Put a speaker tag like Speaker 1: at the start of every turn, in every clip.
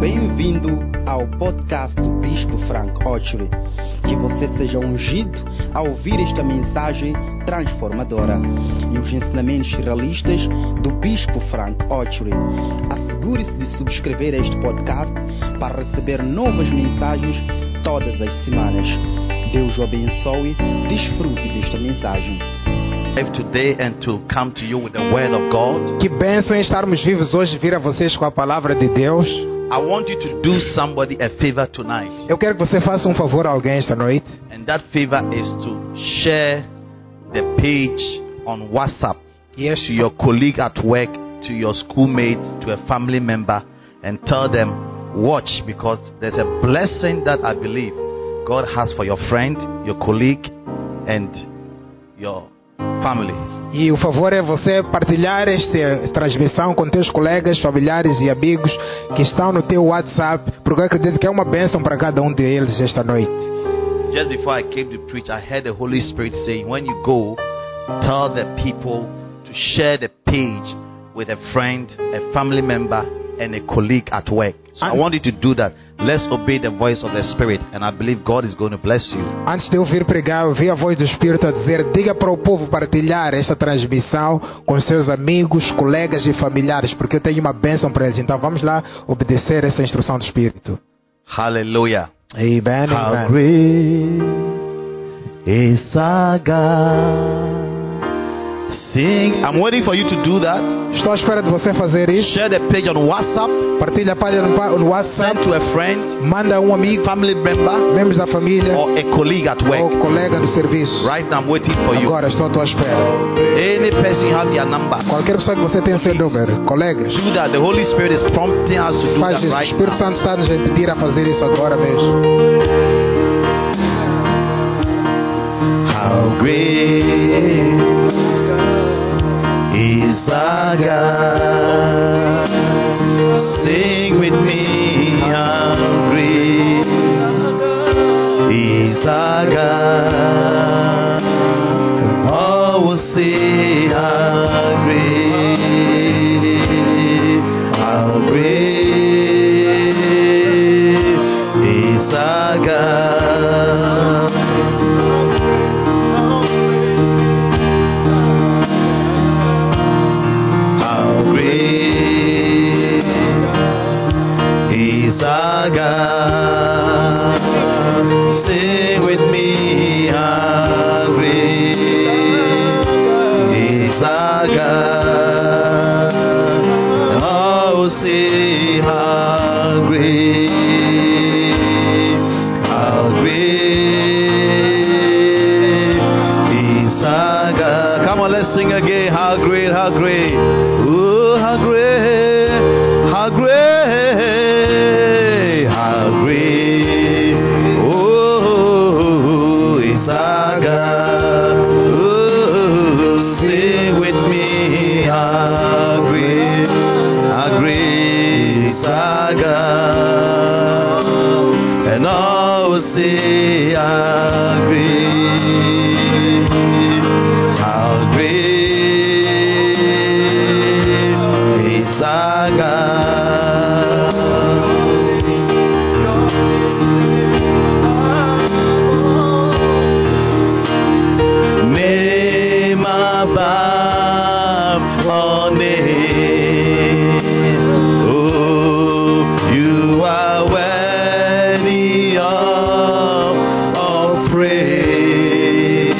Speaker 1: Bem-vindo ao podcast do Bispo Frank Ochery. Que você seja ungido a ouvir esta mensagem transformadora e os ensinamentos realistas do Bispo Frank Ochery. Assegure-se de subscrever este podcast para receber novas mensagens todas as semanas. Deus o abençoe. Desfrute desta mensagem.
Speaker 2: life today and to come to you with the word of God.
Speaker 3: Que bênção em estarmos vivos hoje, vir a vocês com a palavra de Deus.
Speaker 2: I want you to do somebody a favor tonight.
Speaker 3: Eu quero que você faça um favor a alguém esta noite.
Speaker 2: And that favor is to share the page on WhatsApp
Speaker 3: Yes.
Speaker 2: to your colleague at work, to your schoolmate, to a family member, and tell them, watch, because there's a blessing that I believe God has for your friend, your colleague, and your family.
Speaker 3: E o favor é você partilhar esta transmissão com teus colegas, familiares e amigos que estão no teu WhatsApp, porque eu acredito que é uma bênção para cada um deles esta noite.
Speaker 2: Just before I came to preach, I heard the Holy Spirit saying, When you go, tell the people to share the page with a friend, a family member, and a colleague at work. So I
Speaker 3: And-
Speaker 2: want you to do that. Let's obey the voice of the Spirit, and I believe God is going to bless you.
Speaker 3: Antes de eu vir pregar, eu vi a voz do Espírito a dizer: diga para o povo partilhar esta transmissão com seus amigos, colegas e familiares, porque eu tenho uma bênção para eles. Então vamos lá obedecer essa instrução do Espírito.
Speaker 2: Hallelujah.
Speaker 3: Amém.
Speaker 2: How
Speaker 3: amém.
Speaker 2: great is our God. Sing. I'm waiting for you to do that.
Speaker 3: Estou à espera de você fazer isso.
Speaker 2: Share the page on WhatsApp.
Speaker 3: Partilha a página no pa- no
Speaker 2: Send
Speaker 3: WhatsApp.
Speaker 2: to a friend,
Speaker 3: Manda um amigo,
Speaker 2: family member,
Speaker 3: membros da família
Speaker 2: or a colleague at work.
Speaker 3: ou colega do serviço.
Speaker 2: Oh, Right now, I'm waiting for you.
Speaker 3: Agora estou à tua espera.
Speaker 2: Any person have their number.
Speaker 3: Qualquer pessoa que você tenha seu número, colegas,
Speaker 2: Do that. The Holy Spirit is prompting us to do
Speaker 3: faz
Speaker 2: that
Speaker 3: isso. O
Speaker 2: right
Speaker 3: Espírito
Speaker 2: now.
Speaker 3: Santo está nos a impedir a fazer isso agora mesmo.
Speaker 2: How great is our God? Sing with me, how great is our God? All will see how great, how great is our God. How great is our God? Sing with me, how great is our God? Oh, see how great, how great is our God. Come on, let's sing again. How great, how great. Oh, how great, how great, how great. Oh, is our God. Oh, sing with me, how great, how great is our God. And all will say, how great. How great is our God. Name above all names. Oh, you are worthy of all praise.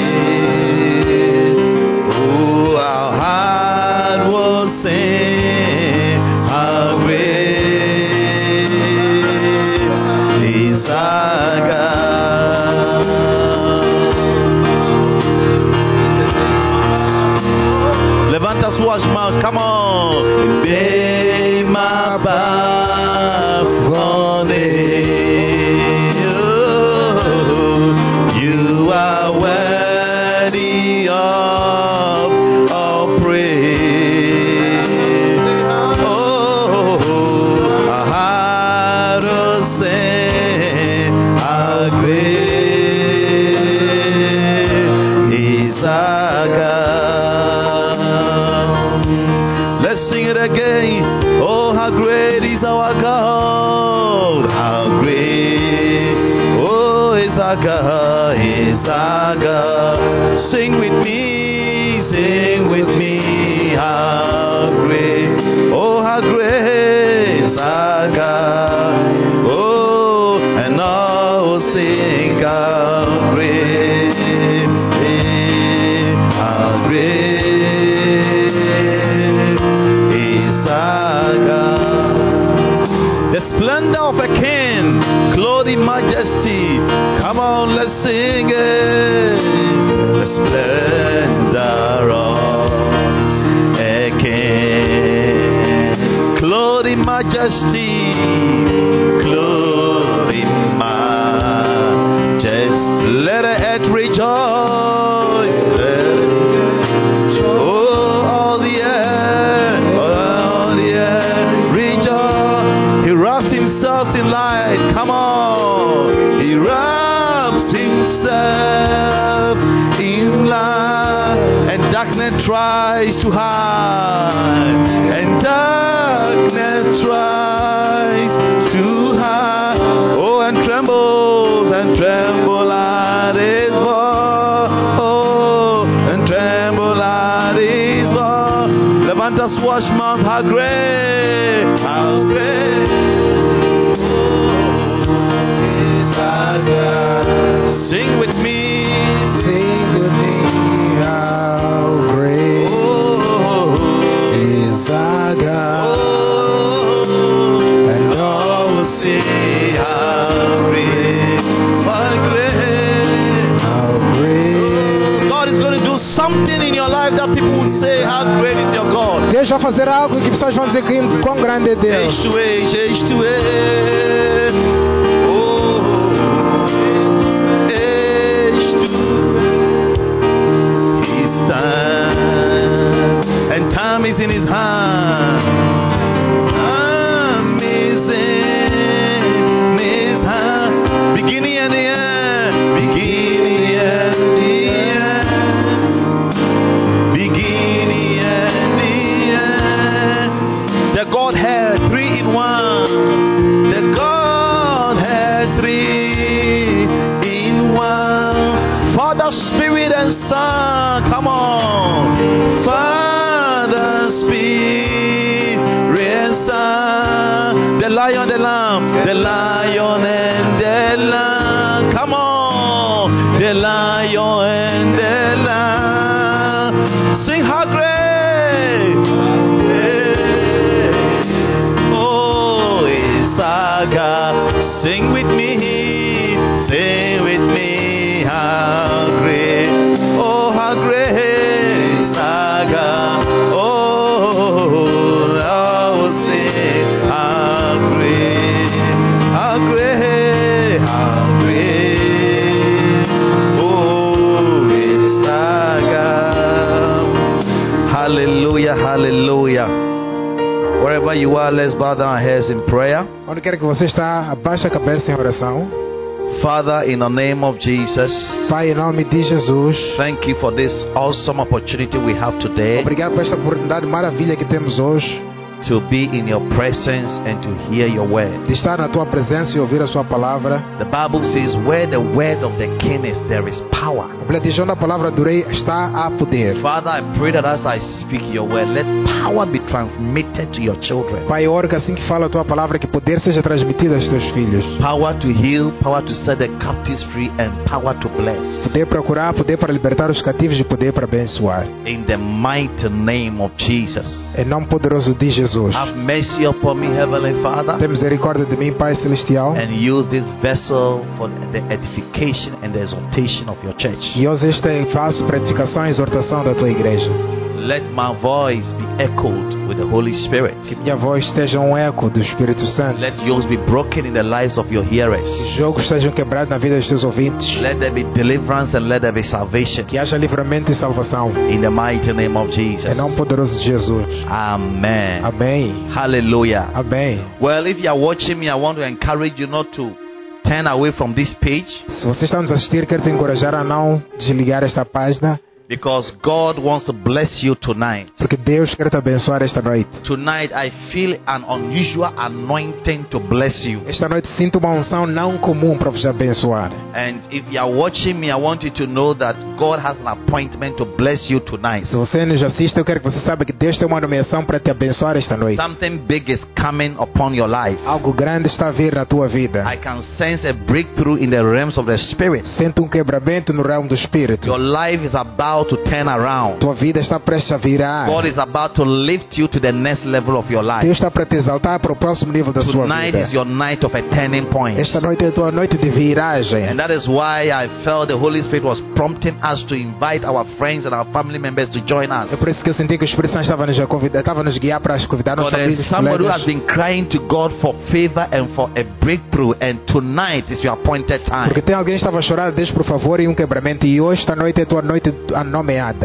Speaker 2: Oh, our heart will sing how great is our God. Levanta suas mãos, come on. Bem you are worthy of all praise. Oh, our heart will sing how great is our God. Oh, Let's sing it again. Oh, how great is our God. Saga is Saga. Sing with me, sing with me. How great, oh, how great is our God. Oh, and all sing how great, how great is our God. The splendor of a king, glory, majesty. Come on, let's sing it. The splendor of a king, glory, majesty. Glory, majesty. Let the earth rejoice. Let it rejoice. Oh, all the earth, all the earth, rejoice. He wraps himself in light. Come on. He wraps himself in light. And darkness tries to hide. And darkness tries to hide. Oh, and trembles and tremble at his voice and tremble at his voice. Levant us, watch Mount, how great, how great. Oh, is our God. Sing with me,
Speaker 3: Sing with me, how great
Speaker 2: oh,
Speaker 3: is our God.
Speaker 2: oh, and all will see how great, how great.
Speaker 3: How great.
Speaker 2: God is going to do something in your life that people will say, How great is your God?
Speaker 3: Deus vai fazer algo que pessoas vão dizer que quão grande é Deus.
Speaker 2: Age to age, age to age. Oh, age to His time. And time is in His hand. Time is in His hand. Beginning and the end. Beginning and the end. Beginning and the end. The Godhead three in one. The Godhead three in one. Father, Spirit, and Son. Come on. Father, Spirit, and Son. The Lion, the Lamb. The Lion and the Lamb. Come on. The Lion and the Lamb. Sing how great. Oh, is our God. Sing with me, sing with me, how great. Oh, how great is our God. Oh, oh, sing how great, how great, how great. Oh, is our God. Hallelujah, hallelujah. Wherever you are, let's bow down our heads in prayer.
Speaker 3: Onde quer que você está, abaixa a cabeça em oração.
Speaker 2: Father, in the name of Jesus,
Speaker 3: Pai, em nome de Jesus.
Speaker 2: thank you for this awesome opportunity we have today
Speaker 3: Obrigado por esta oportunidade maravilha que temos hoje
Speaker 2: to be in your presence and to hear your word.
Speaker 3: de estar na tua presença e ouvir a sua palavra.
Speaker 2: The Bible says, Where the word of the king is, there is power.
Speaker 3: A Bíblia na palavra do rei está a poder.
Speaker 2: Father, I pray that as I speak your word, let power be transmitted to your children.
Speaker 3: Pai, eu oro que assim que fala a tua palavra, que poder seja transmitido aos teus filhos.
Speaker 2: Power to heal, power to set the captives free, and power to bless.
Speaker 3: Poder para curar, poder para libertar os cativos e poder para abençoar.
Speaker 2: In the mighty name of Jesus.
Speaker 3: Em nome poderoso de Jesus.
Speaker 2: Have mercy upon me, Heavenly Father.
Speaker 3: Tem misericórdia de mim, Pai Celestial.
Speaker 2: and use this vessel for the edification and the exaltation of your church.
Speaker 3: E usa este vaso para edificação e exortação da tua igreja.
Speaker 2: Let my voice be echoed with the Holy Spirit.
Speaker 3: Que minha voz esteja um eco do Espírito Santo.
Speaker 2: Let yokes be broken in the lives of your hearers.
Speaker 3: Que jogos sejam quebrados na vida dos teus ouvintes.
Speaker 2: Let there be deliverance and let there be salvation
Speaker 3: Que haja livramento e salvação.
Speaker 2: in the mighty name of Jesus.
Speaker 3: Em nome poderoso de Jesus.
Speaker 2: Amen.
Speaker 3: Amém.
Speaker 2: Hallelujah.
Speaker 3: Amém.
Speaker 2: Well, if you are watching me, I want to encourage you not to turn away from this page.
Speaker 3: Se você está nos assistindo, quero te encorajar a não desligar esta página.
Speaker 2: Because God wants to bless you tonight.
Speaker 3: Porque Deus quer te abençoar esta noite.
Speaker 2: Tonight, I feel an unusual anointing to bless you.
Speaker 3: Esta noite sinto uma unção não comum para vos abençoar.
Speaker 2: And if you are watching me, I want you to know that God has an appointment to bless you tonight.
Speaker 3: Se você nos assiste, eu quero que você saiba que Deus tem uma nomeação para te abençoar esta noite.
Speaker 2: Something big is coming upon your life.
Speaker 3: Algo grande está a vir na tua vida.
Speaker 2: I can sense a breakthrough in the realms of the spirit.
Speaker 3: Sinto um quebramento no ramo do espírito.
Speaker 2: Your life is about to turn around.
Speaker 3: Tua vida está prestes a virar.
Speaker 2: God is about to lift you to the next level of your life.
Speaker 3: Deus está para te exaltar para o próximo nível da sua
Speaker 2: Tonight
Speaker 3: vida.
Speaker 2: is your night of a turning point.
Speaker 3: Esta noite é a tua noite de viragem.
Speaker 2: And that is why I felt the Holy Spirit was prompting us to invite our friends and our family members to join us.
Speaker 3: É por isso que eu senti que o Espírito Santo estava nos convidar, estava nos guiar para nos convidar
Speaker 2: So
Speaker 3: nos
Speaker 2: there is
Speaker 3: famílias,
Speaker 2: somebody who
Speaker 3: colegas.
Speaker 2: has been crying to God for favor and for a breakthrough, and tonight is your appointed time.
Speaker 3: Porque tem alguém que estava chorando, Deus por favor, e um quebramento. E hoje esta noite é tua noite anomeada.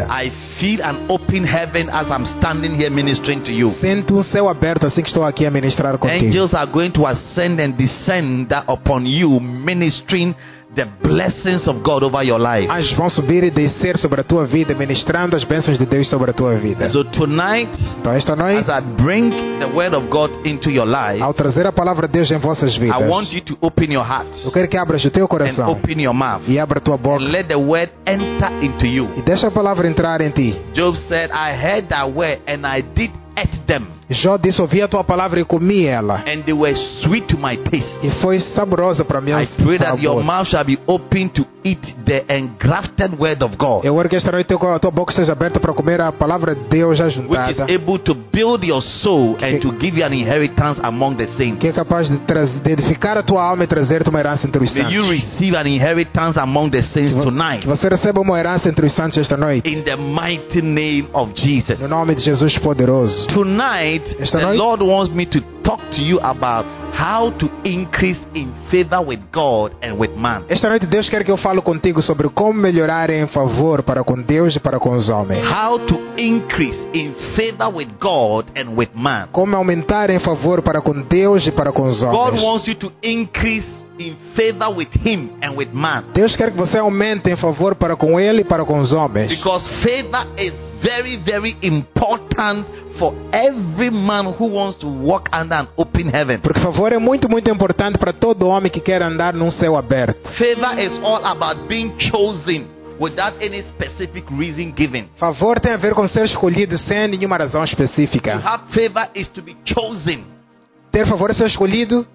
Speaker 2: I feel an open heaven as I'm standing here ministering to you.
Speaker 3: Sinto um céu aberto assim que estou aqui a ministrar contigo.
Speaker 2: Angels are going to ascend and descend upon you, ministering the blessings of God over your life.
Speaker 3: Anjos vão subir e descer sobre a tua vida, ministrando as bênçãos de Deus sobre a tua vida.
Speaker 2: So tonight,
Speaker 3: Então esta
Speaker 2: as
Speaker 3: noite,
Speaker 2: I bring the word of God into your life,
Speaker 3: ao trazer a palavra de Deus em vossas vidas,
Speaker 2: I want you to open your heart
Speaker 3: eu quero que abras o teu
Speaker 2: and
Speaker 3: coração
Speaker 2: open your mouth.
Speaker 3: e abra a tua boca
Speaker 2: Let the word enter into you.
Speaker 3: e deixa a palavra entrar em ti.
Speaker 2: Job said, I heard thy word and I did eat them,
Speaker 3: Jó disse: ouvi a tua palavra e comi ela,
Speaker 2: and they were sweet to my taste.
Speaker 3: e foi saborosa para mim.
Speaker 2: I pray that your
Speaker 3: sabor.
Speaker 2: mouth shall be open to eat the engrafted word of God.
Speaker 3: Eu oro que esta noite teu- a tua boca esteja aberta para comer a palavra de Deus
Speaker 2: which is
Speaker 3: ajuntada,
Speaker 2: able to build your soul and to give you an inheritance among the saints.
Speaker 3: que é capaz de, traz- de edificar a tua alma e trazer-te uma herança entre os
Speaker 2: May you
Speaker 3: santos.
Speaker 2: receive an inheritance among the saints tonight
Speaker 3: Que você receba uma herança entre os santos esta noite,
Speaker 2: in the mighty name of Jesus.
Speaker 3: no nome de Jesus poderoso.
Speaker 2: Tonight,
Speaker 3: Esta
Speaker 2: the
Speaker 3: noite-
Speaker 2: Lord wants me to talk to you about how to increase in favor with God and with man.
Speaker 3: Esta noite Deus quer que eu falo contigo sobre como melhorar em favor para com Deus e para com os homens.
Speaker 2: How to increase in favor with God and with man.
Speaker 3: Como aumentar em favor para com Deus e para com os
Speaker 2: God
Speaker 3: homens.
Speaker 2: wants you to increase in favor with Him and with man.
Speaker 3: Deus quer que você aumente em favor para com Ele e para com os homens.
Speaker 2: Because favor is very, very important for every man who wants to walk under an open heaven.
Speaker 3: Porque favor é muito, muito importante para todo homem que quer andar num céu aberto.
Speaker 2: Favor is all about being chosen without any specific reason given.
Speaker 3: Favor tem a ver com ser escolhido sem nenhuma razão
Speaker 2: To
Speaker 3: específica.
Speaker 2: have favor is to be chosen.
Speaker 3: Ter favor é ser escolhido.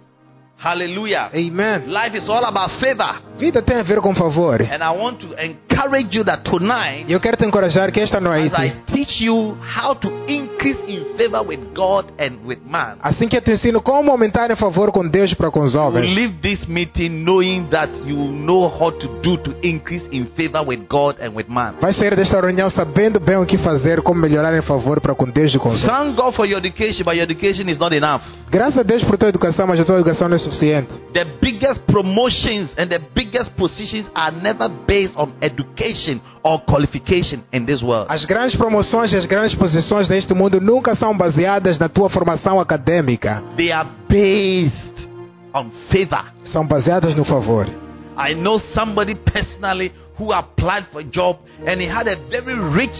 Speaker 2: Hallelujah.
Speaker 3: Amen.
Speaker 2: Life is all about favor.
Speaker 3: Vida tem a ver com favor.
Speaker 2: And I want to encourage you that tonight,
Speaker 3: E eu quero te encorajar que esta
Speaker 2: as
Speaker 3: noite,
Speaker 2: I teach you how to increase in favor with God and with man,
Speaker 3: assim que eu te ensino como aumentar em favor com Deus e para com os
Speaker 2: You
Speaker 3: homens.
Speaker 2: leave this meeting knowing that you know how to do to increase in favor with God and with man.
Speaker 3: Vai sair desta reunião sabendo bem o que fazer, como melhorar em favor para com Deus e com os homens.
Speaker 2: Thank God for your education, but your education is not enough.
Speaker 3: Graças a Deus por tua educação, mas a tua educação não é suficiente.
Speaker 2: The biggest promotions and the biggest positions are never based on education or qualification in this world.
Speaker 3: As grandes promoções e as grandes posições deste mundo nunca são baseadas na tua formação acadêmica.
Speaker 2: They are based on favor.
Speaker 3: São baseadas no favor.
Speaker 2: I know somebody personally who applied for a job and he had a very rich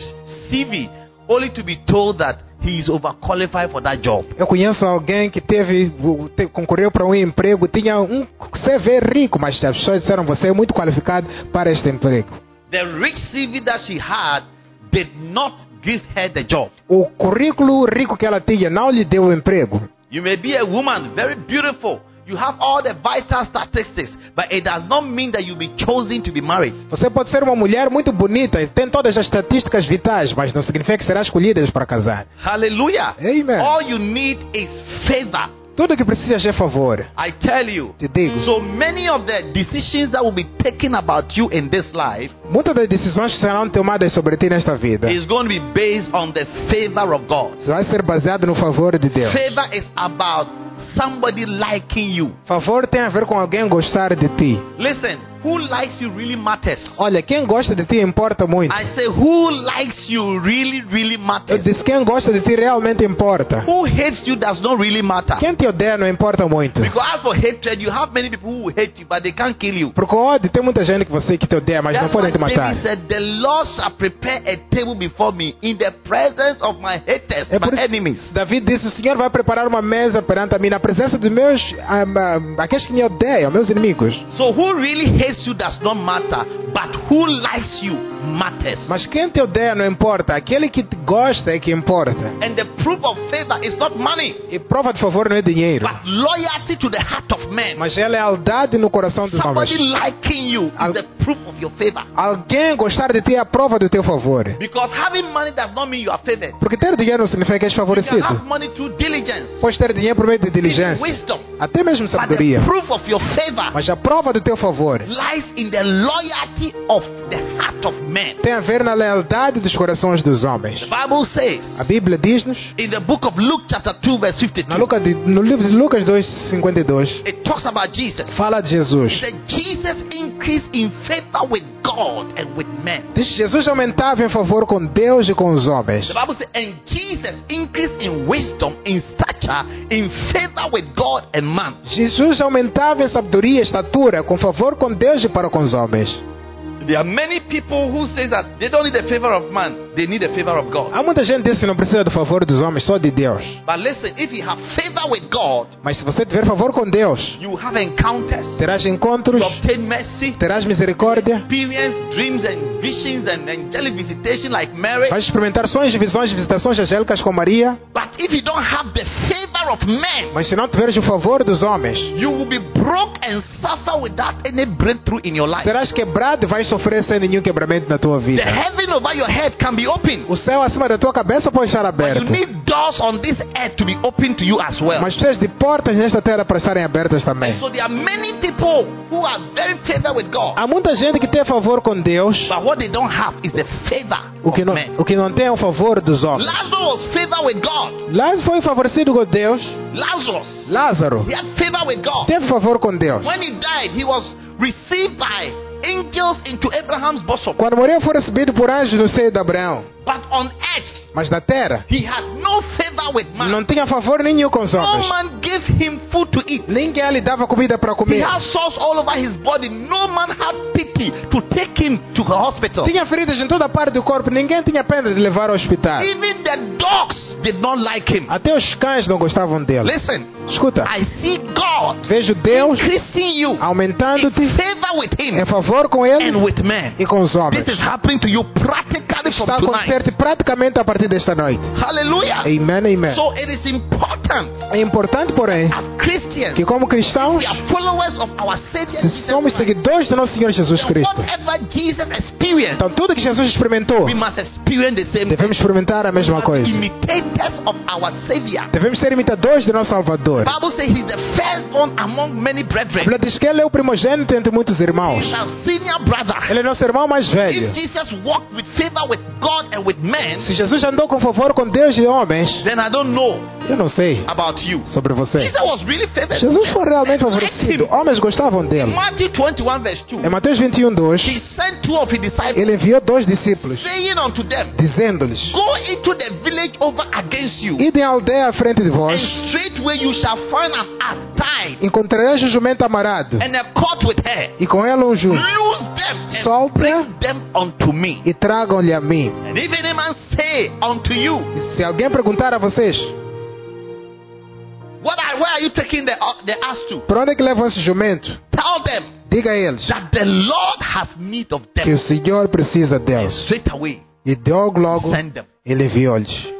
Speaker 2: CV only to be told that he is overqualified for that job.
Speaker 3: Eu conheço alguém que teve, te- concorreu para um emprego, tinha um CV rico, mas as pessoas disseram você é muito qualificado para este emprego.
Speaker 2: The rich CV that she had did not give her the job.
Speaker 3: O currículo rico que ela tinha não lhe deu o emprego.
Speaker 2: You may be a woman, very beautiful. You have all the vital statistics, but it does not mean that you'll be chosen to be married.
Speaker 3: Você pode ser uma mulher muito bonita e tem todas as estatísticas vitais, mas não significa que será escolhida para casar.
Speaker 2: Hallelujah.
Speaker 3: Amen.
Speaker 2: All you need is favor.
Speaker 3: Tudo o que precisas é favor.
Speaker 2: I tell you.
Speaker 3: Te digo.
Speaker 2: So many of the decisions that will be taken about you in this life
Speaker 3: Muitas das decisões que serão tomadas sobre ti nesta vida
Speaker 2: is going to be based on the favor of God.
Speaker 3: vai ser baseado no favor de Deus.
Speaker 2: Favor is about somebody liking you.
Speaker 3: Favor tem a ver com alguém gostar de ti.
Speaker 2: Listen, Who likes you really matters.
Speaker 3: Olha, quem gosta de ti importa muito.
Speaker 2: I say, who likes you really, really
Speaker 3: Eu
Speaker 2: matters.
Speaker 3: disse, quem gosta de ti realmente importa.
Speaker 2: Who hates you does not really matter.
Speaker 3: Quem te odeia não importa muito.
Speaker 2: Because as for hatred, you have many people who hate you, but they can't kill you.
Speaker 3: Porque ódio, tem muita gente que você que te odeia, mas não
Speaker 2: That's why
Speaker 3: podem te matar.
Speaker 2: David said, The Lord shall prepare a table before me in the presence of my haters,
Speaker 3: É
Speaker 2: my
Speaker 3: por isso-
Speaker 2: enemies.
Speaker 3: Davi disse: O Senhor vai preparar uma mesa perante a mim, na presença dos meus. ah, ah, aqueles que me odeiam, meus inimigos.
Speaker 2: So who really hates you does not matter, but who likes you matters.
Speaker 3: Mas quem te odeia não importa, aquele que te gosta é que importa.
Speaker 2: And the proof of favor is not money,
Speaker 3: E prova de favor não é dinheiro,
Speaker 2: but loyalty to the heart of man.
Speaker 3: mas é lealdade no coração dos homens.
Speaker 2: Somebody liking you
Speaker 3: Al-
Speaker 2: is the proof of your favor.
Speaker 3: Alguém gostar de ti é a prova do teu favor.
Speaker 2: Because having money does not mean you are favored.
Speaker 3: Porque ter dinheiro não significa que és
Speaker 2: You can have
Speaker 3: favorecido.
Speaker 2: money through diligence,
Speaker 3: Pois ter dinheiro por meio de
Speaker 2: with
Speaker 3: diligência,
Speaker 2: wisdom,
Speaker 3: até mesmo
Speaker 2: but the
Speaker 3: sabedoria.
Speaker 2: proof of your favor
Speaker 3: Mas a prova do teu favor
Speaker 2: lies in the loyalty of the heart of man.
Speaker 3: tem a ver na lealdade dos corações dos homens.
Speaker 2: The Bible
Speaker 3: A
Speaker 2: says
Speaker 3: Bíblia diz-nos
Speaker 2: in the book of Luke, chapter 2, verse
Speaker 3: Na
Speaker 2: 52,
Speaker 3: Luca de- no livro de Lucas 2,52,
Speaker 2: it talks about Jesus.
Speaker 3: fala de Jesus.
Speaker 2: That Jesus increased in favor with God and with men.
Speaker 3: Diz que Jesus aumentava em favor com Deus e com os homens.
Speaker 2: The Bible says, and Jesus increased in wisdom, in stature, in favor with God and man.
Speaker 3: Jesus aumentava em sabedoria e estatura, com favor com Deus e para com os homens.
Speaker 2: There are many people who say that they don't need the favor of man, they need the favor of God.
Speaker 3: Há muita gente que diz que não precisa do favor dos homens, só de Deus.
Speaker 2: But listen, if you have favor with God,
Speaker 3: Mas se você tiver favor com Deus,
Speaker 2: you have encounters,
Speaker 3: terás encontros,
Speaker 2: you obtain mercy,
Speaker 3: terás misericórdia,
Speaker 2: experience dreams and visions and angelic visitation like Mary.
Speaker 3: vais experimentar sonhos, visões e visitações angélicas com Maria.
Speaker 2: But if you don't have the favor of men,
Speaker 3: Mas se não tiveres o favor dos homens,
Speaker 2: you will be broke and suffer without any breakthrough in your life.
Speaker 3: serás quebrado e vais sofrer sem nenhum quebramento na tua
Speaker 2: The
Speaker 3: vida.
Speaker 2: heaven over your head can be opened.
Speaker 3: O céu acima da tua cabeça pode estar
Speaker 2: But you
Speaker 3: aberto.
Speaker 2: need doors on this earth to be open to you as well.
Speaker 3: Mas precisas de portas nesta terra para estarem abertas também.
Speaker 2: So there are many people who are very favored with God.
Speaker 3: Há muita gente que tem favor com Deus,
Speaker 2: But what they don't have is the favor
Speaker 3: o que
Speaker 2: of
Speaker 3: não,
Speaker 2: men.
Speaker 3: o que não tem é o favor dos homens.
Speaker 2: Lazarus was favor with God.
Speaker 3: Lázaro foi favorecido com Deus.
Speaker 2: Lazarus,
Speaker 3: Lázaro
Speaker 2: he had favor with God.
Speaker 3: teve favor com Deus.
Speaker 2: When he died, he was received by angels into Abraham's bosom.
Speaker 3: Quando morreu, foi recebido por anjos no seio de Abraão.
Speaker 2: But on earth,
Speaker 3: Mas na terra,
Speaker 2: he had no favor with man.
Speaker 3: não tinha favor nenhum com os
Speaker 2: No
Speaker 3: homens.
Speaker 2: man gave him food to eat.
Speaker 3: Ninguém lhe dava comida para
Speaker 2: He
Speaker 3: comer.
Speaker 2: had sores all over his body. No man had pity to take him to the hospital.
Speaker 3: Tinha feridas em toda parte do corpo. Ninguém tinha pena de levar ao hospital.
Speaker 2: Even the dogs did not like him.
Speaker 3: Até os cães não gostavam dele.
Speaker 2: Listen,
Speaker 3: Escuta,
Speaker 2: I see God
Speaker 3: vejo Deus
Speaker 2: increasing you in
Speaker 3: aumentando-te
Speaker 2: favor with
Speaker 3: em
Speaker 2: him
Speaker 3: favor com ele
Speaker 2: and with men.
Speaker 3: e com os homens.
Speaker 2: É This is happening to you practically
Speaker 3: está
Speaker 2: from tonight.
Speaker 3: acontecendo praticamente a partir desta noite.
Speaker 2: Hallelujah.
Speaker 3: Amen, amen.
Speaker 2: So it is important
Speaker 3: É importante, porém,
Speaker 2: as Christians,
Speaker 3: que como cristãos,
Speaker 2: we are followers of our Savior
Speaker 3: se
Speaker 2: Jesus
Speaker 3: somos
Speaker 2: Christ.
Speaker 3: seguidores do nosso Senhor Jesus
Speaker 2: And
Speaker 3: Cristo.
Speaker 2: whatever Jesus experienced,
Speaker 3: Então, tudo que Jesus experimentou,
Speaker 2: we must experience the same
Speaker 3: devemos experimentar a mesma coisa.
Speaker 2: imitators of our Savior.
Speaker 3: Devemos ser imitadores de nosso Salvador.
Speaker 2: The Bible says he's the firstborn among many
Speaker 3: A
Speaker 2: brethren.
Speaker 3: Bíblia diz que ele é o primogênito entre muitos irmãos.
Speaker 2: He's our senior brother.
Speaker 3: Ele é nosso irmão mais velho.
Speaker 2: If Jesus walked with favor with God and with men,
Speaker 3: Se Jesus andou com favor com Deus e homens,
Speaker 2: then I don't know
Speaker 3: eu não sei
Speaker 2: about you.
Speaker 3: sobre você.
Speaker 2: Jesus was really favored.
Speaker 3: Jesus foi realmente
Speaker 2: They liked
Speaker 3: favorecido.
Speaker 2: him.
Speaker 3: Homens gostavam dele.
Speaker 2: Matthew 21, verse 2.
Speaker 3: Em Mateus 21, 2,
Speaker 2: He sent two of his disciples,
Speaker 3: ele enviou dois discípulos,
Speaker 2: saying unto them,
Speaker 3: dizendo-lhes:
Speaker 2: Go into the village over against you,
Speaker 3: Idem à aldeia à frente de vós,
Speaker 2: and straightway you shall find an ass tied
Speaker 3: encontrarás o jumento amarrado,
Speaker 2: and a court with her.
Speaker 3: e com ela um jugo.
Speaker 2: Loose them and
Speaker 3: Solta
Speaker 2: bring them unto me.
Speaker 3: e tragam-lhe a mim.
Speaker 2: And if any man say unto you,
Speaker 3: E se alguém perguntar a vocês,
Speaker 2: What are, where are you taking the, uh, the ass to?
Speaker 3: para onde é que levam esse jumento?
Speaker 2: Tell them
Speaker 3: Diga a eles
Speaker 2: that the Lord has need of
Speaker 3: que
Speaker 2: them.
Speaker 3: o Senhor precisa
Speaker 2: And
Speaker 3: deles.
Speaker 2: straight away
Speaker 3: E logo, logo,
Speaker 2: send them.
Speaker 3: ele enviou-lhes.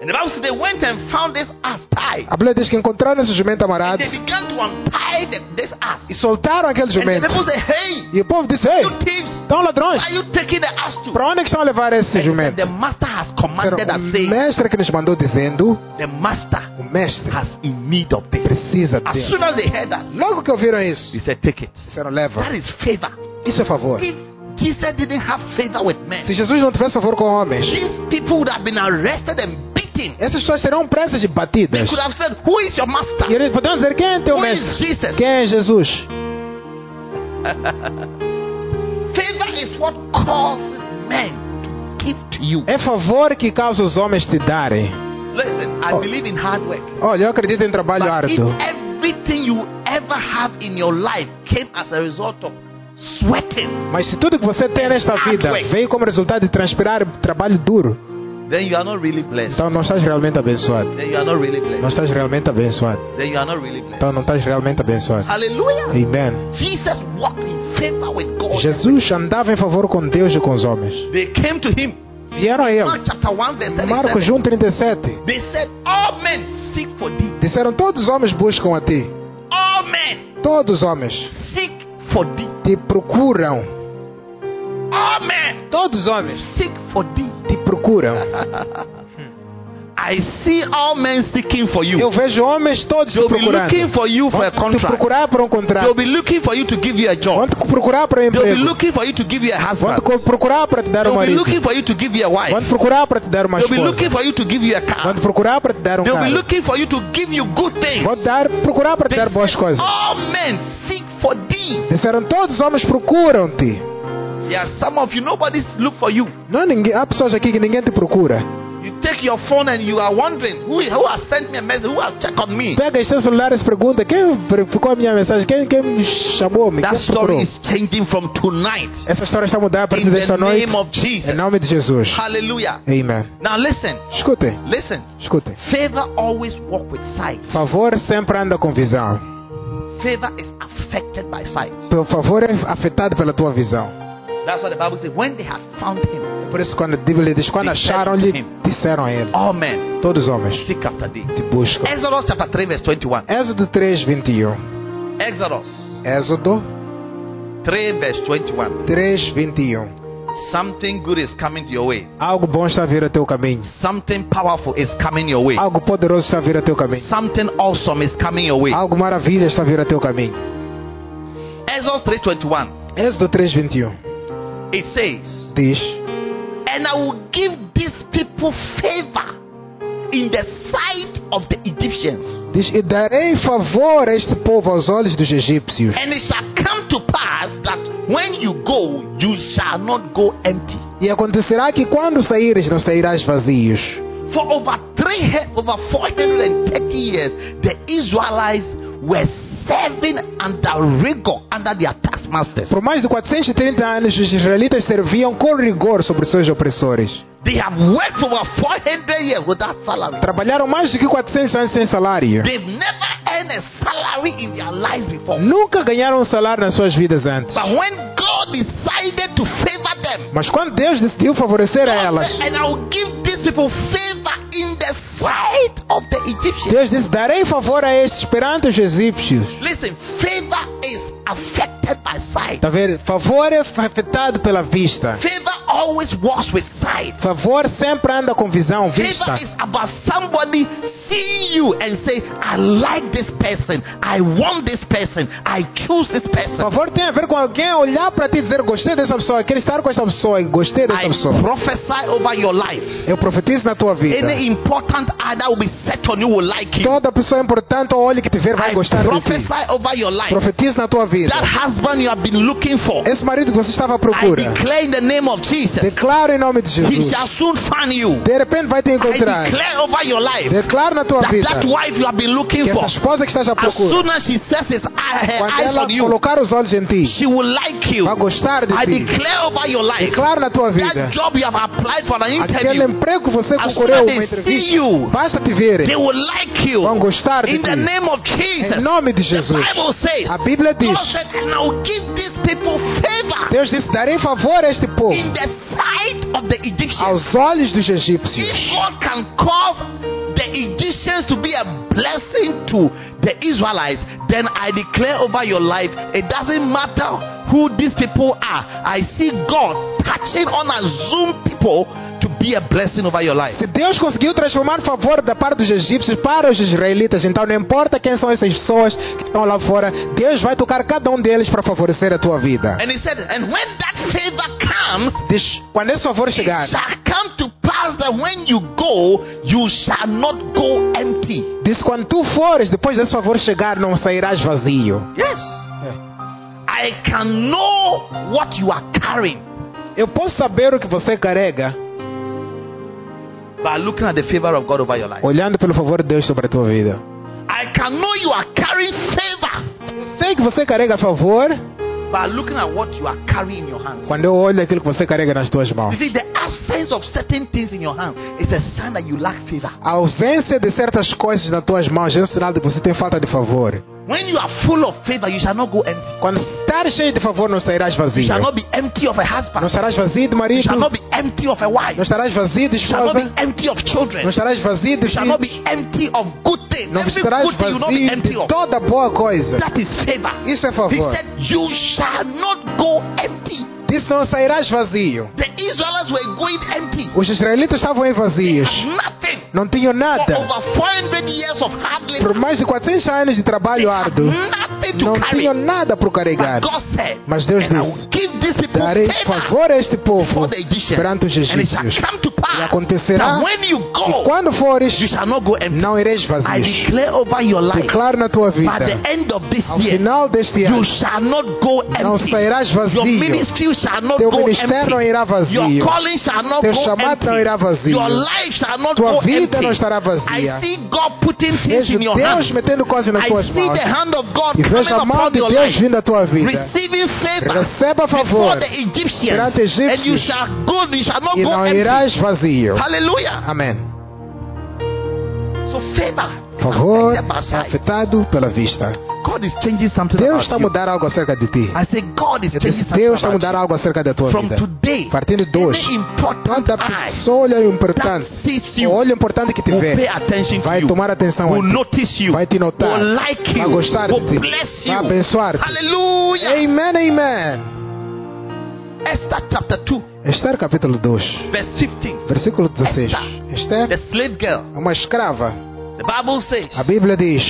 Speaker 2: And the Bible says they went and found this ass tied.
Speaker 3: A Bíblia diz que encontraram esse jumento amarrado
Speaker 2: They began to untie the, this ass.
Speaker 3: e soltaram aquele
Speaker 2: And the
Speaker 3: jumento.
Speaker 2: people say, Hey,
Speaker 3: E o povo disse: Ei,
Speaker 2: you thieves,
Speaker 3: estão ladrões.
Speaker 2: why are you taking the ass to?
Speaker 3: Para onde é que estão a levar esse
Speaker 2: And he said,
Speaker 3: jumento?
Speaker 2: the master has
Speaker 3: Disseram,
Speaker 2: commanded us,
Speaker 3: O
Speaker 2: saying,
Speaker 3: mestre que nos mandou dizendo:
Speaker 2: The master
Speaker 3: O mestre
Speaker 2: has in need of this.
Speaker 3: precisa
Speaker 2: As
Speaker 3: dele.
Speaker 2: soon as they heard that,
Speaker 3: Logo que ouviram isso,
Speaker 2: he said, Take it.
Speaker 3: disseram: Leva.
Speaker 2: That is favor.
Speaker 3: Isso é favor.
Speaker 2: If Jesus didn't have favor with men,
Speaker 3: Se Jesus não tivesse favor com homens,
Speaker 2: these people would have been arrested and beaten.
Speaker 3: essas pessoas serão presas e
Speaker 2: They
Speaker 3: batidas.
Speaker 2: could have said, Who is your
Speaker 3: E
Speaker 2: master?
Speaker 3: eles poderão dizer: Quem é teu
Speaker 2: Who is
Speaker 3: mestre?
Speaker 2: Jesus?
Speaker 3: Quem é Jesus?
Speaker 2: Favor is what causes men to give to you.
Speaker 3: É favor que causa os homens te darem.
Speaker 2: Listen, I
Speaker 3: Oh.
Speaker 2: believe in hard work.
Speaker 3: Olha, eu acredito em trabalho
Speaker 2: But if
Speaker 3: árduo.
Speaker 2: everything you ever have in your life came as a result of sweating,
Speaker 3: Mas se tudo que você tem nesta vida veio como resultado de transpirar trabalho duro,
Speaker 2: then you are not really blessed.
Speaker 3: então não estás realmente abençoado.
Speaker 2: Then you are not really
Speaker 3: Não
Speaker 2: blessed.
Speaker 3: estás realmente abençoado.
Speaker 2: Then you are not really blessed.
Speaker 3: Então não estás realmente abençoado.
Speaker 2: Hallelujah.
Speaker 3: Amen.
Speaker 2: Jesus walked in favor with God.
Speaker 3: Jesus andava em favor com Deus e com os homens.
Speaker 2: They came to him.
Speaker 3: Vieram a
Speaker 2: Mark
Speaker 3: ele.
Speaker 2: chapter 1, verse 37.
Speaker 3: Marcos 1, 37.
Speaker 2: They said, All men seek for thee.
Speaker 3: Disseram: Todos os homens buscam a ti.
Speaker 2: All men
Speaker 3: Todos os homens
Speaker 2: seek for thee.
Speaker 3: te procuram.
Speaker 2: All men
Speaker 3: Todos os homens
Speaker 2: seek for thee.
Speaker 3: te procuram.
Speaker 2: I see all men seeking for you.
Speaker 3: Eu vejo homens todos te
Speaker 2: They'll be
Speaker 3: procurando.
Speaker 2: looking for you for a
Speaker 3: Vão te
Speaker 2: contract.
Speaker 3: procurar para um
Speaker 2: They'll
Speaker 3: contrato.
Speaker 2: be looking for you to give you a
Speaker 3: Vão
Speaker 2: job.
Speaker 3: te procurar para um
Speaker 2: They'll be
Speaker 3: emprego.
Speaker 2: looking for you to give you a
Speaker 3: Vão
Speaker 2: husband.
Speaker 3: te co- procurar para te dar um
Speaker 2: They'll be
Speaker 3: marido.
Speaker 2: looking for you to give you a wife.
Speaker 3: Vão te procurar para te dar uma
Speaker 2: They'll be
Speaker 3: esposa.
Speaker 2: looking for you to give you a
Speaker 3: Vão te
Speaker 2: car.
Speaker 3: procurar para te dar um
Speaker 2: They'll be
Speaker 3: carro.
Speaker 2: looking for you to give you good things.
Speaker 3: Vão te dar, procurar para te
Speaker 2: They
Speaker 3: dar boas
Speaker 2: said,
Speaker 3: coisas.
Speaker 2: All men seek for thee.
Speaker 3: Disseram, todos os homens procuram-te.
Speaker 2: There are some of you, nobody's look for you.
Speaker 3: Não, ninguém, há pessoas aqui que ninguém te procura.
Speaker 2: You take your phone and you are wondering who, who has sent me a message, who has checked on me.
Speaker 3: Pega seu celular e se pergunta, quem verificou a minha mensagem? Quem, quem me chamou? -me?
Speaker 2: That
Speaker 3: Quem procurou?
Speaker 2: story is changing from tonight
Speaker 3: Essa história está a mudar a partir
Speaker 2: in
Speaker 3: desta
Speaker 2: the
Speaker 3: noite.
Speaker 2: name of
Speaker 3: Em
Speaker 2: Jesus.
Speaker 3: nome de Jesus.
Speaker 2: Hallelujah.
Speaker 3: Amen.
Speaker 2: Now listen,
Speaker 3: Escutem,
Speaker 2: listen.
Speaker 3: escutem.
Speaker 2: Favor always walk with sight.
Speaker 3: Favor sempre anda com visão.
Speaker 2: Favor is affected by sight.
Speaker 3: Teu favor é afetado pela tua visão.
Speaker 2: That's what the Bible says. When they had found him,
Speaker 3: É Por isso quando a Bíblia diz, quando acharam-lhe, disseram a ele.
Speaker 2: all men
Speaker 3: Todos os homens
Speaker 2: seek after thee.
Speaker 3: te buscam.
Speaker 2: Exodus chapter 3, verse 21.
Speaker 3: Êxodo 3, 21.
Speaker 2: Exodus
Speaker 3: Êxodo
Speaker 2: 3, verse 21.
Speaker 3: 3, 21.
Speaker 2: Something good is coming to your way.
Speaker 3: Algo bom está a vir a teu caminho.
Speaker 2: Something powerful is coming your way.
Speaker 3: Algo poderoso está a vir a teu caminho.
Speaker 2: Something awesome is coming your way.
Speaker 3: Algo maravilha está a vir a teu caminho.
Speaker 2: Exodus 3:21.
Speaker 3: Êxodo 3, 21.
Speaker 2: It says,
Speaker 3: Diz,
Speaker 2: "And I will give these people favor in the sight of the Egyptians,
Speaker 3: diz, e darei favor a este povo aos olhos dos egípcios.
Speaker 2: and it shall come to pass that when you go, you shall not go empty.
Speaker 3: E acontecerá que quando saíres, não sairás vazios.
Speaker 2: For over three hun- over 430 years, the Israelites were serving under rigor under their taskmasters.
Speaker 3: Por mais de 430 anos, os israelitas serviam com rigor sobre seus opressores.
Speaker 2: They have worked for over 400 years without salary.
Speaker 3: Trabalharam mais do que 400 anos sem salário.
Speaker 2: They've never earned a salary in their lives before.
Speaker 3: Nunca ganharam um salário nas suas vidas antes.
Speaker 2: But when God decided to favor them,
Speaker 3: Mas quando Deus decidiu favorecer a
Speaker 2: God
Speaker 3: elas,
Speaker 2: said, and I will give these people favor in the sight of the Egyptians.
Speaker 3: Deus disse: Darei favor a estes perante os egípcios.
Speaker 2: Listen, favor is affected by sight.
Speaker 3: Está a ver? Favor é afetado pela vista.
Speaker 2: Favor always walks with sight.
Speaker 3: Favor sempre anda com visão, vista.
Speaker 2: Favor is about somebody seeing you and say, I like this person, I want this person, I choose this person.
Speaker 3: Favor tem a ver com alguém olhar para ti e dizer: Gostei dessa pessoa, quero estar com esta pessoa, e gostei
Speaker 2: I
Speaker 3: dessa pessoa.
Speaker 2: prophesy over your life.
Speaker 3: Eu profetizo na tua vida.
Speaker 2: Any important eye that will be set on you will like you.
Speaker 3: Toda pessoa é importante ou olho que te ver vai
Speaker 2: I
Speaker 3: gostar de ti.
Speaker 2: prophesy over your life.
Speaker 3: Profetizo na tua vida.
Speaker 2: That husband you have been looking for,
Speaker 3: Esse marido que você estava à
Speaker 2: I
Speaker 3: procura,
Speaker 2: declare in the name of Jesus,
Speaker 3: declaro em nome de
Speaker 2: he
Speaker 3: Jesus.
Speaker 2: shall soon find you.
Speaker 3: De repente vai te
Speaker 2: I
Speaker 3: encontrar.
Speaker 2: declare over your life
Speaker 3: Declaro na tua
Speaker 2: that
Speaker 3: vida
Speaker 2: that wife you have been looking
Speaker 3: que
Speaker 2: for,
Speaker 3: essa esposa que estás à
Speaker 2: as
Speaker 3: procura,
Speaker 2: soon as she sets his eye, her
Speaker 3: quando
Speaker 2: eyes
Speaker 3: ela
Speaker 2: on you,
Speaker 3: colocar os olhos em ti,
Speaker 2: she will like you.
Speaker 3: vai gostar de
Speaker 2: I
Speaker 3: ti.
Speaker 2: declare over your life
Speaker 3: Declaro na tua vida.
Speaker 2: that job you have applied for an
Speaker 3: Aquele
Speaker 2: interview,
Speaker 3: emprego que você
Speaker 2: as
Speaker 3: concorreu
Speaker 2: soon as
Speaker 3: uma
Speaker 2: they see
Speaker 3: entrevista,
Speaker 2: you,
Speaker 3: basta te
Speaker 2: they
Speaker 3: verem,
Speaker 2: will like you.
Speaker 3: vão gostar de
Speaker 2: In the
Speaker 3: ti.
Speaker 2: name of
Speaker 3: Em
Speaker 2: Jesus,
Speaker 3: nome de
Speaker 2: the
Speaker 3: Jesus.
Speaker 2: Bible says,
Speaker 3: A Bíblia diz,
Speaker 2: God said, and I will give these people favor
Speaker 3: Deus disse, darei favor a este
Speaker 2: in
Speaker 3: povo,
Speaker 2: the sight of the Egyptians.
Speaker 3: aos olhos dos egípcios.
Speaker 2: If God can cause the Egyptians to be a blessing to the Israelites, then I declare over your life, it doesn't matter who these people are. I see God touching on assumed people to be a blessing over your life.
Speaker 3: Se Deus conseguiu transformar favor da parte dos egípcios para os israelitas, então não importa quem são essas pessoas que estão lá fora, Deus vai tocar cada um deles para favorecer a tua vida.
Speaker 2: And he said, and when that favor comes,
Speaker 3: Diz, quando esse favor
Speaker 2: it
Speaker 3: chegar,
Speaker 2: shall come to pass that when you go, you shall not go empty.
Speaker 3: diz quando tu fores, depois desse favor chegar, não sairás vazio.
Speaker 2: Yes. I I can know what you are carrying
Speaker 3: Eu posso saber o que você carrega
Speaker 2: by looking at the favor of God over your life.
Speaker 3: olhando pelo favor de Deus sobre a tua vida.
Speaker 2: I can know you are carrying favor
Speaker 3: Eu sei que você carrega favor
Speaker 2: by looking at what you are carrying in your hands.
Speaker 3: quando eu olho aquilo que você carrega nas tuas mãos.
Speaker 2: You see, the absence of certain things in your hand is a sign that you lack favor.
Speaker 3: A ausência de certas coisas nas tuas mãos é um sinal de que você tem falta de favor.
Speaker 2: When you are full of favor, you shall not go empty.
Speaker 3: Quando estar cheio de favor, não sairás
Speaker 2: You
Speaker 3: vazio.
Speaker 2: shall not be empty of a
Speaker 3: Não
Speaker 2: husband.
Speaker 3: estarás vazio de
Speaker 2: You
Speaker 3: marido.
Speaker 2: shall not be empty of a wife.
Speaker 3: Não estarás vazio de
Speaker 2: You shall not
Speaker 3: esposa.
Speaker 2: be empty of children.
Speaker 3: Não estarás vazio de
Speaker 2: You shall not
Speaker 3: filho.
Speaker 2: be empty of good things.
Speaker 3: Não
Speaker 2: Every
Speaker 3: estarás
Speaker 2: good thing you will not be
Speaker 3: vazio
Speaker 2: empty
Speaker 3: de
Speaker 2: of.
Speaker 3: toda boa coisa.
Speaker 2: That is favor.
Speaker 3: Tá. Isso é
Speaker 2: He
Speaker 3: favor.
Speaker 2: said, You shall not go empty.
Speaker 3: Disso não sairás vazio.
Speaker 2: The Israelites were going empty.
Speaker 3: Os israelitas estavam em vazios.
Speaker 2: Nothing.
Speaker 3: Não tinham
Speaker 2: For
Speaker 3: nada.
Speaker 2: over 400 years of hard
Speaker 3: Por
Speaker 2: labor,
Speaker 3: mais de 400 anos de
Speaker 2: they
Speaker 3: trabalho
Speaker 2: had
Speaker 3: árduo,
Speaker 2: nothing
Speaker 3: não
Speaker 2: to
Speaker 3: tinham
Speaker 2: carry.
Speaker 3: nada para
Speaker 2: But
Speaker 3: carregar.
Speaker 2: God said,
Speaker 3: É, Mas Deus
Speaker 2: and I
Speaker 3: disse,
Speaker 2: will give these people
Speaker 3: Darei
Speaker 2: favor
Speaker 3: favor a este povo
Speaker 2: before the Egyptians.
Speaker 3: perante os
Speaker 2: And it shall
Speaker 3: egípcios.
Speaker 2: come to pass
Speaker 3: acontecerá
Speaker 2: that when you
Speaker 3: E
Speaker 2: go,
Speaker 3: quando fores,
Speaker 2: you shall not go empty.
Speaker 3: não ireis
Speaker 2: I
Speaker 3: vazios.
Speaker 2: declare over your life,
Speaker 3: Declaro na tua
Speaker 2: by the
Speaker 3: vida,
Speaker 2: end of this
Speaker 3: ao
Speaker 2: year,
Speaker 3: final deste
Speaker 2: You
Speaker 3: ano,
Speaker 2: shall not go
Speaker 3: não
Speaker 2: empty.
Speaker 3: sairás
Speaker 2: Your
Speaker 3: vazio.
Speaker 2: ministry shall not
Speaker 3: Teu
Speaker 2: go
Speaker 3: ministério não
Speaker 2: empty.
Speaker 3: irá
Speaker 2: Your
Speaker 3: vazio.
Speaker 2: calling shall not
Speaker 3: Teu
Speaker 2: go
Speaker 3: chamado não
Speaker 2: empty.
Speaker 3: irá vazio.
Speaker 2: Your life shall not
Speaker 3: Tua
Speaker 2: go
Speaker 3: vida
Speaker 2: empty.
Speaker 3: não estará vazia.
Speaker 2: I see God putting things
Speaker 3: Vejo
Speaker 2: in your hands.
Speaker 3: Deus metendo coisas nas
Speaker 2: I
Speaker 3: tuas
Speaker 2: see
Speaker 3: mãos.
Speaker 2: the hand of God
Speaker 3: E
Speaker 2: coming
Speaker 3: vejo a mão
Speaker 2: upon
Speaker 3: de
Speaker 2: your
Speaker 3: Deus
Speaker 2: life.
Speaker 3: vindo à tua vida.
Speaker 2: Receiving favor
Speaker 3: Receba
Speaker 2: before
Speaker 3: favor
Speaker 2: the Egyptians.
Speaker 3: perante egípcios.
Speaker 2: And you shall go, you shall not
Speaker 3: e
Speaker 2: go
Speaker 3: não
Speaker 2: empty.
Speaker 3: irás vazio.
Speaker 2: Hallelujah.
Speaker 3: Amém.
Speaker 2: So favor.
Speaker 3: Favor
Speaker 2: Step
Speaker 3: é
Speaker 2: aside.
Speaker 3: afetado pela vista.
Speaker 2: God is changing something
Speaker 3: Deus
Speaker 2: about
Speaker 3: está a
Speaker 2: you.
Speaker 3: mudar algo acerca de ti.
Speaker 2: I say God is
Speaker 3: Eu
Speaker 2: changing
Speaker 3: disse,
Speaker 2: something
Speaker 3: Deus está
Speaker 2: about
Speaker 3: a
Speaker 2: you.
Speaker 3: mudar algo acerca da tua
Speaker 2: From
Speaker 3: vida.
Speaker 2: today,
Speaker 3: Partindo de hoje,
Speaker 2: any important
Speaker 3: Toda
Speaker 2: eye
Speaker 3: pessoa olha o
Speaker 2: that
Speaker 3: importante.
Speaker 2: sees
Speaker 3: O
Speaker 2: you
Speaker 3: olho importante que te
Speaker 2: will pay
Speaker 3: vê
Speaker 2: attention to
Speaker 3: vai
Speaker 2: you,
Speaker 3: tomar atenção a
Speaker 2: will
Speaker 3: ti.
Speaker 2: notice you,
Speaker 3: Vai te notar.
Speaker 2: will like you,
Speaker 3: Vai gostar de
Speaker 2: will
Speaker 3: ti.
Speaker 2: bless
Speaker 3: Vai
Speaker 2: you.
Speaker 3: abençoar-te.
Speaker 2: Hallelujah.
Speaker 3: Amen, amen.
Speaker 2: Esther chapter 2,
Speaker 3: Esther capítulo 2,
Speaker 2: verse 15.
Speaker 3: versículo 16.
Speaker 2: The
Speaker 3: Esther
Speaker 2: slave girl,
Speaker 3: é uma escrava.
Speaker 2: the Bible says,
Speaker 3: A Bíblia diz: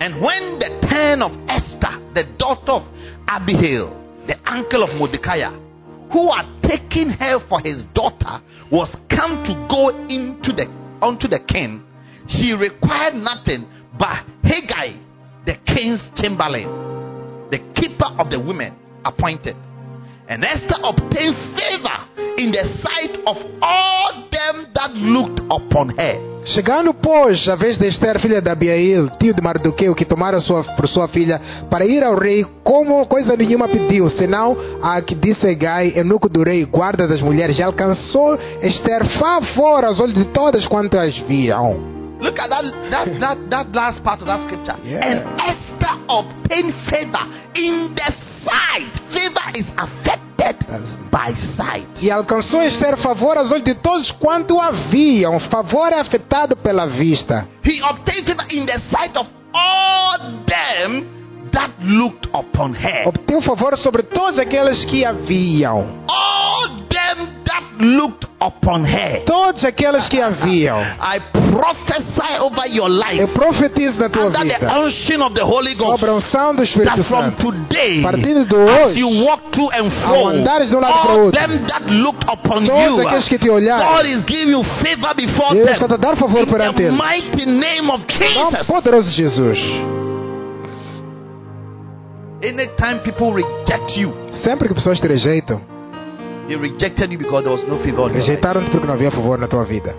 Speaker 2: and when the turn of Esther, the daughter of Abihail, the uncle of Mordecai, who had taken her for his daughter, was come to go into the unto the king, she required nothing but Haggai, the king's chamberlain, the keeper of the women appointed. And Esther obtained favor in the sight of all them that looked upon her.
Speaker 3: Chegando, pois, a vez de Esther, filha de Abiail, tio de Mardoqueu, que tomara sua, por sua filha, para ir ao rei, como coisa nenhuma pediu, senão a que disse Gai, eunuco do rei, guarda das mulheres, e alcançou Esther favor aos olhos de todas quantas viam.
Speaker 2: Look at that that that, that last part of that scripture.
Speaker 3: Yeah.
Speaker 2: And Esther obtained favor in the sight. Favor is affected by sight.
Speaker 3: E alcançou Esther favor aos olhos de todos quanto a viam. Favor é afetado pela vista.
Speaker 2: He obtained favor in the sight of all them that looked upon her.
Speaker 3: Obteu um favor sobre todos aqueles que a viam.
Speaker 2: All them that looked upon her.
Speaker 3: Todos aqueles que a viam.
Speaker 2: I prophesy over your life
Speaker 3: Eu profetizo na tua
Speaker 2: under the
Speaker 3: vida.
Speaker 2: unction of the Holy Ghost.
Speaker 3: Sobre a unção do
Speaker 2: that
Speaker 3: Espírito
Speaker 2: from
Speaker 3: Santo.
Speaker 2: today,
Speaker 3: Partindo de
Speaker 2: as
Speaker 3: hoje,
Speaker 2: you walk through and
Speaker 3: ao
Speaker 2: flow,
Speaker 3: andares de um lado para
Speaker 2: all
Speaker 3: outro,
Speaker 2: them that looked upon
Speaker 3: todos
Speaker 2: you,
Speaker 3: aqueles que te olharam,
Speaker 2: God is giving you favor before
Speaker 3: Deus
Speaker 2: them.
Speaker 3: está a dar favor
Speaker 2: In
Speaker 3: perante
Speaker 2: the
Speaker 3: eles.
Speaker 2: mighty name of
Speaker 3: Não,
Speaker 2: Jesus.
Speaker 3: poderoso Jesus.
Speaker 2: Anytime people reject you,
Speaker 3: Sempre que pessoas te rejeitam,
Speaker 2: they rejected you because there was no favor. on your life.
Speaker 3: rejeitaram-te porque não havia favor na tua vida.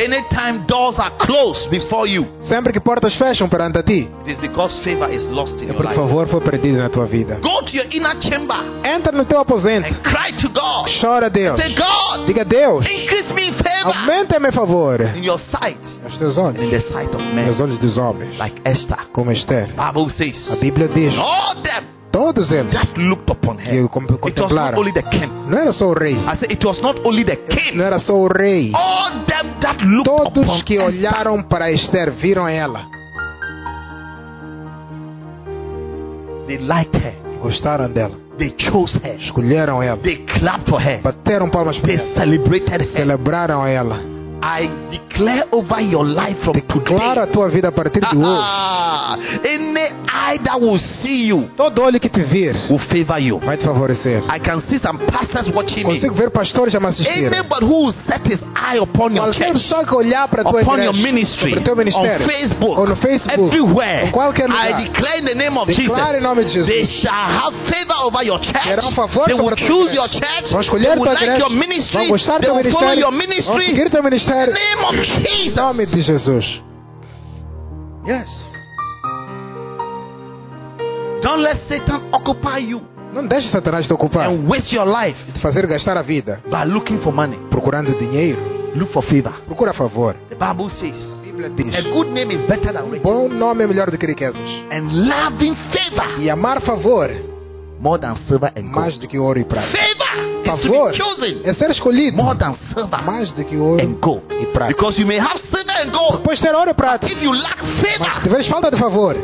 Speaker 2: Anytime doors are closed before you,
Speaker 3: Sempre que portas fecham perante a ti,
Speaker 2: it is because favor is lost in
Speaker 3: é
Speaker 2: your
Speaker 3: porque
Speaker 2: life.
Speaker 3: favor foi perdido na tua vida.
Speaker 2: Go to your inner chamber
Speaker 3: Entra no teu aposento.
Speaker 2: and cry to God.
Speaker 3: Chora a Deus.
Speaker 2: Say, God,
Speaker 3: Diga Deus,
Speaker 2: increase me in favor
Speaker 3: aumenta-me favor.
Speaker 2: in your sight
Speaker 3: Aos teus
Speaker 2: and in
Speaker 3: olhos.
Speaker 2: the sight of men,
Speaker 3: Aos olhos dos homens.
Speaker 2: like Esther.
Speaker 3: Como Esther.
Speaker 2: Bible
Speaker 3: A
Speaker 2: says,
Speaker 3: Bíblia diz,
Speaker 2: all them
Speaker 3: todos eles.
Speaker 2: that looked upon her,
Speaker 3: que
Speaker 2: it
Speaker 3: com-
Speaker 2: was not
Speaker 3: contemplaram.
Speaker 2: only the king.
Speaker 3: Não era só o rei.
Speaker 2: I said, it was not only the
Speaker 3: Não
Speaker 2: king.
Speaker 3: era só o rei.
Speaker 2: All them that looked
Speaker 3: Todos
Speaker 2: upon
Speaker 3: que
Speaker 2: Esther.
Speaker 3: olharam para Esther viram ela.
Speaker 2: they liked her,
Speaker 3: Gostaram dela.
Speaker 2: they chose her,
Speaker 3: Escolheram ela.
Speaker 2: they clapped for her,
Speaker 3: Bateram palmas para
Speaker 2: they
Speaker 3: ela.
Speaker 2: celebrated her.
Speaker 3: Celebraram ela.
Speaker 2: I declare over your life from
Speaker 3: Declara a
Speaker 2: today.
Speaker 3: tua vida a partir de hoje.
Speaker 2: Ah, any eye that will see you
Speaker 3: Todo olho que te vir
Speaker 2: will favor you.
Speaker 3: vai te favorecer.
Speaker 2: I can see some pastors watching me.
Speaker 3: Consigo ver pastores a me assistir.
Speaker 2: Anybody who will set his eye upon your
Speaker 3: Qualquer
Speaker 2: church,
Speaker 3: pessoa que olhar para a tua
Speaker 2: upon
Speaker 3: igreja,
Speaker 2: your ministry,
Speaker 3: sobre o teu
Speaker 2: on
Speaker 3: ministério,
Speaker 2: Facebook,
Speaker 3: ou no Facebook,
Speaker 2: everywhere,
Speaker 3: em qualquer lugar,
Speaker 2: I declare in the name of
Speaker 3: declara
Speaker 2: Jesus.
Speaker 3: em nome de
Speaker 2: They
Speaker 3: Jesus.
Speaker 2: shall have favor over your church.
Speaker 3: Terão favor
Speaker 2: They will
Speaker 3: sobre a tua
Speaker 2: choose
Speaker 3: igreja.
Speaker 2: your church.
Speaker 3: Vão
Speaker 2: They
Speaker 3: escolher
Speaker 2: will
Speaker 3: tua
Speaker 2: like
Speaker 3: igreja.
Speaker 2: your ministry.
Speaker 3: Vão gostar do
Speaker 2: They
Speaker 3: teu
Speaker 2: will follow your
Speaker 3: ministério. Vão
Speaker 2: ministry.
Speaker 3: seguir o teu
Speaker 2: In the
Speaker 3: ministério.
Speaker 2: name of
Speaker 3: Em nome
Speaker 2: Jesus.
Speaker 3: de Jesus.
Speaker 2: Yes. Don't let Satan occupy you
Speaker 3: Não deixe Satanás te ocupar,
Speaker 2: and waste your life
Speaker 3: te fazer gastar a vida
Speaker 2: by looking for money.
Speaker 3: procurando dinheiro.
Speaker 2: Look for favor.
Speaker 3: Procura favor.
Speaker 2: The Bible says
Speaker 3: A Bíblia
Speaker 2: a
Speaker 3: diz:
Speaker 2: good name is better than riches.
Speaker 3: bom nome é melhor do que riquezas.
Speaker 2: and loving favor
Speaker 3: E amar favor
Speaker 2: more than silver and gold.
Speaker 3: mais do que ouro e prata.
Speaker 2: Favor is to
Speaker 3: Favor
Speaker 2: be chosen
Speaker 3: é ser escolhido
Speaker 2: more than silver
Speaker 3: mais do que ouro
Speaker 2: and gold.
Speaker 3: e prata.
Speaker 2: Because you may have silver and gold.
Speaker 3: Depois ter ouro e prata.
Speaker 2: If you lack
Speaker 3: Mas se
Speaker 2: favor,
Speaker 3: tiveres falta de favor,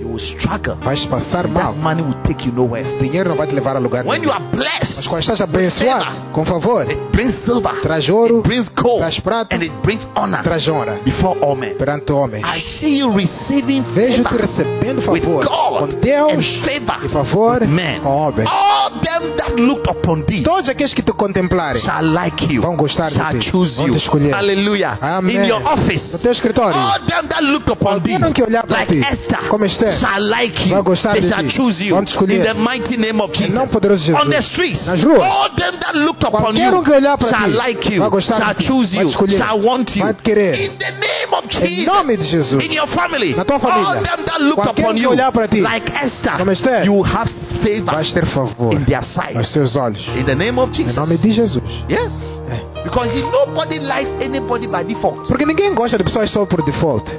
Speaker 2: you will struggle.
Speaker 3: vais passar mal.
Speaker 2: That money will take you nowhere.
Speaker 3: Dinheiro não vai te levar a lugar
Speaker 2: When you
Speaker 3: nenhum.
Speaker 2: are
Speaker 3: Mas
Speaker 2: blessed,
Speaker 3: quando estás abençoado, com favor,
Speaker 2: it brings silver,
Speaker 3: traz ouro,
Speaker 2: it brings gold,
Speaker 3: traz prata,
Speaker 2: and it brings honor
Speaker 3: traz honra
Speaker 2: before all men.
Speaker 3: perante homens.
Speaker 2: I see you receiving
Speaker 3: Vejo-te
Speaker 2: favor
Speaker 3: recebendo
Speaker 2: with
Speaker 3: favor
Speaker 2: God
Speaker 3: com Deus
Speaker 2: and
Speaker 3: e
Speaker 2: favor
Speaker 3: favor
Speaker 2: with men.
Speaker 3: com homens.
Speaker 2: All them that looked upon thee
Speaker 3: Todos aqueles que te contemplarem
Speaker 2: shall like you,
Speaker 3: vão gostar
Speaker 2: shall
Speaker 3: de ti,
Speaker 2: choose
Speaker 3: vão
Speaker 2: you.
Speaker 3: te escolher.
Speaker 2: Hallelujah.
Speaker 3: Amém.
Speaker 2: In your office,
Speaker 3: No teu escritório,
Speaker 2: all them that looked upon thee,
Speaker 3: Alguém que olhar pra
Speaker 2: like
Speaker 3: ti,
Speaker 2: Esther,
Speaker 3: como Esther,
Speaker 2: shall like you.
Speaker 3: vai gostar
Speaker 2: They
Speaker 3: de
Speaker 2: shall
Speaker 3: ti,
Speaker 2: choose you.
Speaker 3: vão te escolher.
Speaker 2: In the mighty name of Jesus.
Speaker 3: nome poderoso de Jesus.
Speaker 2: On the streets,
Speaker 3: Nas ruas,
Speaker 2: all them that looked upon
Speaker 3: qualquer
Speaker 2: you
Speaker 3: um que olhar pra
Speaker 2: shall
Speaker 3: ti,
Speaker 2: like you,
Speaker 3: vai gostar
Speaker 2: shall
Speaker 3: de ti,
Speaker 2: choose
Speaker 3: vai
Speaker 2: you,
Speaker 3: te escolher,
Speaker 2: shall want you.
Speaker 3: vai te querer.
Speaker 2: In the name of
Speaker 3: Em
Speaker 2: Jesus.
Speaker 3: nome de Jesus.
Speaker 2: In your family,
Speaker 3: Na tua família,
Speaker 2: all them that looked
Speaker 3: qualquer um
Speaker 2: upon
Speaker 3: que
Speaker 2: you,
Speaker 3: olhar pra ti,
Speaker 2: like Esther,
Speaker 3: como Esther,
Speaker 2: you will have favor
Speaker 3: Vais ter favor
Speaker 2: in their sight.
Speaker 3: aos seus olhos.
Speaker 2: In the name of
Speaker 3: Em
Speaker 2: Jesus.
Speaker 3: nome de Jesus.
Speaker 2: Yes.
Speaker 3: É.
Speaker 2: Because if nobody likes anybody by default.
Speaker 3: Porque ninguém gosta de pessoas só por default.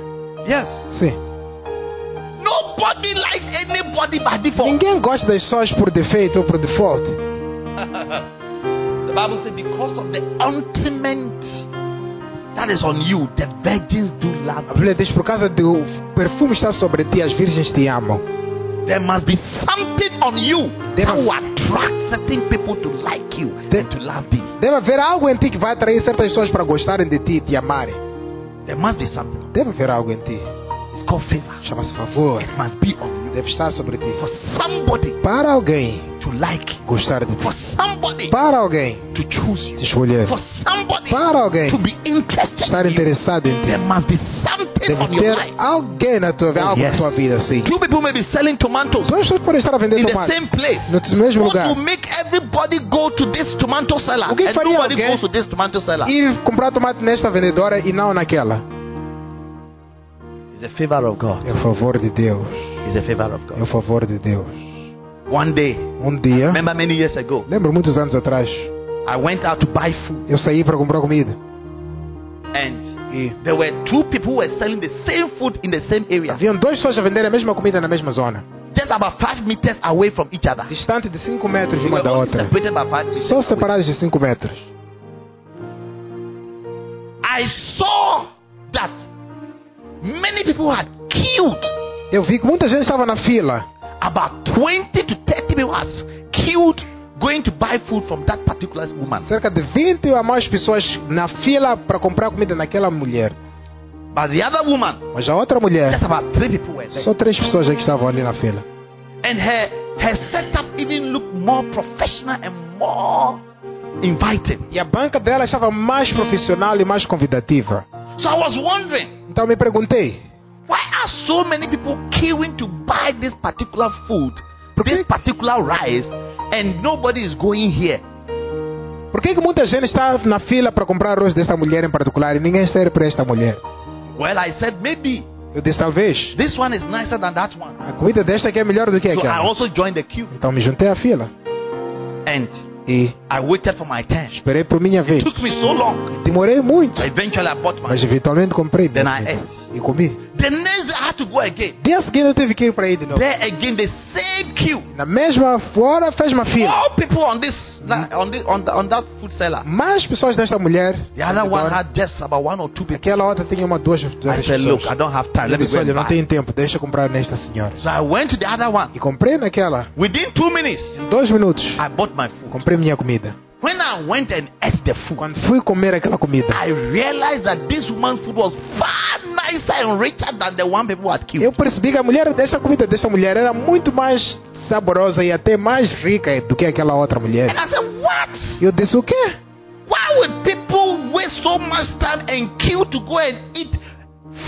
Speaker 2: Yes.
Speaker 3: Sim.
Speaker 2: Nobody likes anybody by default.
Speaker 3: Ninguém gosta das pessoas por defeito ou por default.
Speaker 2: The Bible says, because of the ointment that is on you, the virgins do love.
Speaker 3: A
Speaker 2: you."
Speaker 3: Bíblia diz: por causa do perfume está sobre ti, as virgens te amam.
Speaker 2: There must be something on you
Speaker 3: There
Speaker 2: that
Speaker 3: must-
Speaker 2: will attract certain people to like you
Speaker 3: There-
Speaker 2: and to love thee.
Speaker 3: Deve haver algo em ti que vai atrair certas pessoas para gostarem de ti e te amarem.
Speaker 2: There must be something.
Speaker 3: Deve haver algo em ti.
Speaker 2: It's called favor.
Speaker 3: Chama-se favor.
Speaker 2: It must be on you.
Speaker 3: Deve estar sobre ti.
Speaker 2: For somebody
Speaker 3: Para alguém
Speaker 2: to like.
Speaker 3: gostar de ti.
Speaker 2: For somebody
Speaker 3: Para alguém
Speaker 2: to choose
Speaker 3: te
Speaker 2: you.
Speaker 3: escolher.
Speaker 2: For somebody
Speaker 3: Para
Speaker 2: to
Speaker 3: alguém
Speaker 2: be interested
Speaker 3: estar
Speaker 2: in you.
Speaker 3: interessado em ti.
Speaker 2: There must be something
Speaker 3: Deve
Speaker 2: on your
Speaker 3: ter
Speaker 2: life.
Speaker 3: alguém na tua vida, algo na tua vida, sim.
Speaker 2: Two people may be selling tomatoes
Speaker 3: Duas pessoas podem estar a vender
Speaker 2: in the
Speaker 3: tomate
Speaker 2: same place.
Speaker 3: no mesmo
Speaker 2: What
Speaker 3: lugar.
Speaker 2: will make everybody go to this tomato seller
Speaker 3: O que
Speaker 2: and
Speaker 3: faria
Speaker 2: nobody
Speaker 3: alguém
Speaker 2: goes to this tomato seller?
Speaker 3: Ir comprar tomate nesta vendedora e não naquela.
Speaker 2: It's a favor of God.
Speaker 3: É o favor de Deus.
Speaker 2: It's a favor of
Speaker 3: É o
Speaker 2: God.
Speaker 3: favor de Deus.
Speaker 2: One day,
Speaker 3: Um dia,
Speaker 2: remember many years ago,
Speaker 3: lembro muitos anos atrás,
Speaker 2: I went out to buy food
Speaker 3: eu saí para comprar comida.
Speaker 2: and
Speaker 3: E
Speaker 2: there were two people who were selling the same food in the same area,
Speaker 3: haviam duas pessoas a vender a mesma comida na mesma zona.
Speaker 2: just about five meters away from each other.
Speaker 3: Distante de 5 metros
Speaker 2: They
Speaker 3: uma
Speaker 2: were
Speaker 3: da
Speaker 2: only
Speaker 3: outra.
Speaker 2: separated by five meters
Speaker 3: Só
Speaker 2: away.
Speaker 3: separadas de 5 metros.
Speaker 2: I saw that many people had killed
Speaker 3: Eu vi que muita gente estava na fila.
Speaker 2: about 20 to 30 people had killed going to buy food from that particular woman.
Speaker 3: Cerca de 20 a mais pessoas na fila para comprar comida naquela mulher.
Speaker 2: But the other woman,
Speaker 3: Mas a outra mulher,
Speaker 2: just about three people were there.
Speaker 3: só três pessoas é que estavam ali na fila.
Speaker 2: And her, her setup even looked more professional and more inviting.
Speaker 3: E a banca dela estava mais profissional e mais convidativa.
Speaker 2: So I was wondering,
Speaker 3: Então me perguntei,
Speaker 2: why are so many people queuing to buy this particular food, this particular rice, and nobody is going here?
Speaker 3: por que, que muita gente está na fila para comprar arroz desta mulher em particular e ninguém está para esta mulher?
Speaker 2: Well, I said maybe
Speaker 3: Eu disse, talvez,
Speaker 2: this one is nicer than that one.
Speaker 3: a comida desta aqui é melhor do que
Speaker 2: So I
Speaker 3: aquela.
Speaker 2: also joined the queue
Speaker 3: Então me juntei à fila
Speaker 2: and
Speaker 3: e
Speaker 2: I waited for my turn.
Speaker 3: esperei por minha
Speaker 2: It
Speaker 3: vez.
Speaker 2: took me so long.
Speaker 3: Demorei muito,
Speaker 2: So eventually I bought my.
Speaker 3: mas eventualmente comprei
Speaker 2: Then I
Speaker 3: minha
Speaker 2: ate.
Speaker 3: comida e comi.
Speaker 2: The next day I had to go again.
Speaker 3: Dia seguinte eu tive que ir para aí de novo.
Speaker 2: There again, the same queue.
Speaker 3: Na mesma hora fez uma fila.
Speaker 2: All people on this on this on, the, on that food seller.
Speaker 3: Mais pessoas desta mulher.
Speaker 2: The other one had just about one or two people.
Speaker 3: Aquela outra tinha uma duas,
Speaker 2: I
Speaker 3: duas
Speaker 2: said, look, I
Speaker 3: pessoas.
Speaker 2: don't have time.
Speaker 3: Eu
Speaker 2: Let me
Speaker 3: disse,
Speaker 2: go
Speaker 3: olha,
Speaker 2: and
Speaker 3: não
Speaker 2: buy.
Speaker 3: tenho tempo, deixa eu comprar nesta senhora.
Speaker 2: So I went to the other one.
Speaker 3: E comprei naquela.
Speaker 2: Within two minutes,
Speaker 3: Dois minutos.
Speaker 2: Ah. I bought my food.
Speaker 3: Comprei minha comida.
Speaker 2: When I went and ate the food,
Speaker 3: Quando fui comer aquela comida,
Speaker 2: I realized that this woman's food was far nicer and richer than the one people had
Speaker 3: eu
Speaker 2: killed.
Speaker 3: percebi que a mulher dessa comida dessa mulher era muito mais saborosa e até mais rica do que aquela outra mulher.
Speaker 2: And I said, What?
Speaker 3: E eu disse o quê?
Speaker 2: Why would people waste so much time and queue to go and eat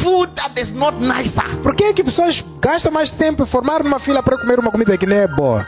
Speaker 2: food that is not nicer?
Speaker 3: Por que é que pessoas gastam mais tempo em formar uma fila para comer uma comida que não é boa?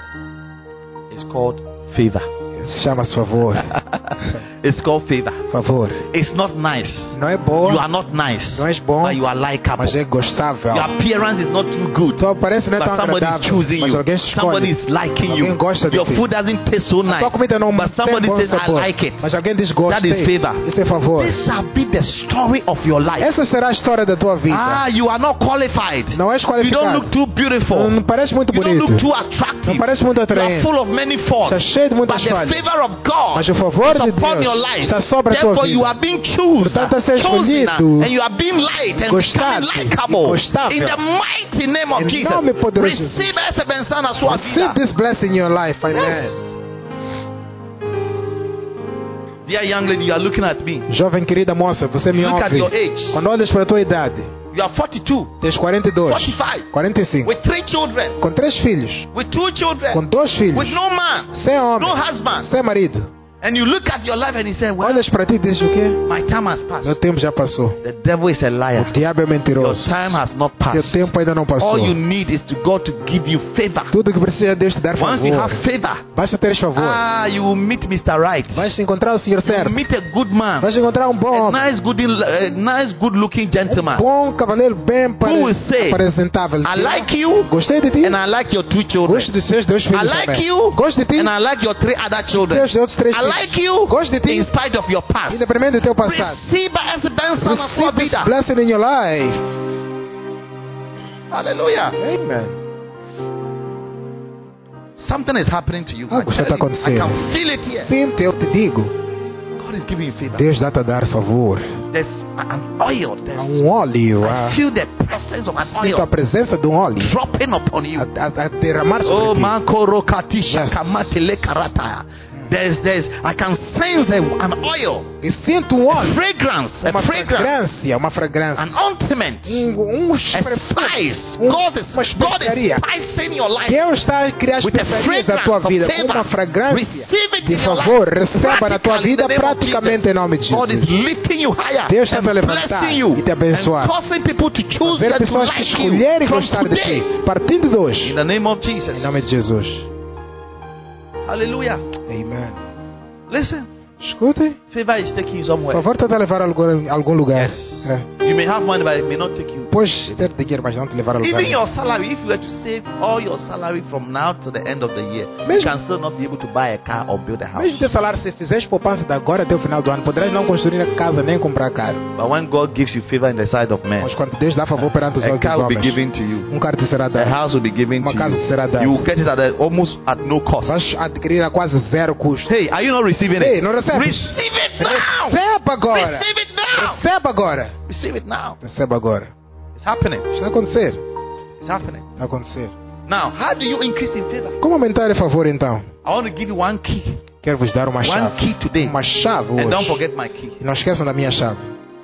Speaker 2: It's called favor.
Speaker 3: Se Chama-se favor,
Speaker 2: It's called favor.
Speaker 3: favor.
Speaker 2: It's not nice.
Speaker 3: Não é
Speaker 2: You
Speaker 3: boa,
Speaker 2: are not nice,
Speaker 3: Não és bom,
Speaker 2: but you are likable.
Speaker 3: mas é gostável.
Speaker 2: Your appearance is not too good,
Speaker 3: Só parece não é tão
Speaker 2: but somebody is
Speaker 3: agradável,
Speaker 2: choosing
Speaker 3: mas
Speaker 2: you.
Speaker 3: alguém escolhe.
Speaker 2: Somebody is liking you.
Speaker 3: Alguém gosta de
Speaker 2: Your
Speaker 3: ti.
Speaker 2: food doesn't taste so
Speaker 3: A
Speaker 2: nice,
Speaker 3: Sua comida não
Speaker 2: but
Speaker 3: tem
Speaker 2: somebody
Speaker 3: bom
Speaker 2: says, "I
Speaker 3: sabor.
Speaker 2: like it."
Speaker 3: Mas alguém diz gosta.
Speaker 2: That is favor.
Speaker 3: Isso é favor.
Speaker 2: This shall be the story of your life.
Speaker 3: Essa será a história da tua vida.
Speaker 2: Ah, you are not qualified.
Speaker 3: não és
Speaker 2: You don't look
Speaker 3: qualificado.
Speaker 2: too
Speaker 3: Não,
Speaker 2: beautiful.
Speaker 3: não parece muito
Speaker 2: you don't
Speaker 3: Mm, bonito.
Speaker 2: look too attractive.
Speaker 3: Não parece muito
Speaker 2: you are
Speaker 3: atraente.
Speaker 2: full of many faults.
Speaker 3: Está cheio de
Speaker 2: But
Speaker 3: muitas
Speaker 2: the
Speaker 3: falhas.
Speaker 2: favor of God
Speaker 3: Mas o favor
Speaker 2: is
Speaker 3: de
Speaker 2: upon
Speaker 3: Deus
Speaker 2: your life.
Speaker 3: está sobre a tua
Speaker 2: Therefore,
Speaker 3: vida.
Speaker 2: you are being chosen,
Speaker 3: Portanto, você é
Speaker 2: chosen
Speaker 3: escolhido,
Speaker 2: and you are being light and
Speaker 3: gostado,
Speaker 2: becoming likable.
Speaker 3: gostável.
Speaker 2: In the mighty name of
Speaker 3: Em
Speaker 2: Jesus,
Speaker 3: nome poderoso de Jesus.
Speaker 2: receba essa benção na sua
Speaker 3: Receive
Speaker 2: vida.
Speaker 3: this blessing in your life. Amen.
Speaker 2: Yes. Dear young lady, you are looking at me.
Speaker 3: Jovem querida moça, você me
Speaker 2: Look at
Speaker 3: ouve.
Speaker 2: your age.
Speaker 3: Quando olhas para a tua idade,
Speaker 2: You are 42,
Speaker 3: tens 42,
Speaker 2: 45,
Speaker 3: 45,
Speaker 2: with three children,
Speaker 3: com três filhos,
Speaker 2: with two
Speaker 3: com
Speaker 2: children,
Speaker 3: dois
Speaker 2: with
Speaker 3: filhos,
Speaker 2: no man,
Speaker 3: sem homem,
Speaker 2: no husband.
Speaker 3: sem marido.
Speaker 2: And you look at your life and you say, Well,
Speaker 3: Olhas para ti e dizes o quê?
Speaker 2: my time has passed.
Speaker 3: Meu tempo já passou.
Speaker 2: The devil is a liar.
Speaker 3: O diabo é
Speaker 2: Your
Speaker 3: mentiroso.
Speaker 2: time has not passed.
Speaker 3: Teu tempo ainda não passou.
Speaker 2: All you need is to God to give you favor.
Speaker 3: Tudo que precisa é Deus te dar
Speaker 2: Once you have
Speaker 3: favor.
Speaker 2: favor,
Speaker 3: Basta teres favor.
Speaker 2: ah, you will meet Mr. Right.
Speaker 3: Vais encontrar o Senhor
Speaker 2: You will
Speaker 3: certo.
Speaker 2: meet a good man,
Speaker 3: Vais encontrar um bom
Speaker 2: a
Speaker 3: homem.
Speaker 2: nice, good, a nice, good-looking
Speaker 3: Um
Speaker 2: gentleman.
Speaker 3: bom cavaleiro bem pare-
Speaker 2: Who will say,
Speaker 3: apresentável.
Speaker 2: I like you,
Speaker 3: Gostei de ti.
Speaker 2: and I like your two children.
Speaker 3: Gosto dos seus dois filhos
Speaker 2: I like
Speaker 3: também.
Speaker 2: you,
Speaker 3: Gosto de ti.
Speaker 2: and I like your three other children.
Speaker 3: Teus outros três
Speaker 2: I
Speaker 3: filhos.
Speaker 2: like you,
Speaker 3: Gosto de ti.
Speaker 2: in spite of your past.
Speaker 3: Independente do teu passado.
Speaker 2: Receba essa bênção na sua
Speaker 3: Receive this
Speaker 2: vida.
Speaker 3: blessing in your life.
Speaker 2: Aleluia.
Speaker 3: Amen.
Speaker 2: Something is happening to you.
Speaker 3: Algo
Speaker 2: I
Speaker 3: está
Speaker 2: tell you, I
Speaker 3: acontecendo.
Speaker 2: can feel it here.
Speaker 3: Sinto, eu te digo.
Speaker 2: God is giving you favor.
Speaker 3: Deus dá-te a dar favor.
Speaker 2: There's an oil.
Speaker 3: Há
Speaker 2: There's
Speaker 3: um óleo. há-
Speaker 2: I feel the presence of an
Speaker 3: Sinto a
Speaker 2: oil
Speaker 3: presença de um óleo.
Speaker 2: dropping upon you.
Speaker 3: A, a- a derramar
Speaker 2: Oh,
Speaker 3: sobre ti.
Speaker 2: Makoro Katisha
Speaker 3: Yes.
Speaker 2: Kamatele Karataya. There's, there's, I can sense a, an oil,
Speaker 3: E sinto um
Speaker 2: a
Speaker 3: óleo.
Speaker 2: fragrance, a
Speaker 3: Uma
Speaker 2: fragrance,
Speaker 3: fragrância. Uma fragrância.
Speaker 2: É an ointment, a
Speaker 3: Um, um
Speaker 2: spice.
Speaker 3: um-
Speaker 2: God is,
Speaker 3: uma
Speaker 2: God is
Speaker 3: especiaria.
Speaker 2: spicing your life
Speaker 3: Deus está a criar
Speaker 2: with a
Speaker 3: especiarias da tua
Speaker 2: fragrance of
Speaker 3: vida com
Speaker 2: favor.
Speaker 3: uma fragrância
Speaker 2: Receive it
Speaker 3: de
Speaker 2: in your
Speaker 3: favor.
Speaker 2: life.
Speaker 3: Receba na tua
Speaker 2: Practically in
Speaker 3: vida
Speaker 2: the name of
Speaker 3: praticamente em nome de
Speaker 2: Jesus. God is
Speaker 3: Jesus.
Speaker 2: lifting you higher
Speaker 3: Deus está
Speaker 2: and
Speaker 3: te levantar
Speaker 2: blessing you
Speaker 3: e te abençoar.
Speaker 2: and causing people to choose
Speaker 3: Ver
Speaker 2: and to
Speaker 3: pessoas que
Speaker 2: like you
Speaker 3: escolherem
Speaker 2: from
Speaker 3: gostar de
Speaker 2: today.
Speaker 3: ti. Partindo de
Speaker 2: In
Speaker 3: hoje.
Speaker 2: the name of Jesus.
Speaker 3: Em nome de Jesus.
Speaker 2: Hallelujah.
Speaker 3: Amen.
Speaker 2: Listen,
Speaker 3: Escutem.
Speaker 2: favor is taking you somewhere.
Speaker 3: Por favor, tenta levar a algum, algum lugar.
Speaker 2: Yes.
Speaker 3: É.
Speaker 2: You may have money, but it may not take you.
Speaker 3: Podes ter dinheiro, mas não te levar a lugar.
Speaker 2: Even
Speaker 3: nenhum.
Speaker 2: your salary, if you were to save all your salary from now to the end of the year, you
Speaker 3: Mesmo-
Speaker 2: can still not be able to buy a car or build a house.
Speaker 3: Mesmo teu salário, se fizeres poupança da agora até o final do ano, poderás não construir a casa nem comprar carro.
Speaker 2: But when God gives you favor in the sight of man,
Speaker 3: Mas quando Deus dá favor perante os
Speaker 2: a
Speaker 3: olhos dos
Speaker 2: car will be
Speaker 3: homens,
Speaker 2: given to you.
Speaker 3: um carro te será
Speaker 2: The
Speaker 3: dado.
Speaker 2: house will be given to
Speaker 3: Uma casa te será
Speaker 2: you.
Speaker 3: dada.
Speaker 2: You will get it at a, almost at no cost.
Speaker 3: Vais adquirir a quase zero custo.
Speaker 2: Hey, are you not receiving
Speaker 3: Ei,
Speaker 2: it?
Speaker 3: não recebe.
Speaker 2: Receive it now.
Speaker 3: Receba agora.
Speaker 2: Receive it now.
Speaker 3: Receba agora.
Speaker 2: Receive it now.
Speaker 3: Receba agora.
Speaker 2: It's happening.
Speaker 3: Está a acontecer.
Speaker 2: It's happening.
Speaker 3: Está a acontecer.
Speaker 2: Now, how do you increase in favor?
Speaker 3: Como aumentar a favor então?
Speaker 2: I want to give you one key.
Speaker 3: Quero vos dar uma
Speaker 2: One
Speaker 3: chave.
Speaker 2: key É, um today.
Speaker 3: Uma chave
Speaker 2: And don't
Speaker 3: hoje.
Speaker 2: forget my key.
Speaker 3: E não esqueçam da minha chave.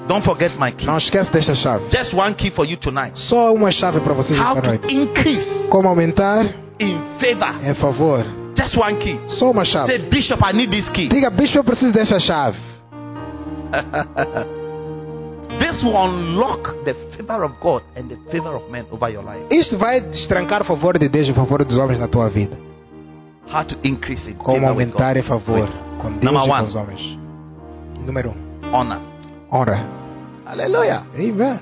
Speaker 2: Don't forget my key.
Speaker 3: Não esqueçam desta chave.
Speaker 2: Just one key for you tonight.
Speaker 3: Só uma chave para vocês
Speaker 2: How
Speaker 3: esta
Speaker 2: to
Speaker 3: noite.
Speaker 2: increase
Speaker 3: Como aumentar
Speaker 2: in favor.
Speaker 3: em favor.
Speaker 2: Just one key.
Speaker 3: Só uma chave.
Speaker 2: Say, Bishop, I need this key.
Speaker 3: Diga, bicho, eu preciso dessa chave.
Speaker 2: This will unlock the favor of God and the favor of men over your life.
Speaker 3: Isto vai destrancar o favor de Deus e o favor dos homens na tua vida.
Speaker 2: How to increase in
Speaker 3: Como
Speaker 2: favor with
Speaker 3: aumentar
Speaker 2: God.
Speaker 3: em favor com Deus
Speaker 2: Number
Speaker 3: e
Speaker 2: one.
Speaker 3: com os homens. Número um.
Speaker 2: Honor.
Speaker 3: Honra.
Speaker 2: Hallelujah.
Speaker 3: Amen.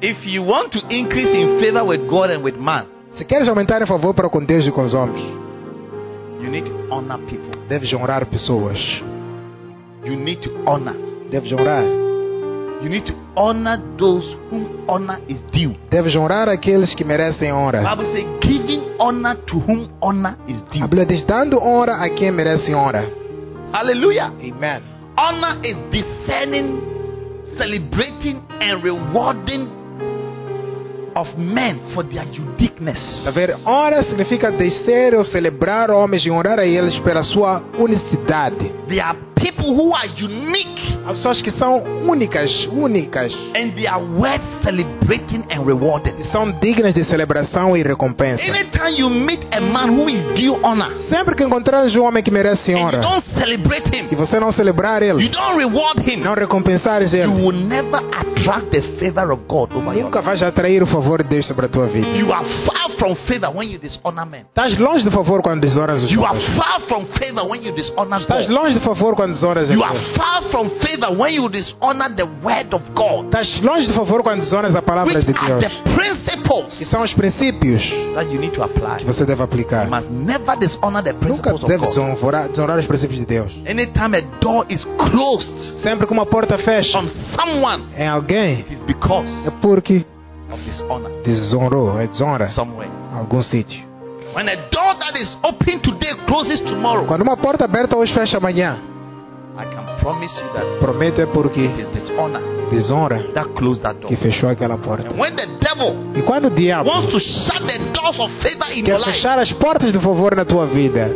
Speaker 2: If you want to increase in favor with God and with man,
Speaker 3: Se queres aumentar em favor para com Deus e com os homens,
Speaker 2: you need to honor people.
Speaker 3: deves honrar pessoas.
Speaker 2: You need to honor.
Speaker 3: Deves honrar.
Speaker 2: You need to honor those whom honor is due.
Speaker 3: Deves honrar aqueles que merecem
Speaker 2: The
Speaker 3: honra.
Speaker 2: Bible says, giving honor to whom honor is
Speaker 3: A
Speaker 2: due.
Speaker 3: Bíblia diz: dando honra a quem merece honra.
Speaker 2: Hallelujah.
Speaker 3: Amen.
Speaker 2: Honor is discerning, celebrating, and rewarding of men for their uniqueness.
Speaker 3: Tá vendo? Honra significa descer ou celebrar homens e honrar a eles pela sua unicidade.
Speaker 2: There are people who are unique
Speaker 3: Há pessoas que são únicas, únicas,
Speaker 2: and they are worth celebrating and rewarded.
Speaker 3: e são dignas de celebração e recompensa.
Speaker 2: Anytime you meet a man who is due honor
Speaker 3: Sempre que encontrares um homem que merece
Speaker 2: and you
Speaker 3: honra
Speaker 2: don't celebrate
Speaker 3: e
Speaker 2: him,
Speaker 3: você não celebrar
Speaker 2: you
Speaker 3: ele,
Speaker 2: don't reward him,
Speaker 3: não recompensares
Speaker 2: you
Speaker 3: ele,
Speaker 2: will never attract the favor of God over your
Speaker 3: nunca
Speaker 2: life.
Speaker 3: vais atrair o favor de Deus sobre a tua vida.
Speaker 2: You are far from favor when you dishonor men.
Speaker 3: Estás longe do favor quando desonras os
Speaker 2: You are
Speaker 3: homens.
Speaker 2: far from favor when you dishonor
Speaker 3: Estás
Speaker 2: God.
Speaker 3: Tá longe do favor quando desonras a
Speaker 2: You are
Speaker 3: Deus.
Speaker 2: far from favor when you dishonor the word of God,
Speaker 3: Estás Tá longe do favor quando desonras a palavra
Speaker 2: which
Speaker 3: de
Speaker 2: are the
Speaker 3: Deus.
Speaker 2: principles
Speaker 3: Que são os princípios
Speaker 2: that you need to apply.
Speaker 3: que você deve aplicar.
Speaker 2: You must never dishonor the
Speaker 3: Nunca
Speaker 2: principles of
Speaker 3: deve
Speaker 2: God.
Speaker 3: desonrar, desonrar os princípios de Deus.
Speaker 2: Anytime a door is closed
Speaker 3: Sempre que uma porta fecha
Speaker 2: on someone,
Speaker 3: em alguém,
Speaker 2: it is because
Speaker 3: é porque
Speaker 2: of dishonor
Speaker 3: desonrou, é desonra
Speaker 2: somewhere.
Speaker 3: em algum sítio.
Speaker 2: When a door that is open today closes tomorrow,
Speaker 3: Quando uma porta aberta hoje fecha amanhã,
Speaker 2: I can promise you that
Speaker 3: promete é porque
Speaker 2: it is dishonor
Speaker 3: desonra
Speaker 2: that closed that door.
Speaker 3: que fechou aquela porta.
Speaker 2: And when the devil
Speaker 3: E quando o diabo
Speaker 2: wants to shut the doors of favor in your
Speaker 3: quer
Speaker 2: life,
Speaker 3: fechar as portas do favor na tua vida,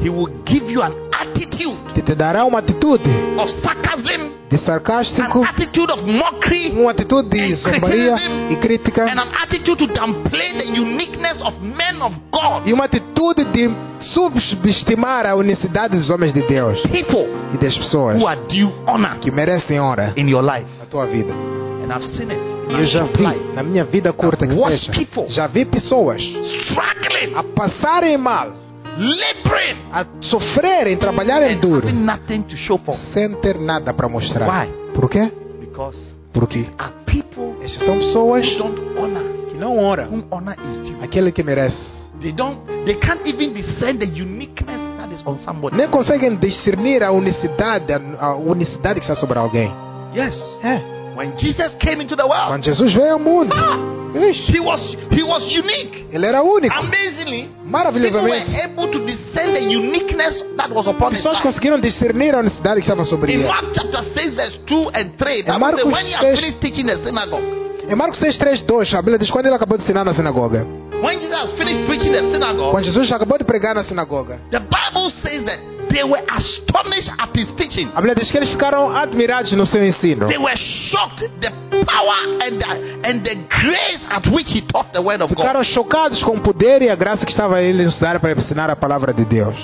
Speaker 2: He will give you an attitude
Speaker 3: que te dará uma atitude
Speaker 2: of sarcasm,
Speaker 3: de
Speaker 2: an
Speaker 3: sarcástico,
Speaker 2: attitude of mockery,
Speaker 3: uma atitude
Speaker 2: É
Speaker 3: de zombaria e crítica,
Speaker 2: and an attitude to downplay the uniqueness of men of God.
Speaker 3: e uma atitude de subestimar a unicidade dos homens de Deus
Speaker 2: People
Speaker 3: e das pessoas
Speaker 2: who are due honor
Speaker 3: que merecem honra
Speaker 2: in your life.
Speaker 3: na tua vida.
Speaker 2: And I've seen it in
Speaker 3: E eu
Speaker 2: my
Speaker 3: já
Speaker 2: short life.
Speaker 3: vi, na minha vida curta que
Speaker 2: Watch
Speaker 3: seja,
Speaker 2: people.
Speaker 3: já vi pessoas
Speaker 2: Struggling,
Speaker 3: a passarem mal,
Speaker 2: laboring,
Speaker 3: a sofrerem, trabalharem
Speaker 2: and
Speaker 3: duro,
Speaker 2: having nothing to show for.
Speaker 3: sem ter nada para mostrar.
Speaker 2: Why?
Speaker 3: Por quê?
Speaker 2: Because
Speaker 3: Porque
Speaker 2: are people
Speaker 3: estas são pessoas
Speaker 2: who don't honor,
Speaker 3: que não honram
Speaker 2: whom honor is due.
Speaker 3: aquele que merece.
Speaker 2: They don't. They can't even discern the uniqueness that is on somebody.
Speaker 3: Nem conseguem discernir a unicidade, a a unicidade que está sobre alguém.
Speaker 2: Yes.
Speaker 3: É.
Speaker 2: When Jesus came into the world,
Speaker 3: Quando Jesus veio ao mundo,
Speaker 2: Ah!
Speaker 3: ixi,
Speaker 2: He was he was unique.
Speaker 3: ele era único.
Speaker 2: Amazingly, people were
Speaker 3: Maravilhosamente.
Speaker 2: able to discern the uniqueness that was upon his
Speaker 3: Pessoas
Speaker 2: life.
Speaker 3: conseguiram discernir a unicidade que estava sobre
Speaker 2: In
Speaker 3: ele.
Speaker 2: Mark chapter 6, verse 2 and 3,
Speaker 3: In
Speaker 2: Bible says,
Speaker 3: Marcos
Speaker 2: when he had
Speaker 3: 6.
Speaker 2: finished teaching the synagogue,
Speaker 3: Em Marcos 6, 3, 2, a Bíblia diz quando ele acabou de ensinar na sinagoga.
Speaker 2: when Jesus has finished preaching the synagogue,
Speaker 3: Quando Jesus acabou de pregar na sinagoga,
Speaker 2: the Bible says that they were astonished at his teaching.
Speaker 3: a Bíblia diz que eles ficaram admirados no seu ensino.
Speaker 2: They were shocked the power and the, and the grace at which he taught the word of God.
Speaker 3: Ficaram chocados com o poder e a graça que estava ele usar para ensinar a palavra de Deus.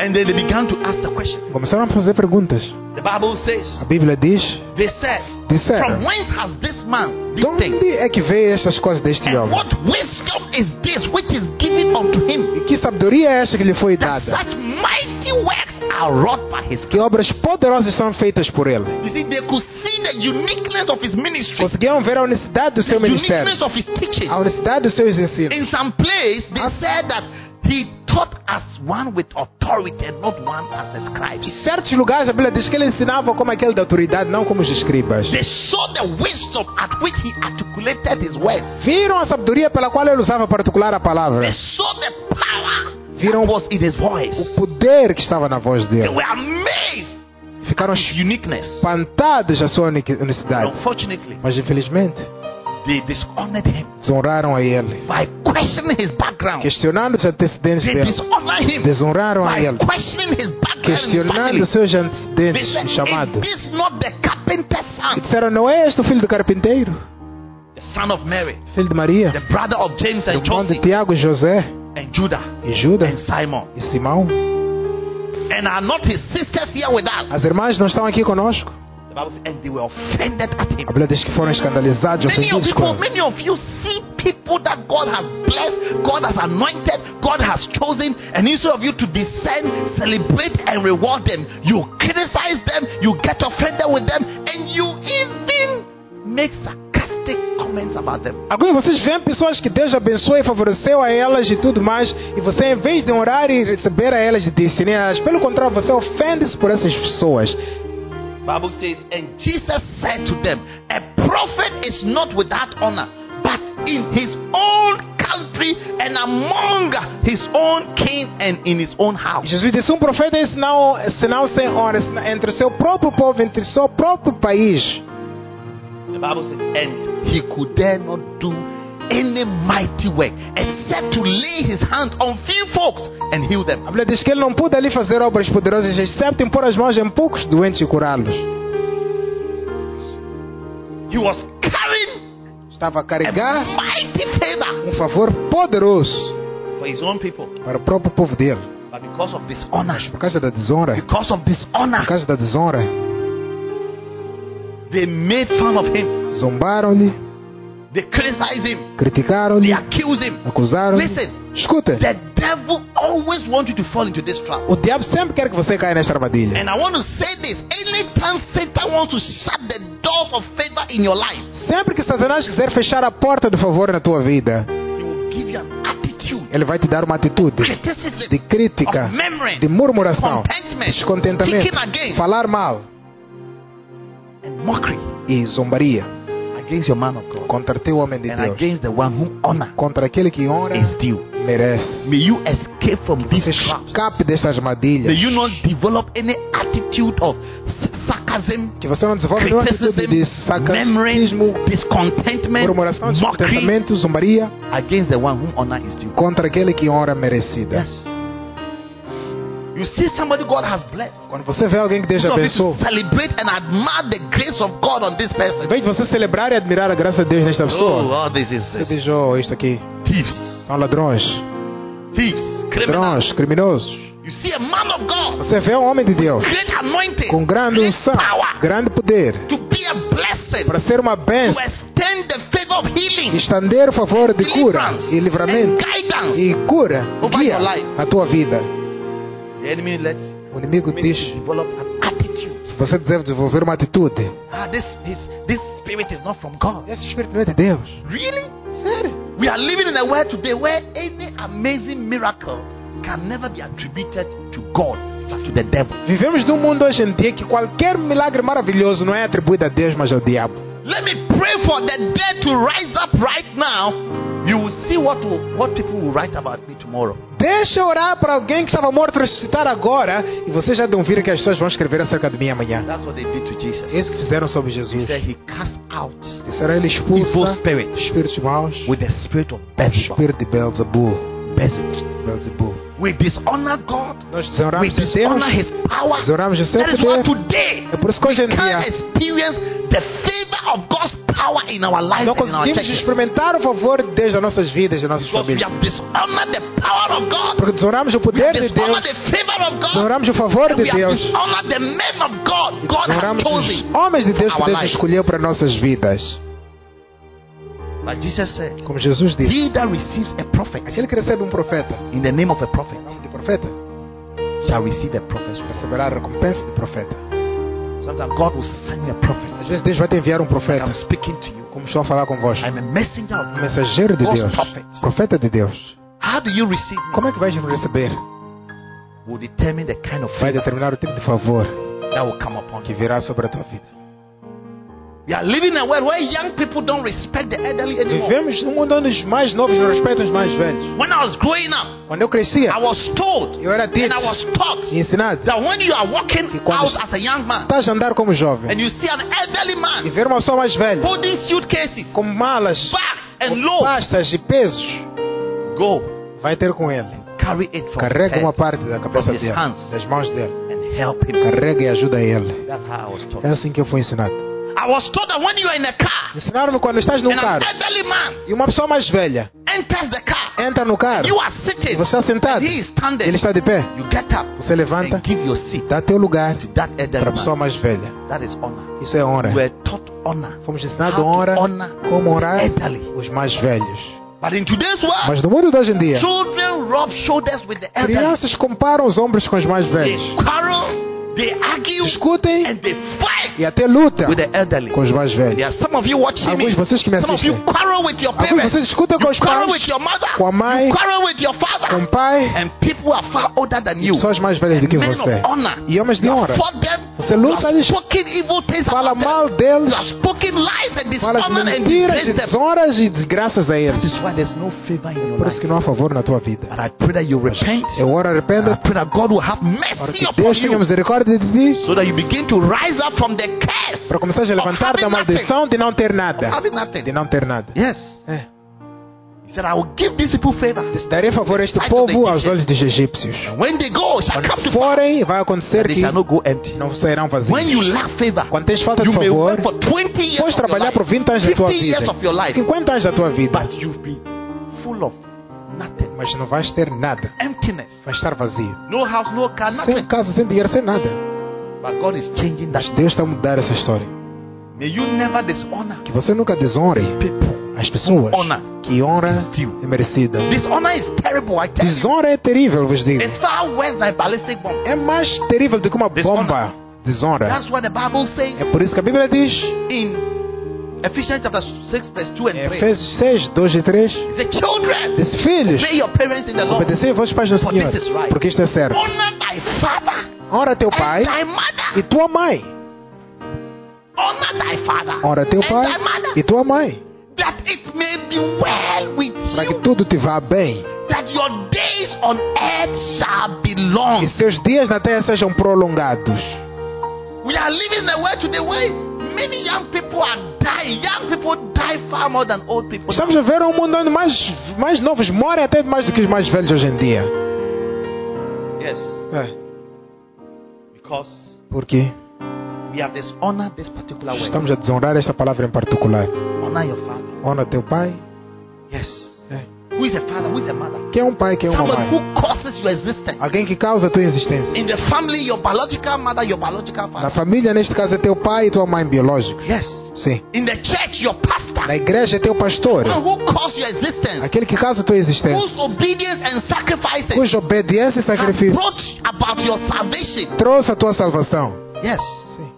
Speaker 2: And then they began to ask the question.
Speaker 3: Começaram a fazer perguntas.
Speaker 2: The Bible says,
Speaker 3: A Bíblia diz:
Speaker 2: they said, from
Speaker 3: disseram,
Speaker 2: whence has this man
Speaker 3: de
Speaker 2: these things?
Speaker 3: onde é que veio estas coisas deste
Speaker 2: And
Speaker 3: homem?
Speaker 2: what wisdom is this which is given unto him?
Speaker 3: E que sabedoria é esta que lhe foi
Speaker 2: That
Speaker 3: dada?
Speaker 2: such mighty works are wrought by his
Speaker 3: Que
Speaker 2: God.
Speaker 3: obras poderosas são feitas por ele?
Speaker 2: You see, they could see the uniqueness of his ministry,
Speaker 3: Conseguiram ver a unicidade do
Speaker 2: the
Speaker 3: seu ministério,
Speaker 2: uniqueness of his teaching.
Speaker 3: a unicidade dos seus ensinos.
Speaker 2: In some place, they
Speaker 3: As-
Speaker 2: said that he taught as one with authority and not one as the scribes.
Speaker 3: Em certos lugares a Bíblia diz que ele ensinava como aquele da autoridade, não como os escribas.
Speaker 2: They saw the wisdom at which he articulated his words.
Speaker 3: Viram a sabedoria pela qual ele usava para articular a palavra.
Speaker 2: They saw the power
Speaker 3: Viram-
Speaker 2: that was in his
Speaker 3: O
Speaker 2: voice.
Speaker 3: poder que estava na voz
Speaker 2: They
Speaker 3: dele.
Speaker 2: were amazed
Speaker 3: Ficaram
Speaker 2: at his uniqueness.
Speaker 3: espantados da sua unique- unicidade.
Speaker 2: Unfortunately,
Speaker 3: Mas infelizmente,
Speaker 2: they dishonored him
Speaker 3: desonraram a ele.
Speaker 2: by questioning his background.
Speaker 3: Questionando os antecedentes
Speaker 2: They
Speaker 3: dele.
Speaker 2: dishonor him
Speaker 3: Desonraram a
Speaker 2: by
Speaker 3: ele.
Speaker 2: questioning his background.
Speaker 3: Questionando
Speaker 2: and
Speaker 3: os
Speaker 2: family.
Speaker 3: seus
Speaker 2: They
Speaker 3: antecedentes
Speaker 2: said,
Speaker 3: e chamados.
Speaker 2: Is this not the carpenter's
Speaker 3: E
Speaker 2: son,
Speaker 3: disseram, não é este o filho do carpinteiro?
Speaker 2: the son of Mary,
Speaker 3: Filho de Maria?
Speaker 2: the brother of James and
Speaker 3: Irmão de
Speaker 2: Joseph,
Speaker 3: Tiago e José?
Speaker 2: and Judah,
Speaker 3: E Judas?
Speaker 2: and Simon?
Speaker 3: E Simão?
Speaker 2: And are not his sisters here with us?
Speaker 3: As irmãs não estão aqui conosco?
Speaker 2: The Bible says, and they were offended at him.
Speaker 3: A Bíblia diz que foram escandalizados,
Speaker 2: Many of
Speaker 3: ofendidos com
Speaker 2: people,
Speaker 3: ele.
Speaker 2: many of you see people that God has blessed, God has anointed, God has chosen, and instead of you to descend, celebrate, and reward them, you criticize them, you get offended with them, and you even make sarcastic comments about them.
Speaker 3: Agora vocês veem pessoas que Deus abençoou e favoreceu a elas e tudo mais, e você, em vez de orar e receber a elas e de ensinar a elas, pelo contrário, você ofende-se por essas pessoas.
Speaker 2: Bible says, and Jesus said to them, A prophet is not without honor, but in his own country and among his own kin and in his own house.
Speaker 3: Jesus disse: um profeta é sinal, é sinal sem honra sina- entre o seu próprio povo, entre o seu próprio país.
Speaker 2: The The Bible says, and he could dare not do any mighty work except to lay his hand on few folks and heal
Speaker 3: A
Speaker 2: them.
Speaker 3: Bíblia diz que ele não pôde ali fazer obras poderosas, excepto impor as mãos em poucos doentes e curá-los.
Speaker 2: He was carrying
Speaker 3: Estava a
Speaker 2: a
Speaker 3: carregar
Speaker 2: mighty favor
Speaker 3: um favor poderoso
Speaker 2: for his own people.
Speaker 3: para o próprio povo dele.
Speaker 2: But because of dishonor,
Speaker 3: Por causa da desonra,
Speaker 2: because of
Speaker 3: por
Speaker 2: dishonor,
Speaker 3: causa da desonra,
Speaker 2: they made fun of him.
Speaker 3: zombaram-lhe,
Speaker 2: They criticized him. They
Speaker 3: criticaram-lhe,
Speaker 2: accused him.
Speaker 3: acusaram-lhe.
Speaker 2: Listen,
Speaker 3: Escuta,
Speaker 2: the devil always wants you to fall into this trap.
Speaker 3: o diabo sempre quer que você caia nesta armadilha.
Speaker 2: And I want to say this anytime Satan wants to shut the doors of favor in your life,
Speaker 3: Sempre que Satanás quiser fechar a porta do favor na tua vida,
Speaker 2: he will give you an attitude,
Speaker 3: ele vai te dar uma atitude de
Speaker 2: criticism,
Speaker 3: crítica,
Speaker 2: of memory,
Speaker 3: de murmuração,
Speaker 2: contentment,
Speaker 3: descontentamento,
Speaker 2: kicking against,
Speaker 3: falar mal
Speaker 2: and mockery
Speaker 3: e zombaria
Speaker 2: against your man of God
Speaker 3: contra teu homem de
Speaker 2: and
Speaker 3: Deus,
Speaker 2: against the one who honor
Speaker 3: contra aquele que honra
Speaker 2: is due.
Speaker 3: merece.
Speaker 2: May you escape from these
Speaker 3: Você
Speaker 2: traps.
Speaker 3: escape destas
Speaker 2: May
Speaker 3: armadilhas.
Speaker 2: you not develop any attitude of s- sarcasm,
Speaker 3: Que você não desenvolve nenhuma atitude de
Speaker 2: criticism, memory,
Speaker 3: sacanismo,
Speaker 2: discontentment,
Speaker 3: murmuração,
Speaker 2: mockery
Speaker 3: descontentamento, zombaria
Speaker 2: against the one whom honor is due.
Speaker 3: contra aquele que honra merecida.
Speaker 2: Yes. You see somebody God has blessed.
Speaker 3: Quando você vê alguém que Deus
Speaker 2: Some of you
Speaker 3: abençoou,
Speaker 2: to celebrate and admire the grace of God on this
Speaker 3: em
Speaker 2: person.
Speaker 3: vez de você celebrar e admirar a graça de Deus nesta
Speaker 2: Oh,
Speaker 3: pessoa,
Speaker 2: all this is
Speaker 3: você
Speaker 2: this.
Speaker 3: diz, oh, isto aqui
Speaker 2: thieves,
Speaker 3: são ladrões,
Speaker 2: thieves, criminals.
Speaker 3: ladrões, criminosos.
Speaker 2: You see a man of God,
Speaker 3: Você vê um homem de Deus
Speaker 2: great anointing,
Speaker 3: com grande
Speaker 2: great
Speaker 3: unção,
Speaker 2: power,
Speaker 3: grande poder,
Speaker 2: to be a blessing,
Speaker 3: para ser uma
Speaker 2: to
Speaker 3: bênção,
Speaker 2: extend the favor of
Speaker 3: e
Speaker 2: healing,
Speaker 3: estender o favor de cura
Speaker 2: deliverance,
Speaker 3: e
Speaker 2: and
Speaker 3: livramento
Speaker 2: guidance.
Speaker 3: e cura,
Speaker 2: Over
Speaker 3: guia
Speaker 2: your life.
Speaker 3: na tua vida.
Speaker 2: The enemy lets me
Speaker 3: O inimigo
Speaker 2: to
Speaker 3: diz,
Speaker 2: develop an attitude.
Speaker 3: você deve desenvolver uma atitude.
Speaker 2: Ah, this, this, this spirit is not from God.
Speaker 3: Esse espírito não é de Deus.
Speaker 2: Really?
Speaker 3: Sério?
Speaker 2: We are living in a world today where any amazing miracle can never be attributed to God but to the devil.
Speaker 3: Vivemos num mundo hoje em dia que qualquer milagre maravilhoso não é atribuído a Deus, mas ao diabo.
Speaker 2: Let me pray for the dead to rise up right now. You will see what will, what people will write about me tomorrow.
Speaker 3: Deixa eu orar para alguém que estava morto ressuscitar agora e vocês já vão vir que as pessoas vão escrever acerca de mim amanhã.
Speaker 2: That's what they did to
Speaker 3: É
Speaker 2: Jesus.
Speaker 3: isso que fizeram sobre
Speaker 2: He
Speaker 3: Jesus.
Speaker 2: said he cast out
Speaker 3: Disseram ele
Speaker 2: evil
Speaker 3: expulsa
Speaker 2: spirits
Speaker 3: espíritos maus,
Speaker 2: with the spirit of
Speaker 3: o
Speaker 2: Beelzebub.
Speaker 3: espírito de Beelzebub.
Speaker 2: Beelzebub.
Speaker 3: Beelzebub.
Speaker 2: We dishonor God.
Speaker 3: Nós
Speaker 2: We
Speaker 3: desoramos de Deus,
Speaker 2: dishonor His power.
Speaker 3: desoramos de seu
Speaker 2: That is why
Speaker 3: poder.
Speaker 2: today
Speaker 3: É por isso que hoje em
Speaker 2: we can't
Speaker 3: dia
Speaker 2: experience the favor of God's power in our lives
Speaker 3: não
Speaker 2: and in our
Speaker 3: conseguimos
Speaker 2: churches.
Speaker 3: experimentar o favor de Deus nas nossas vidas, nas nossas
Speaker 2: Because we
Speaker 3: famílias.
Speaker 2: have dishonored the power of God.
Speaker 3: Porque desoramos o
Speaker 2: We have
Speaker 3: poder de
Speaker 2: dishonored
Speaker 3: Deus,
Speaker 2: the favor of God.
Speaker 3: desoramos o favor
Speaker 2: We
Speaker 3: de
Speaker 2: have
Speaker 3: Deus.
Speaker 2: dishonored the men of God. God has
Speaker 3: Oramos
Speaker 2: chosen.
Speaker 3: os homens de Deus
Speaker 2: for
Speaker 3: que
Speaker 2: our
Speaker 3: Deus
Speaker 2: lives.
Speaker 3: escolheu para nossas vidas.
Speaker 2: But Jesus said,
Speaker 3: Como Jesus disse,
Speaker 2: He that receives a prophet
Speaker 3: aquele que recebe um profeta,
Speaker 2: in the name of a prophet
Speaker 3: em nome de profeta,
Speaker 2: shall receive a prophet's reward.
Speaker 3: receberá a recompensa de profeta.
Speaker 2: Sometimes God will send you a prophet.
Speaker 3: Às vezes Deus vai te enviar um profeta,
Speaker 2: I'm speaking to you.
Speaker 3: como estou a falar convosco,
Speaker 2: I'm a messenger of
Speaker 3: um
Speaker 2: God.
Speaker 3: mensageiro de
Speaker 2: God's
Speaker 3: Deus,
Speaker 2: prophet.
Speaker 3: profeta de Deus.
Speaker 2: How do you receive me?
Speaker 3: Como é que vais receber?
Speaker 2: Will determine the kind of
Speaker 3: Vai
Speaker 2: favor
Speaker 3: determinar o tipo de favor
Speaker 2: that will come upon
Speaker 3: que
Speaker 2: you.
Speaker 3: virá sobre a tua vida.
Speaker 2: We are living in a world where young people don't respect the elderly anymore.
Speaker 3: Vivemos num mundo onde os mais novos não respeitam os mais velhos.
Speaker 2: When I was growing up,
Speaker 3: Quando eu crescia,
Speaker 2: I was told
Speaker 3: eu era
Speaker 2: and
Speaker 3: dito
Speaker 2: I was taught
Speaker 3: e ensinado,
Speaker 2: that when you are walking
Speaker 3: Que quando
Speaker 2: out as a young man
Speaker 3: estás a andar como jovem
Speaker 2: and you see an elderly
Speaker 3: e
Speaker 2: man
Speaker 3: ver uma pessoa mais velha
Speaker 2: holding suitcases,
Speaker 3: com malas,
Speaker 2: bags,
Speaker 3: com
Speaker 2: and loads,
Speaker 3: pastas e pesos,
Speaker 2: go
Speaker 3: vai ter com ele.
Speaker 2: carry it from
Speaker 3: Carrega
Speaker 2: his
Speaker 3: uma
Speaker 2: head
Speaker 3: parte da cabeça
Speaker 2: From his
Speaker 3: dele,
Speaker 2: hands.
Speaker 3: das mãos dele.
Speaker 2: and help him.
Speaker 3: Carrega e ajuda ele.
Speaker 2: That's how I was taught.
Speaker 3: É assim que eu fui ensinado.
Speaker 2: I was told that when you are in a car
Speaker 3: Ensinaram-me quando estás num
Speaker 2: and an
Speaker 3: carro
Speaker 2: elderly man
Speaker 3: e uma pessoa mais velha
Speaker 2: enters the car,
Speaker 3: entra no carro
Speaker 2: you are
Speaker 3: e
Speaker 2: sitting,
Speaker 3: você está sentado.
Speaker 2: he is standing.
Speaker 3: Ele está de pé.
Speaker 2: You get up
Speaker 3: Você levanta,
Speaker 2: and give your seat
Speaker 3: dá teu lugar
Speaker 2: to that
Speaker 3: para
Speaker 2: elderly
Speaker 3: a pessoa
Speaker 2: man.
Speaker 3: mais velha.
Speaker 2: That is honor.
Speaker 3: Isso é honra.
Speaker 2: We were taught honor.
Speaker 3: Fomos
Speaker 2: How
Speaker 3: ensinados
Speaker 2: to
Speaker 3: honra, É.
Speaker 2: honor
Speaker 3: como orar
Speaker 2: the elderly.
Speaker 3: os mais velhos.
Speaker 2: But in today's world,
Speaker 3: Mas no mundo de hoje em dia,
Speaker 2: children rub shoulders with
Speaker 3: um
Speaker 2: the elderly.
Speaker 3: crianças comparam os ombros com os mais
Speaker 2: They
Speaker 3: velhos.
Speaker 2: quarrel, they
Speaker 3: um
Speaker 2: argue,
Speaker 3: Discutem
Speaker 2: and they fight
Speaker 3: e até lutam
Speaker 2: with the elderly.
Speaker 3: com os mais
Speaker 2: There
Speaker 3: velhos.
Speaker 2: are some of you watching
Speaker 3: Alguns de
Speaker 2: me.
Speaker 3: vocês que me
Speaker 2: Some of
Speaker 3: assistem.
Speaker 2: you quarrel with your
Speaker 3: Alguns de
Speaker 2: parents.
Speaker 3: vocês discutem com os
Speaker 2: You quarrel with
Speaker 3: pais,
Speaker 2: your mother.
Speaker 3: com a mãe,
Speaker 2: You quarrel with your father.
Speaker 3: com o pai.
Speaker 2: And people are far older than you.
Speaker 3: pessoas mais velhas do que
Speaker 2: Men
Speaker 3: você.
Speaker 2: of honor.
Speaker 3: E homens de
Speaker 2: You have
Speaker 3: honra.
Speaker 2: fought them.
Speaker 3: Você
Speaker 2: You
Speaker 3: luta,
Speaker 2: have
Speaker 3: eles
Speaker 2: spoken evil things
Speaker 3: Fala
Speaker 2: about them.
Speaker 3: mal
Speaker 2: You
Speaker 3: deles,
Speaker 2: have spoken lies and
Speaker 3: fala as
Speaker 2: dishonor and
Speaker 3: mentiras e
Speaker 2: disgrace them.
Speaker 3: desonras e desgraças a
Speaker 2: That
Speaker 3: eles.
Speaker 2: is why there's no favor in your
Speaker 3: Por isso
Speaker 2: life.
Speaker 3: que não há favor na tua vida.
Speaker 2: But I pray that you repent.
Speaker 3: Eu oro,
Speaker 2: And I
Speaker 3: arrependa,
Speaker 2: pray that God will have
Speaker 3: para
Speaker 2: mercy
Speaker 3: que
Speaker 2: Ah. upon
Speaker 3: Deus
Speaker 2: you.
Speaker 3: tenha lugar de ti.
Speaker 2: so that you begin to rise up from the curse
Speaker 3: Para começar a levantar da
Speaker 2: having nothing.
Speaker 3: maldição de não ter
Speaker 2: of
Speaker 3: nada.
Speaker 2: having
Speaker 3: De
Speaker 2: nothing.
Speaker 3: não ter nada.
Speaker 2: Yes.
Speaker 3: É.
Speaker 2: He said, I will give these people favor.
Speaker 3: Darei favor a este
Speaker 2: Sai do
Speaker 3: povo aos
Speaker 2: Egito.
Speaker 3: olhos dos egípcios.
Speaker 2: And when they go, it shall come to pass.
Speaker 3: Forem, vai acontecer
Speaker 2: that They
Speaker 3: que
Speaker 2: shall not go empty.
Speaker 3: não sairão
Speaker 2: When
Speaker 3: vazios.
Speaker 2: you lack favor,
Speaker 3: Quando tens falta
Speaker 2: you
Speaker 3: de
Speaker 2: may
Speaker 3: favor,
Speaker 2: work for 20 years
Speaker 3: podes
Speaker 2: of your
Speaker 3: trabalhar
Speaker 2: life,
Speaker 3: por 20 anos da tua
Speaker 2: 50 years
Speaker 3: vida.
Speaker 2: of your life,
Speaker 3: 50 anos da tua vida.
Speaker 2: but you've been full of nothing.
Speaker 3: Mas não vais ter nada.
Speaker 2: Emptiness.
Speaker 3: Vai estar vazio.
Speaker 2: No house, no car,
Speaker 3: Sem
Speaker 2: nothing.
Speaker 3: casa, sem dinheiro, sem nada.
Speaker 2: But God is changing that.
Speaker 3: Mas Deus está a mudar essa história.
Speaker 2: May you never dishonor
Speaker 3: Que você nunca desonre
Speaker 2: people.
Speaker 3: as pessoas.
Speaker 2: Honor.
Speaker 3: Que honra
Speaker 2: Is due.
Speaker 3: é merecida.
Speaker 2: Dishonor is terrible, I tell you.
Speaker 3: Desonra é terrível, vos digo.
Speaker 2: It's far worse than ballistic bomb.
Speaker 3: É mais terrível do que uma
Speaker 2: Desonra.
Speaker 3: bomba. Desonra.
Speaker 2: That's what the Bible
Speaker 3: É
Speaker 2: says
Speaker 3: por isso que a Bíblia diz.
Speaker 2: in Ephesians chapter 6, verse 2
Speaker 3: Em
Speaker 2: and 3.
Speaker 3: Efésios 6, 2 e 3.
Speaker 2: He said, Children,
Speaker 3: Diz, filhos,
Speaker 2: obey your parents in the Lord.
Speaker 3: obedecei vossos pais no
Speaker 2: For
Speaker 3: Senhor.
Speaker 2: this is right.
Speaker 3: Porque isto é certo.
Speaker 2: Honor thy father
Speaker 3: Honra teu pai
Speaker 2: and thy
Speaker 3: e
Speaker 2: mother.
Speaker 3: tua mãe.
Speaker 2: Honor thy father
Speaker 3: Honra teu
Speaker 2: and
Speaker 3: pai
Speaker 2: thy mother.
Speaker 3: e tua mãe.
Speaker 2: that it may be well with
Speaker 3: Para que
Speaker 2: you,
Speaker 3: tudo te vá bem.
Speaker 2: that your days on earth shall be
Speaker 3: E
Speaker 2: long.
Speaker 3: seus dias na terra sejam prolongados.
Speaker 2: We are living in a world today where many young people are dying. Young people die far more than old people.
Speaker 3: Estamos a ver um mundo onde mais, mais novos morrem até mais do que os mais velhos hoje em dia.
Speaker 2: Yes,
Speaker 3: É.
Speaker 2: because
Speaker 3: Por quê?
Speaker 2: we have dishonored this particular way.
Speaker 3: Estamos a desonrar esta palavra em particular.
Speaker 2: Honor your father.
Speaker 3: Honra teu pai.
Speaker 2: Yes.
Speaker 3: É.
Speaker 2: Who is a father? Who is a mother?
Speaker 3: Quem é um pai, quem é uma
Speaker 2: Someone who
Speaker 3: mãe?
Speaker 2: causes your existence.
Speaker 3: Alguém que causa a tua existência.
Speaker 2: In the family, your biological mother, your biological
Speaker 3: Na
Speaker 2: father.
Speaker 3: família, neste caso, é teu pai e tua mãe biológicos.
Speaker 2: Yes.
Speaker 3: Sim.
Speaker 2: In the church, your
Speaker 3: Na
Speaker 2: pastor.
Speaker 3: igreja, é teu pastor.
Speaker 2: Someone who causes your existence.
Speaker 3: Aquele que causa a tua existência.
Speaker 2: whose obedience and sacrifices
Speaker 3: Cuja obediência e
Speaker 2: have
Speaker 3: sacrifício
Speaker 2: brought about your salvation.
Speaker 3: trouxe a tua salvação.
Speaker 2: Yes.
Speaker 3: Sim.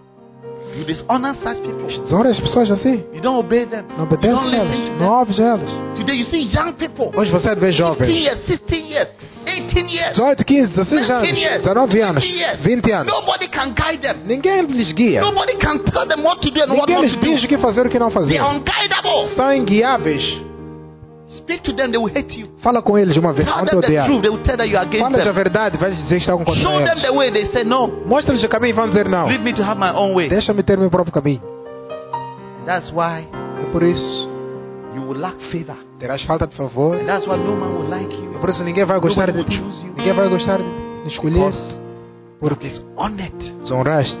Speaker 2: You dishonor such people.
Speaker 3: Desonra as pessoas assim.
Speaker 2: You don't obey them.
Speaker 3: Não
Speaker 2: you don't
Speaker 3: obedece
Speaker 2: listen
Speaker 3: elas.
Speaker 2: to
Speaker 3: Não ouves elas.
Speaker 2: them. Today you see young people.
Speaker 3: Hoje você é vê
Speaker 2: 15
Speaker 3: jovens.
Speaker 2: years, 16 years, 18 years,
Speaker 3: 18, 15, 16
Speaker 2: 19
Speaker 3: anos.
Speaker 2: years,
Speaker 3: 19 anos.
Speaker 2: 20 years.
Speaker 3: 20 anos.
Speaker 2: Nobody can guide them.
Speaker 3: Ninguém lhes guia.
Speaker 2: Nobody can tell them what to do and what
Speaker 3: Ninguém
Speaker 2: not
Speaker 3: lhes
Speaker 2: to do.
Speaker 3: diz o que fazer e o que não
Speaker 2: They
Speaker 3: fazer.
Speaker 2: are unguidable.
Speaker 3: São inguiáveis.
Speaker 2: Speak to them, they will hate you.
Speaker 3: Fala com eles uma vez.
Speaker 2: Tell
Speaker 3: Vão te
Speaker 2: them the
Speaker 3: odiar.
Speaker 2: truth, they will tell that you are against
Speaker 3: Fala-lhes a
Speaker 2: them.
Speaker 3: verdade. Vai lhes dizer que estão contra
Speaker 2: então. Show them
Speaker 3: eles.
Speaker 2: the way, they say no.
Speaker 3: Mostra-lhes o caminho e vão dizer não.
Speaker 2: Leave me to have my own way.
Speaker 3: Deixa-me ter meu próprio caminho.
Speaker 2: That's why
Speaker 3: É por isso.
Speaker 2: you will lack favor.
Speaker 3: Terás falta de favor.
Speaker 2: And that's why no man will like you.
Speaker 3: E por isso ninguém vai gostar de
Speaker 2: Nobody
Speaker 3: ti.
Speaker 2: will choose you.
Speaker 3: Ninguém vai gostar de ti. Escolher. Porque
Speaker 2: Because honored
Speaker 3: desonraste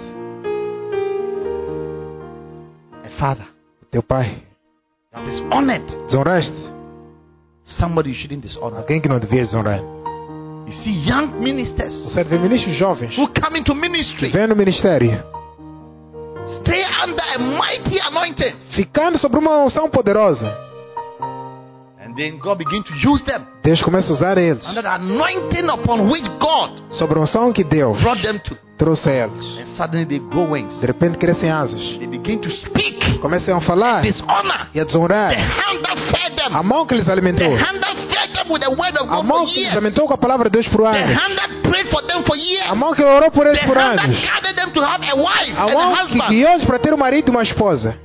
Speaker 2: a father.
Speaker 3: teu pai.
Speaker 2: You have dishonored
Speaker 3: Desonraste
Speaker 2: somebody you shouldn't dishonor.
Speaker 3: alguém que não devias desonrar.
Speaker 2: You see young ministers
Speaker 3: Você vê ministros jovens.
Speaker 2: who come into ministry
Speaker 3: Vem no ministério.
Speaker 2: stay under a mighty anointing.
Speaker 3: Ficando sobre uma unção poderosa.
Speaker 2: And then God begin to use them
Speaker 3: Deus começa a usar eles.
Speaker 2: under the anointing upon which God
Speaker 3: Sobre a unção que Deus
Speaker 2: brought them to.
Speaker 3: trouxe a eles.
Speaker 2: And suddenly they go wings.
Speaker 3: De repente crescem asas.
Speaker 2: They begin to speak
Speaker 3: Começam a falar
Speaker 2: dishonor.
Speaker 3: e
Speaker 2: The
Speaker 3: a desonrar.
Speaker 2: hand that fed them.
Speaker 3: A mão que lhes
Speaker 2: The
Speaker 3: alimentou.
Speaker 2: hand that fed them with the word of
Speaker 3: A
Speaker 2: God
Speaker 3: mão
Speaker 2: for
Speaker 3: que lhes
Speaker 2: years.
Speaker 3: alimentou com a palavra de Deus por
Speaker 2: The
Speaker 3: anos.
Speaker 2: hand that prayed for them for years.
Speaker 3: A mão que orou por
Speaker 2: The
Speaker 3: eles por
Speaker 2: hand that
Speaker 3: anos.
Speaker 2: guided them to have a wife
Speaker 3: A
Speaker 2: and a
Speaker 3: mão que
Speaker 2: husband.
Speaker 3: guiou eles para ter um marido e uma esposa.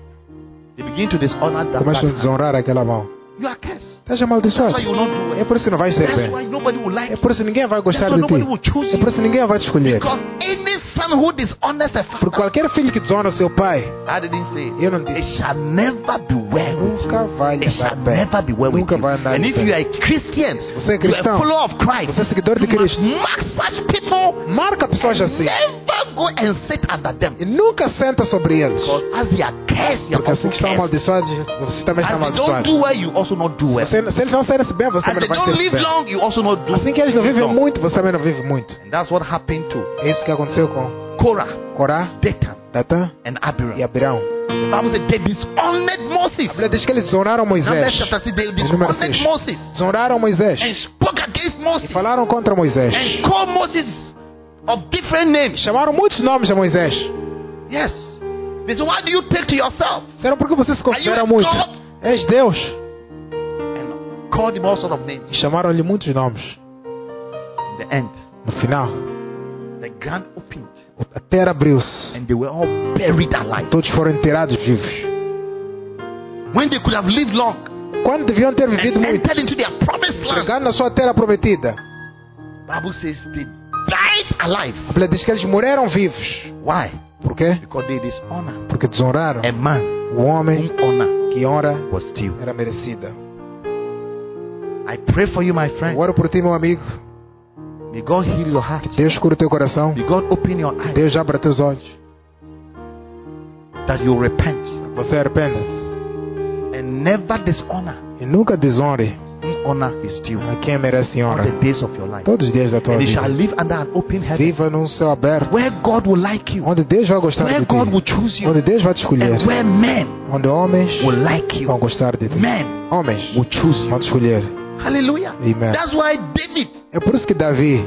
Speaker 2: They begin to dishonor that.
Speaker 3: Começam a
Speaker 2: that.
Speaker 3: desonrar aquela mão.
Speaker 2: You are cursed. That's why
Speaker 3: Estás
Speaker 2: you
Speaker 3: amaldiçoado.
Speaker 2: will not do
Speaker 3: É
Speaker 2: it.
Speaker 3: por isso que não vais ser
Speaker 2: That's why
Speaker 3: bem.
Speaker 2: nobody will like
Speaker 3: É
Speaker 2: you.
Speaker 3: por isso que ninguém vai gostar
Speaker 2: That's
Speaker 3: de
Speaker 2: why nobody will
Speaker 3: ti.
Speaker 2: choose
Speaker 3: É por
Speaker 2: you.
Speaker 3: isso que ninguém vai te escolher.
Speaker 2: Because any son who dishonors a
Speaker 3: Por
Speaker 2: father,
Speaker 3: qualquer filho que desonra o seu pai,
Speaker 2: I didn't say it.
Speaker 3: eu não disse.
Speaker 2: It shall never be well with you.
Speaker 3: Nunca vai lhe
Speaker 2: It
Speaker 3: dar
Speaker 2: shall
Speaker 3: bem.
Speaker 2: never be well with
Speaker 3: Nunca
Speaker 2: you.
Speaker 3: vai andar
Speaker 2: And if
Speaker 3: bem.
Speaker 2: you are a Christian,
Speaker 3: você é
Speaker 2: you are a
Speaker 3: cristão,
Speaker 2: follower of Christ,
Speaker 3: você é seguidor de
Speaker 2: you must
Speaker 3: Cristo.
Speaker 2: mark such people.
Speaker 3: Marca pessoas assim.
Speaker 2: Never go and sit under them.
Speaker 3: E nunca senta sobre eles.
Speaker 2: Because as they are cursed, you are
Speaker 3: Porque
Speaker 2: also
Speaker 3: assim que estão
Speaker 2: cursed.
Speaker 3: amaldiçoados, você também está
Speaker 2: As they don't
Speaker 3: amaldiçoado.
Speaker 2: do well, you also not do well.
Speaker 3: Você, se eles não saírem bem, você
Speaker 2: As
Speaker 3: também
Speaker 2: they
Speaker 3: não vai
Speaker 2: don't
Speaker 3: ser
Speaker 2: live
Speaker 3: bem.
Speaker 2: long, you also not do
Speaker 3: Assim que eles não vivem
Speaker 2: long.
Speaker 3: muito, você também não vive muito.
Speaker 2: And that's what happened to
Speaker 3: É isso que aconteceu com
Speaker 2: Korah,
Speaker 3: Corá,
Speaker 2: Dathan,
Speaker 3: Datã
Speaker 2: and Abiram.
Speaker 3: e Abirão.
Speaker 2: The Bible said they dishonored Moses.
Speaker 3: A Bíblia diz que eles desonraram
Speaker 2: Numbers
Speaker 3: Moisés.
Speaker 2: chapter 6, they
Speaker 3: Número
Speaker 2: dishonored
Speaker 3: seis.
Speaker 2: Moses
Speaker 3: Desonraram Moisés.
Speaker 2: and spoke against
Speaker 3: E
Speaker 2: Moses
Speaker 3: falaram contra Moisés.
Speaker 2: and called Moses of different names.
Speaker 3: Chamaram muitos nomes a Moisés.
Speaker 2: Yes. They said, Why do you take to yourself?
Speaker 3: Disseram por que você se
Speaker 2: Are
Speaker 3: considera
Speaker 2: you a
Speaker 3: muito?
Speaker 2: God?
Speaker 3: És Deus.
Speaker 2: And called him all sort of names.
Speaker 3: E chamaram-lhe muitos nomes.
Speaker 2: In the end,
Speaker 3: No final,
Speaker 2: the ground opened
Speaker 3: a terra abriu-se.
Speaker 2: and they were all buried alive.
Speaker 3: Todos foram enterrados vivos.
Speaker 2: When they could have lived long
Speaker 3: Quando deviam ter
Speaker 2: and
Speaker 3: vivido muito,
Speaker 2: entered into their promised land,
Speaker 3: chegando na sua terra prometida,
Speaker 2: Bible says they died alive.
Speaker 3: A Bíblia diz que eles morreram vivos.
Speaker 2: Why?
Speaker 3: Por quê?
Speaker 2: Because they dishonor.
Speaker 3: Porque desonraram.
Speaker 2: A man
Speaker 3: O homem
Speaker 2: whom honor
Speaker 3: que honra
Speaker 2: was due.
Speaker 3: era merecida.
Speaker 2: I pray for you, my
Speaker 3: Eu
Speaker 2: friend.
Speaker 3: oro por ti, meu amigo.
Speaker 2: May God heal your heart.
Speaker 3: Deus cura o teu coração.
Speaker 2: May God open your eyes
Speaker 3: Deus abra teus olhos.
Speaker 2: that you repent
Speaker 3: Você é arrependa-se.
Speaker 2: and never dishonor.
Speaker 3: E nunca desonre
Speaker 2: Whom honor is due.
Speaker 3: a quem merece
Speaker 2: All
Speaker 3: honra.
Speaker 2: the days of your life.
Speaker 3: Todos os dias da tua
Speaker 2: And you shall
Speaker 3: vida.
Speaker 2: live under an open heaven
Speaker 3: Viva num céu aberto.
Speaker 2: where God will like you,
Speaker 3: Onde Deus vai gostar
Speaker 2: where
Speaker 3: de
Speaker 2: God will
Speaker 3: ti.
Speaker 2: choose you,
Speaker 3: Onde Deus vai te escolher.
Speaker 2: and where men
Speaker 3: Onde homens
Speaker 2: will like you.
Speaker 3: vão gostar de ti.
Speaker 2: Men
Speaker 3: Homens
Speaker 2: will choose you.
Speaker 3: vão te escolher.
Speaker 2: Hallelujah.
Speaker 3: Amen.
Speaker 2: That's why David
Speaker 3: É por isso que Davi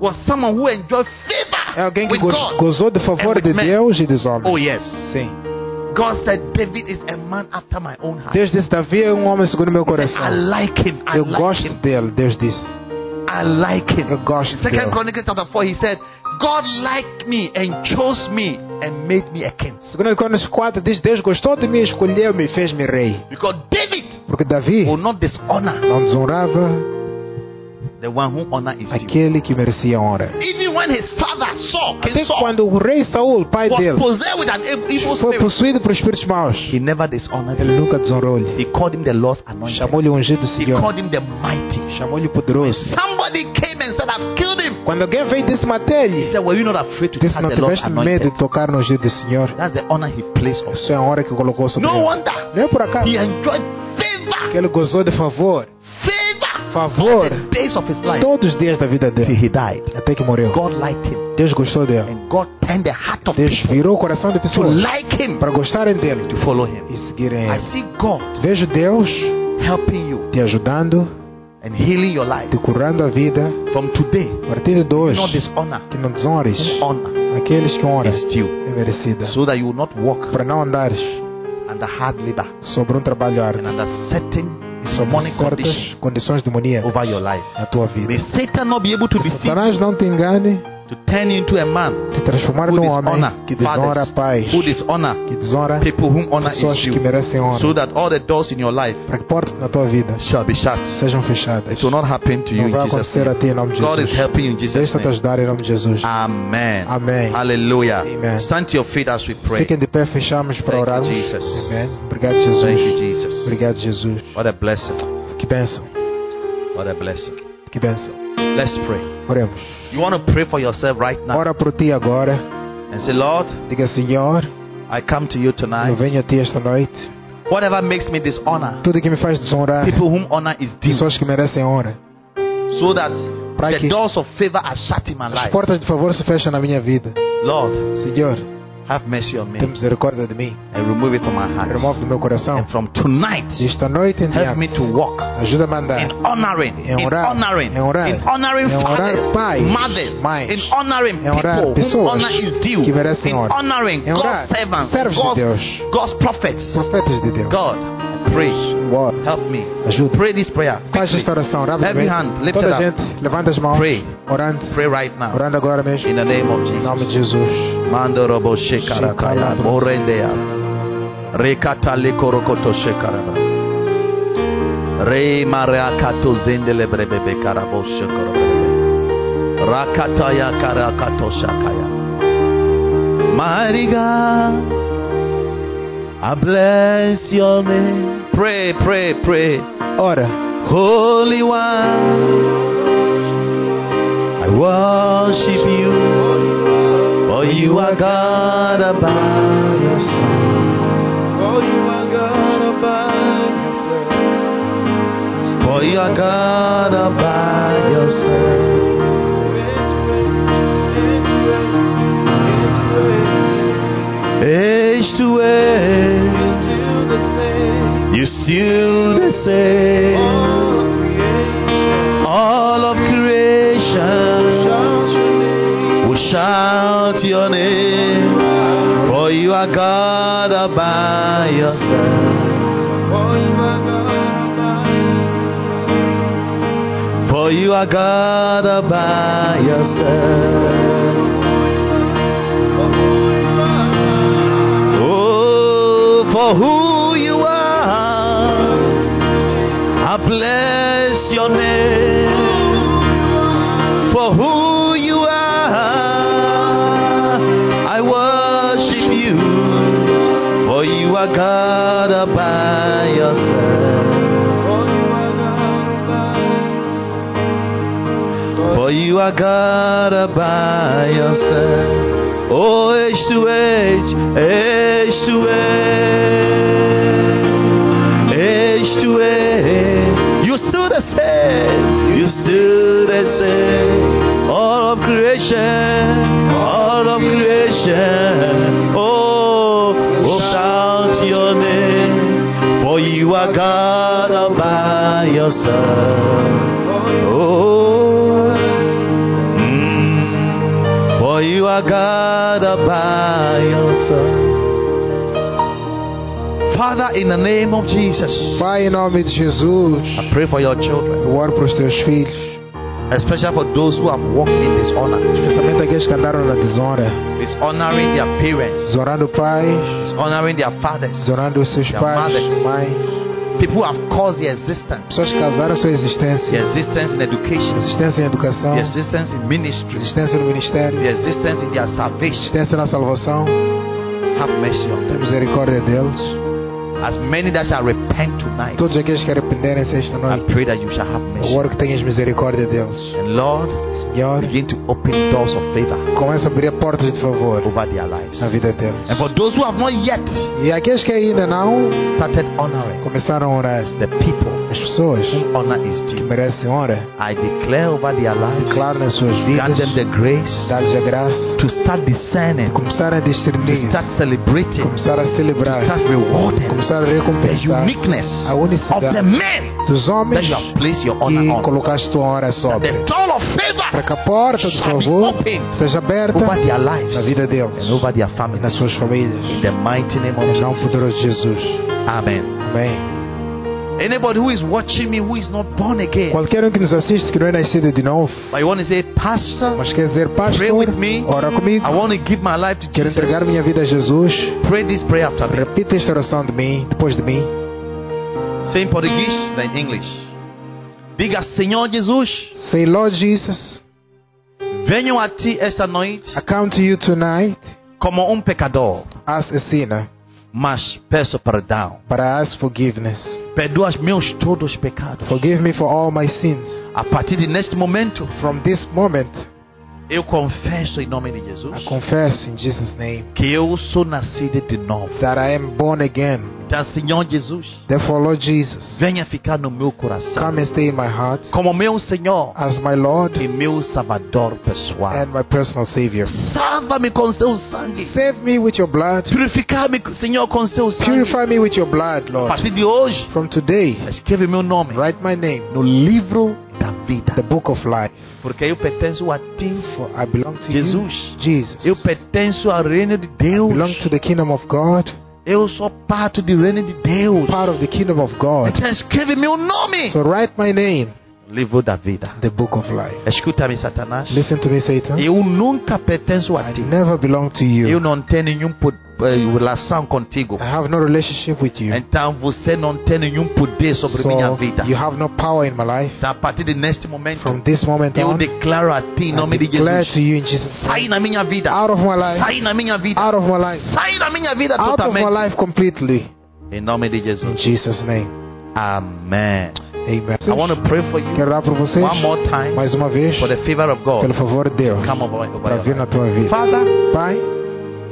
Speaker 2: was someone who enjoyed favor
Speaker 3: é alguém que
Speaker 2: with
Speaker 3: goz-
Speaker 2: God.
Speaker 3: gozou do favor de Deus e dos
Speaker 2: Oh
Speaker 3: homens.
Speaker 2: yes.
Speaker 3: Sim.
Speaker 2: God said David is a man after my own heart.
Speaker 3: Deus disse: Davi é um homem segundo meu
Speaker 2: He said,
Speaker 3: coração.
Speaker 2: I like him. I
Speaker 3: Eu
Speaker 2: like
Speaker 3: gosto
Speaker 2: him.
Speaker 3: dele, Deus disse.
Speaker 2: I like him.
Speaker 3: Eu gosto
Speaker 2: Second
Speaker 3: dele.
Speaker 2: Chronicles chapter 4, he said, God liked me and chose me and made me a king.
Speaker 3: Segundo Crônicas 4 diz: Deus gostou de mim, escolheu-me e fez-me rei.
Speaker 2: Because David
Speaker 3: Porque Davi
Speaker 2: will not dishonor
Speaker 3: não desonrava
Speaker 2: the one whom honor is due.
Speaker 3: aquele que merecia honra.
Speaker 2: Even when his father Saul,
Speaker 3: Até
Speaker 2: King Saul,
Speaker 3: quando o rei Saul, pai
Speaker 2: was
Speaker 3: dele,
Speaker 2: possessed with an ev- evil
Speaker 3: foi
Speaker 2: spirit,
Speaker 3: possuído por espíritos maus,
Speaker 2: he never dishonored
Speaker 3: ele
Speaker 2: him.
Speaker 3: nunca desonrou-lhe.
Speaker 2: He called him the Lord's anointed.
Speaker 3: Chamou-lhe o ungido do
Speaker 2: He
Speaker 3: Senhor,
Speaker 2: called him the mighty.
Speaker 3: chamou-lhe o poderoso.
Speaker 2: Somebody came and said, I've killed him.
Speaker 3: Quando alguém veio e disse:
Speaker 2: He
Speaker 3: Matei-lhe,
Speaker 2: said, Were you not afraid to
Speaker 3: disse:
Speaker 2: touch
Speaker 3: Não
Speaker 2: the Lord's
Speaker 3: tiveste medo
Speaker 2: anointed?
Speaker 3: de tocar no ungido do Senhor.
Speaker 2: That's the honor he placed on us.
Speaker 3: Isso é a honra que colocou sobre
Speaker 2: No
Speaker 3: ele.
Speaker 2: wonder
Speaker 3: Não é por
Speaker 2: he
Speaker 3: acaso
Speaker 2: enjoyed
Speaker 3: que
Speaker 2: favor,
Speaker 3: ele gozou de favor,
Speaker 2: favor,
Speaker 3: favor,
Speaker 2: the days of his life
Speaker 3: todos os dias da vida
Speaker 2: till
Speaker 3: dele,
Speaker 2: he died.
Speaker 3: até que morreu.
Speaker 2: God liked him,
Speaker 3: Deus gostou dele.
Speaker 2: and God turned the heart of
Speaker 3: Deus
Speaker 2: people
Speaker 3: virou o coração de
Speaker 2: to
Speaker 3: pessoas
Speaker 2: like him,
Speaker 3: para gostarem dele
Speaker 2: to follow him.
Speaker 3: e seguirem
Speaker 2: I
Speaker 3: ele.
Speaker 2: see God
Speaker 3: Vejo Deus
Speaker 2: helping you
Speaker 3: te ajudando,
Speaker 2: and healing your life
Speaker 3: te curando a vida,
Speaker 2: from today.
Speaker 3: a partir de hoje,
Speaker 2: Not dishonor,
Speaker 3: que não desonres
Speaker 2: honor
Speaker 3: aqueles que honram
Speaker 2: is due,
Speaker 3: é merecida,
Speaker 2: so that you will not walk
Speaker 3: para não andares
Speaker 2: under hard labor
Speaker 3: sobre um trabalho
Speaker 2: and
Speaker 3: árduo
Speaker 2: under certain
Speaker 3: e sobre
Speaker 2: demonic
Speaker 3: certas
Speaker 2: conditions
Speaker 3: condições demoníacas
Speaker 2: over your life.
Speaker 3: na tua vida.
Speaker 2: May Satan not be able to deceive
Speaker 3: Satanás não te engane
Speaker 2: to turn you into a man
Speaker 3: te transformar
Speaker 2: who
Speaker 3: num homem
Speaker 2: dishonor
Speaker 3: que desonra
Speaker 2: fathers,
Speaker 3: pais,
Speaker 2: who dishonor
Speaker 3: que desonra
Speaker 2: people whom honor
Speaker 3: pessoas
Speaker 2: is
Speaker 3: que
Speaker 2: due,
Speaker 3: merecem
Speaker 2: so
Speaker 3: honra,
Speaker 2: that all the doors in your life
Speaker 3: para que portas na tua vida
Speaker 2: shall be shut.
Speaker 3: sejam fechadas.
Speaker 2: It will not happen to you
Speaker 3: Não
Speaker 2: in
Speaker 3: vai
Speaker 2: Jesus'
Speaker 3: acontecer
Speaker 2: name.
Speaker 3: a ti em nome de
Speaker 2: God is
Speaker 3: Jesus.
Speaker 2: helping you in Jesus'
Speaker 3: Deus está te
Speaker 2: name.
Speaker 3: ajudar em nome de Jesus.
Speaker 2: Ah, Amen.
Speaker 3: Amém.
Speaker 2: Hallelujah.
Speaker 3: Amen.
Speaker 2: Stand to your feet as we pray.
Speaker 3: Fiquem de pé, fechamos para
Speaker 2: Thank you,
Speaker 3: orarmos.
Speaker 2: Jesus.
Speaker 3: Amém. Obrigado,
Speaker 2: Thank you,
Speaker 3: Jesus.
Speaker 2: Jesus.
Speaker 3: Obrigado, Jesus.
Speaker 2: What a blessing.
Speaker 3: Que bênção.
Speaker 2: What a blessing.
Speaker 3: Que bênção.
Speaker 2: Let's pray.
Speaker 3: Oremos.
Speaker 2: You want to pray for yourself right now
Speaker 3: Ora por ti agora.
Speaker 2: and say, Lord,
Speaker 3: Diga, Senhor,
Speaker 2: I come to you
Speaker 3: eu
Speaker 2: tonight.
Speaker 3: venho a ti esta noite.
Speaker 2: Whatever makes me dishonor,
Speaker 3: Tudo que me faz desonrar,
Speaker 2: people whom honor is due,
Speaker 3: pessoas que merecem honra.
Speaker 2: so that
Speaker 3: Para
Speaker 2: the
Speaker 3: que
Speaker 2: doors of favor are shut in my
Speaker 3: as
Speaker 2: life.
Speaker 3: portas de favor se fecham na minha vida.
Speaker 2: Lord,
Speaker 3: Senhor,
Speaker 2: have mercy on me
Speaker 3: tem misericórdia de mim.
Speaker 2: and remove it from my heart.
Speaker 3: Remove do meu coração.
Speaker 2: And from tonight,
Speaker 3: Esta noite em
Speaker 2: help me
Speaker 3: diante,
Speaker 2: to walk
Speaker 3: ajuda-me a
Speaker 2: in
Speaker 3: andar.
Speaker 2: honoring,
Speaker 3: En
Speaker 2: in
Speaker 3: orar,
Speaker 2: honoring,
Speaker 3: en orar,
Speaker 2: in honoring
Speaker 3: en orar
Speaker 2: fathers,
Speaker 3: pais,
Speaker 2: mothers,
Speaker 3: mães,
Speaker 2: in honoring
Speaker 3: en orar
Speaker 2: people whom
Speaker 3: pessoas
Speaker 2: honor is due,
Speaker 3: que merecem
Speaker 2: in
Speaker 3: honra,
Speaker 2: honoring
Speaker 3: en orar
Speaker 2: God's servants,
Speaker 3: servos
Speaker 2: God's,
Speaker 3: de Deus,
Speaker 2: God's prophets.
Speaker 3: profetas de Deus.
Speaker 2: God, I pray,
Speaker 3: Ora,
Speaker 2: help me.
Speaker 3: Ajuda.
Speaker 2: Pray this prayer.
Speaker 3: Faz
Speaker 2: quickly.
Speaker 3: esta oração
Speaker 2: Every hand
Speaker 3: rapidamente.
Speaker 2: lifted
Speaker 3: Toda
Speaker 2: up.
Speaker 3: gente, levanta as mãos.
Speaker 2: Pray.
Speaker 3: Orando.
Speaker 2: Pray right now.
Speaker 3: Orando agora mesmo.
Speaker 2: In the name of
Speaker 3: Em nome de
Speaker 2: Jesus.
Speaker 3: Jesus.
Speaker 2: Mando robo shekarataya,
Speaker 3: Shekalabrus.
Speaker 2: borendea. Rekata lekorokoto shekaraba. Re mariakato zendele brebebe karabo shekorobrebe. Rakataya karakato shakaya. Mighty God, I bless your name. Pray, pray, pray.
Speaker 3: Ora.
Speaker 2: Holy One, I worship you, for you are God above yourself. For you are God above yourself. For you are God above yourself. Age to age, you're still the same. All of creation will shout your name, for you are God all by yourself. For you are God all by yourself. Oh, for who you are. I bless your name for who you worship you, for you are God all by yourself. For you are God all by yourself. Oh, age to age, age to age, age to age. You still the same, you still the same. All of creation, all of creation. Oh, oh shout your name, for you are God all by yourself. Oh, mm, for you are God all by yourself. Father, in the name of Jesus,
Speaker 3: Pai, em nome de Jesus,
Speaker 2: I pray for your children,
Speaker 3: eu oro para os teus filhos,
Speaker 2: especially for those who have walked in dishonor,
Speaker 3: especialmente aqueles que andaram é na desonra,
Speaker 2: dishonoring their parents,
Speaker 3: desonrando pais,
Speaker 2: dishonoring their fathers,
Speaker 3: desonrando os seus
Speaker 2: Their
Speaker 3: pais,
Speaker 2: mothers.
Speaker 3: mãe,
Speaker 2: people who have caused the existence,
Speaker 3: pessoas que causaram sua
Speaker 2: the
Speaker 3: existência,
Speaker 2: existence in education,
Speaker 3: existência em educação,
Speaker 2: the existence in ministry,
Speaker 3: existência no ministério,
Speaker 2: the existence in their salvation.
Speaker 3: existência na salvação,
Speaker 2: Have mercy on
Speaker 3: tem misericórdia deles.
Speaker 2: them. As many that shall repent tonight.
Speaker 3: Todos aqueles que arrependerem-se esta
Speaker 2: I
Speaker 3: noite,
Speaker 2: pray that you shall have
Speaker 3: eu
Speaker 2: mercy.
Speaker 3: oro que tenhas misericórdia deles.
Speaker 2: And Lord,
Speaker 3: Senhor,
Speaker 2: begin to open doors of favor
Speaker 3: começa a abrir portas de favor
Speaker 2: over their lives.
Speaker 3: na vida deles.
Speaker 2: And for those who have not yet
Speaker 3: E aqueles que ainda não
Speaker 2: started honoring
Speaker 3: começaram a orar,
Speaker 2: the people,
Speaker 3: as pessoas
Speaker 2: whom honor is
Speaker 3: que
Speaker 2: due.
Speaker 3: merecem honra,
Speaker 2: I declare over their lives,
Speaker 3: declaro nas suas
Speaker 2: grant them
Speaker 3: vidas,
Speaker 2: the grace
Speaker 3: dá-lhes a graça,
Speaker 2: to start discerning,
Speaker 3: começar a
Speaker 2: to
Speaker 3: discernir,
Speaker 2: start celebrating,
Speaker 3: começar a
Speaker 2: to
Speaker 3: celebrar,
Speaker 2: start rewarding
Speaker 3: começar a
Speaker 2: the
Speaker 3: recompensar
Speaker 2: uniqueness
Speaker 3: a
Speaker 2: of the
Speaker 3: unicidade
Speaker 2: men
Speaker 3: dos
Speaker 2: that
Speaker 3: homens
Speaker 2: you have placed your honor
Speaker 3: que
Speaker 2: on.
Speaker 3: colocaste tua honra sobre.
Speaker 2: The door of favor
Speaker 3: Para que a porta do favor seja aberta
Speaker 2: over their lives
Speaker 3: na vida deles
Speaker 2: and over their
Speaker 3: e
Speaker 2: families.
Speaker 3: nas suas
Speaker 2: In
Speaker 3: famílias.
Speaker 2: the mighty name of
Speaker 3: Em nome
Speaker 2: Jesus.
Speaker 3: poderoso de Jesus.
Speaker 2: Amen.
Speaker 3: Amém.
Speaker 2: Anybody who is watching me who is not born again,
Speaker 3: Qualquer um que nos assiste que não é nascido de novo,
Speaker 2: but you want to say, Pastor,
Speaker 3: mas quer dizer,
Speaker 2: pray
Speaker 3: pastor,
Speaker 2: with me.
Speaker 3: ora comigo.
Speaker 2: I want to give my life to
Speaker 3: Quero
Speaker 2: Jesus.
Speaker 3: entregar minha vida a Jesus.
Speaker 2: Pray this prayer after me.
Speaker 3: Repita esta oração de mim, depois de mim.
Speaker 2: Say in Portuguese, then in English. Diga, Senhor Jesus,
Speaker 3: Say, Lord Jesus,
Speaker 2: venho a ti esta noite
Speaker 3: I come to you tonight
Speaker 2: como um pecador,
Speaker 3: as a sinner,
Speaker 2: mas peço perdão.
Speaker 3: but I ask forgiveness.
Speaker 2: Perdoa os meus todos os pecados.
Speaker 3: Forgive me for all my sins.
Speaker 2: A partir de neste momento,
Speaker 3: From this moment,
Speaker 2: eu confesso em nome de Jesus
Speaker 3: I confess in Jesus' name
Speaker 2: que eu sou nascido de novo.
Speaker 3: that I am born again.
Speaker 2: Então, Senhor Jesus,
Speaker 3: Therefore, Lord Jesus,
Speaker 2: venha ficar no meu coração
Speaker 3: come and stay in my heart
Speaker 2: como meu Senhor
Speaker 3: as my Lord
Speaker 2: e meu Salvador pessoal.
Speaker 3: and my personal Savior.
Speaker 2: Salva-me com seu sangue.
Speaker 3: Save me with your blood.
Speaker 2: Purifica-me, Senhor, com seu sangue.
Speaker 3: Purify me with your blood,
Speaker 2: A
Speaker 3: Lord.
Speaker 2: partir de hoje,
Speaker 3: From today,
Speaker 2: escreve meu nome
Speaker 3: write my name,
Speaker 2: no livro da
Speaker 3: the
Speaker 2: vida,
Speaker 3: book of life.
Speaker 2: porque eu pertenço a ti,
Speaker 3: For I belong to you,
Speaker 2: Jesus.
Speaker 3: Jesus.
Speaker 2: Eu pertenço ao reino de
Speaker 3: belong
Speaker 2: Deus.
Speaker 3: to the kingdom of God,
Speaker 2: Eu sou parte do reino de Deus.
Speaker 3: part of the kingdom of God.
Speaker 2: Então escreve meu nome.
Speaker 3: So write my name,
Speaker 2: Livro da vida.
Speaker 3: the book of life.
Speaker 2: Escuta-me, Satanás.
Speaker 3: Listen to me, Satan.
Speaker 2: Eu nunca pertenço
Speaker 3: I
Speaker 2: a ti.
Speaker 3: never belong to
Speaker 2: Eu
Speaker 3: you.
Speaker 2: não tenho nenhuma relação contigo.
Speaker 3: I have no relationship with you.
Speaker 2: Então você não tem nenhum poder sobre
Speaker 3: So
Speaker 2: minha vida.
Speaker 3: you have no power in my life.
Speaker 2: Então, a partir de neste momento,
Speaker 3: From this moment
Speaker 2: eu
Speaker 3: on,
Speaker 2: declaro a ti um em
Speaker 3: I
Speaker 2: nome de
Speaker 3: declare
Speaker 2: Jesus.
Speaker 3: to you in Jesus'
Speaker 2: Sai
Speaker 3: name,
Speaker 2: na minha vida.
Speaker 3: out of my life,
Speaker 2: Sai na minha vida.
Speaker 3: out of my life,
Speaker 2: Sai da minha vida
Speaker 3: out of my
Speaker 2: totalmente.
Speaker 3: life completely.
Speaker 2: Em nome de
Speaker 3: In
Speaker 2: Jesus.
Speaker 3: Jesus' name,
Speaker 2: Amém.
Speaker 3: Amen.
Speaker 2: I want to pray for you
Speaker 3: Quero orar por vocês
Speaker 2: one more time
Speaker 3: mais uma vez,
Speaker 2: for the favor of
Speaker 3: pelo
Speaker 2: God.
Speaker 3: favor de Deus,
Speaker 2: Come over,
Speaker 3: para
Speaker 2: over your
Speaker 3: vir na
Speaker 2: life.
Speaker 3: tua vida.
Speaker 2: Father,
Speaker 3: Pai,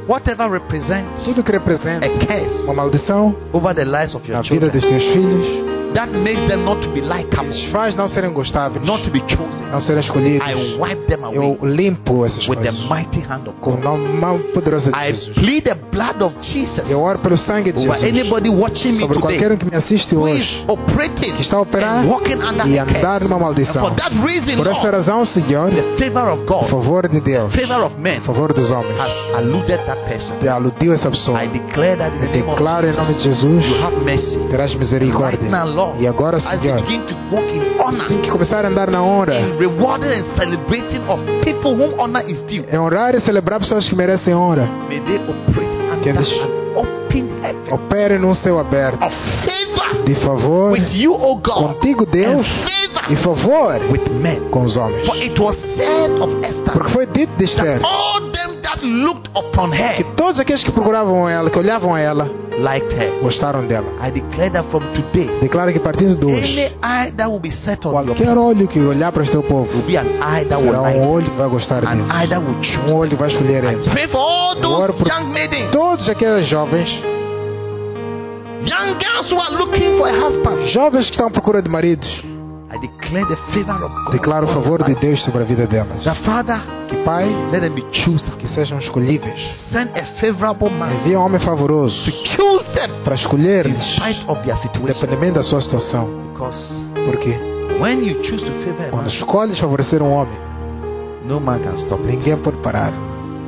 Speaker 2: whatever represents
Speaker 3: tudo que representa
Speaker 2: a curse
Speaker 3: uma maldição
Speaker 2: over the lives of É
Speaker 3: na
Speaker 2: your children,
Speaker 3: vida dos teus filhos,
Speaker 2: that makes them not to be likable,
Speaker 3: Eles faz não serem gostáveis,
Speaker 2: not to be chosen.
Speaker 3: não serem escolhidos.
Speaker 2: I wipe them away
Speaker 3: Eu limpo essas
Speaker 2: with the
Speaker 3: coisas
Speaker 2: mighty hand of
Speaker 3: com o
Speaker 2: God.
Speaker 3: nome mão poderosa de
Speaker 2: I
Speaker 3: Jesus.
Speaker 2: plead the blood of Jesus
Speaker 3: Eu oro pelo sangue de
Speaker 2: over
Speaker 3: Jesus
Speaker 2: anybody watching me
Speaker 3: sobre qualquer
Speaker 2: today
Speaker 3: um que me assiste
Speaker 2: who is
Speaker 3: hoje
Speaker 2: operating
Speaker 3: que está a operar
Speaker 2: and walking under
Speaker 3: e
Speaker 2: the
Speaker 3: andar
Speaker 2: curse.
Speaker 3: numa
Speaker 2: And
Speaker 3: maldição.
Speaker 2: for that reason,
Speaker 3: Por essa
Speaker 2: Lord,
Speaker 3: razão, Senhor,
Speaker 2: the favor of
Speaker 3: o
Speaker 2: God,
Speaker 3: favor de Deus,
Speaker 2: favor of men
Speaker 3: o favor dos homens,
Speaker 2: has alluded that person.
Speaker 3: te aludiu essa pessoa.
Speaker 2: I declare that in the
Speaker 3: Eu
Speaker 2: name of
Speaker 3: declaro em nome de
Speaker 2: Jesus,
Speaker 3: Jesus,
Speaker 2: you have mercy.
Speaker 3: terás
Speaker 2: Right
Speaker 3: misericórdia.
Speaker 2: now, Lord,
Speaker 3: E agora,
Speaker 2: as we
Speaker 3: Senhor,
Speaker 2: begin to walk in honor
Speaker 3: assim que começar a andar na honra,
Speaker 2: and rewarding and celebrating of people whom honor is due,
Speaker 3: é honrar e celebrar pessoas que merecem honra.
Speaker 2: may they operate
Speaker 3: Que
Speaker 2: under
Speaker 3: eles
Speaker 2: an open heaven
Speaker 3: Opere num céu aberto
Speaker 2: of favor
Speaker 3: de favor
Speaker 2: with you, O God,
Speaker 3: contigo, Deus, e
Speaker 2: and favor
Speaker 3: favor
Speaker 2: with men.
Speaker 3: com os homens.
Speaker 2: For it was said of
Speaker 3: Porque
Speaker 2: Esther
Speaker 3: foi dito de Esther
Speaker 2: that all them that looked upon
Speaker 3: que
Speaker 2: her
Speaker 3: todos aqueles que procuravam ela, que olhavam a ela,
Speaker 2: liked her.
Speaker 3: gostaram dela.
Speaker 2: I declare that from today,
Speaker 3: Declara que a partir de hoje,
Speaker 2: any eye that will be set on your
Speaker 3: qualquer olho que olhar para o teu povo,
Speaker 2: will be an eye that will
Speaker 3: será um
Speaker 2: like,
Speaker 3: olho que vai gostar
Speaker 2: an eye
Speaker 3: deles.
Speaker 2: that will
Speaker 3: Um
Speaker 2: choose.
Speaker 3: olho que vai escolher
Speaker 2: I
Speaker 3: eles.
Speaker 2: pray for all
Speaker 3: Agora
Speaker 2: those
Speaker 3: por-
Speaker 2: young maidens,
Speaker 3: Todos aqueles jovens,
Speaker 2: young girls who are looking for a husband.
Speaker 3: jovens que estão à procura de maridos,
Speaker 2: I declare the favor of God.
Speaker 3: declara o favor de Deus sobre a vida delas.
Speaker 2: The Father,
Speaker 3: Que Pai,
Speaker 2: let them be chosen.
Speaker 3: que sejam escolhíveis.
Speaker 2: Send a favorable man
Speaker 3: Envia um homem favoroso
Speaker 2: to choose them
Speaker 3: para escolher
Speaker 2: in spite of their situation.
Speaker 3: independente da sua situação.
Speaker 2: Because
Speaker 3: Porque
Speaker 2: when you choose to favor a
Speaker 3: quando
Speaker 2: man,
Speaker 3: escolhes favorecer um homem,
Speaker 2: no man can stop it.
Speaker 3: ninguém pode parar.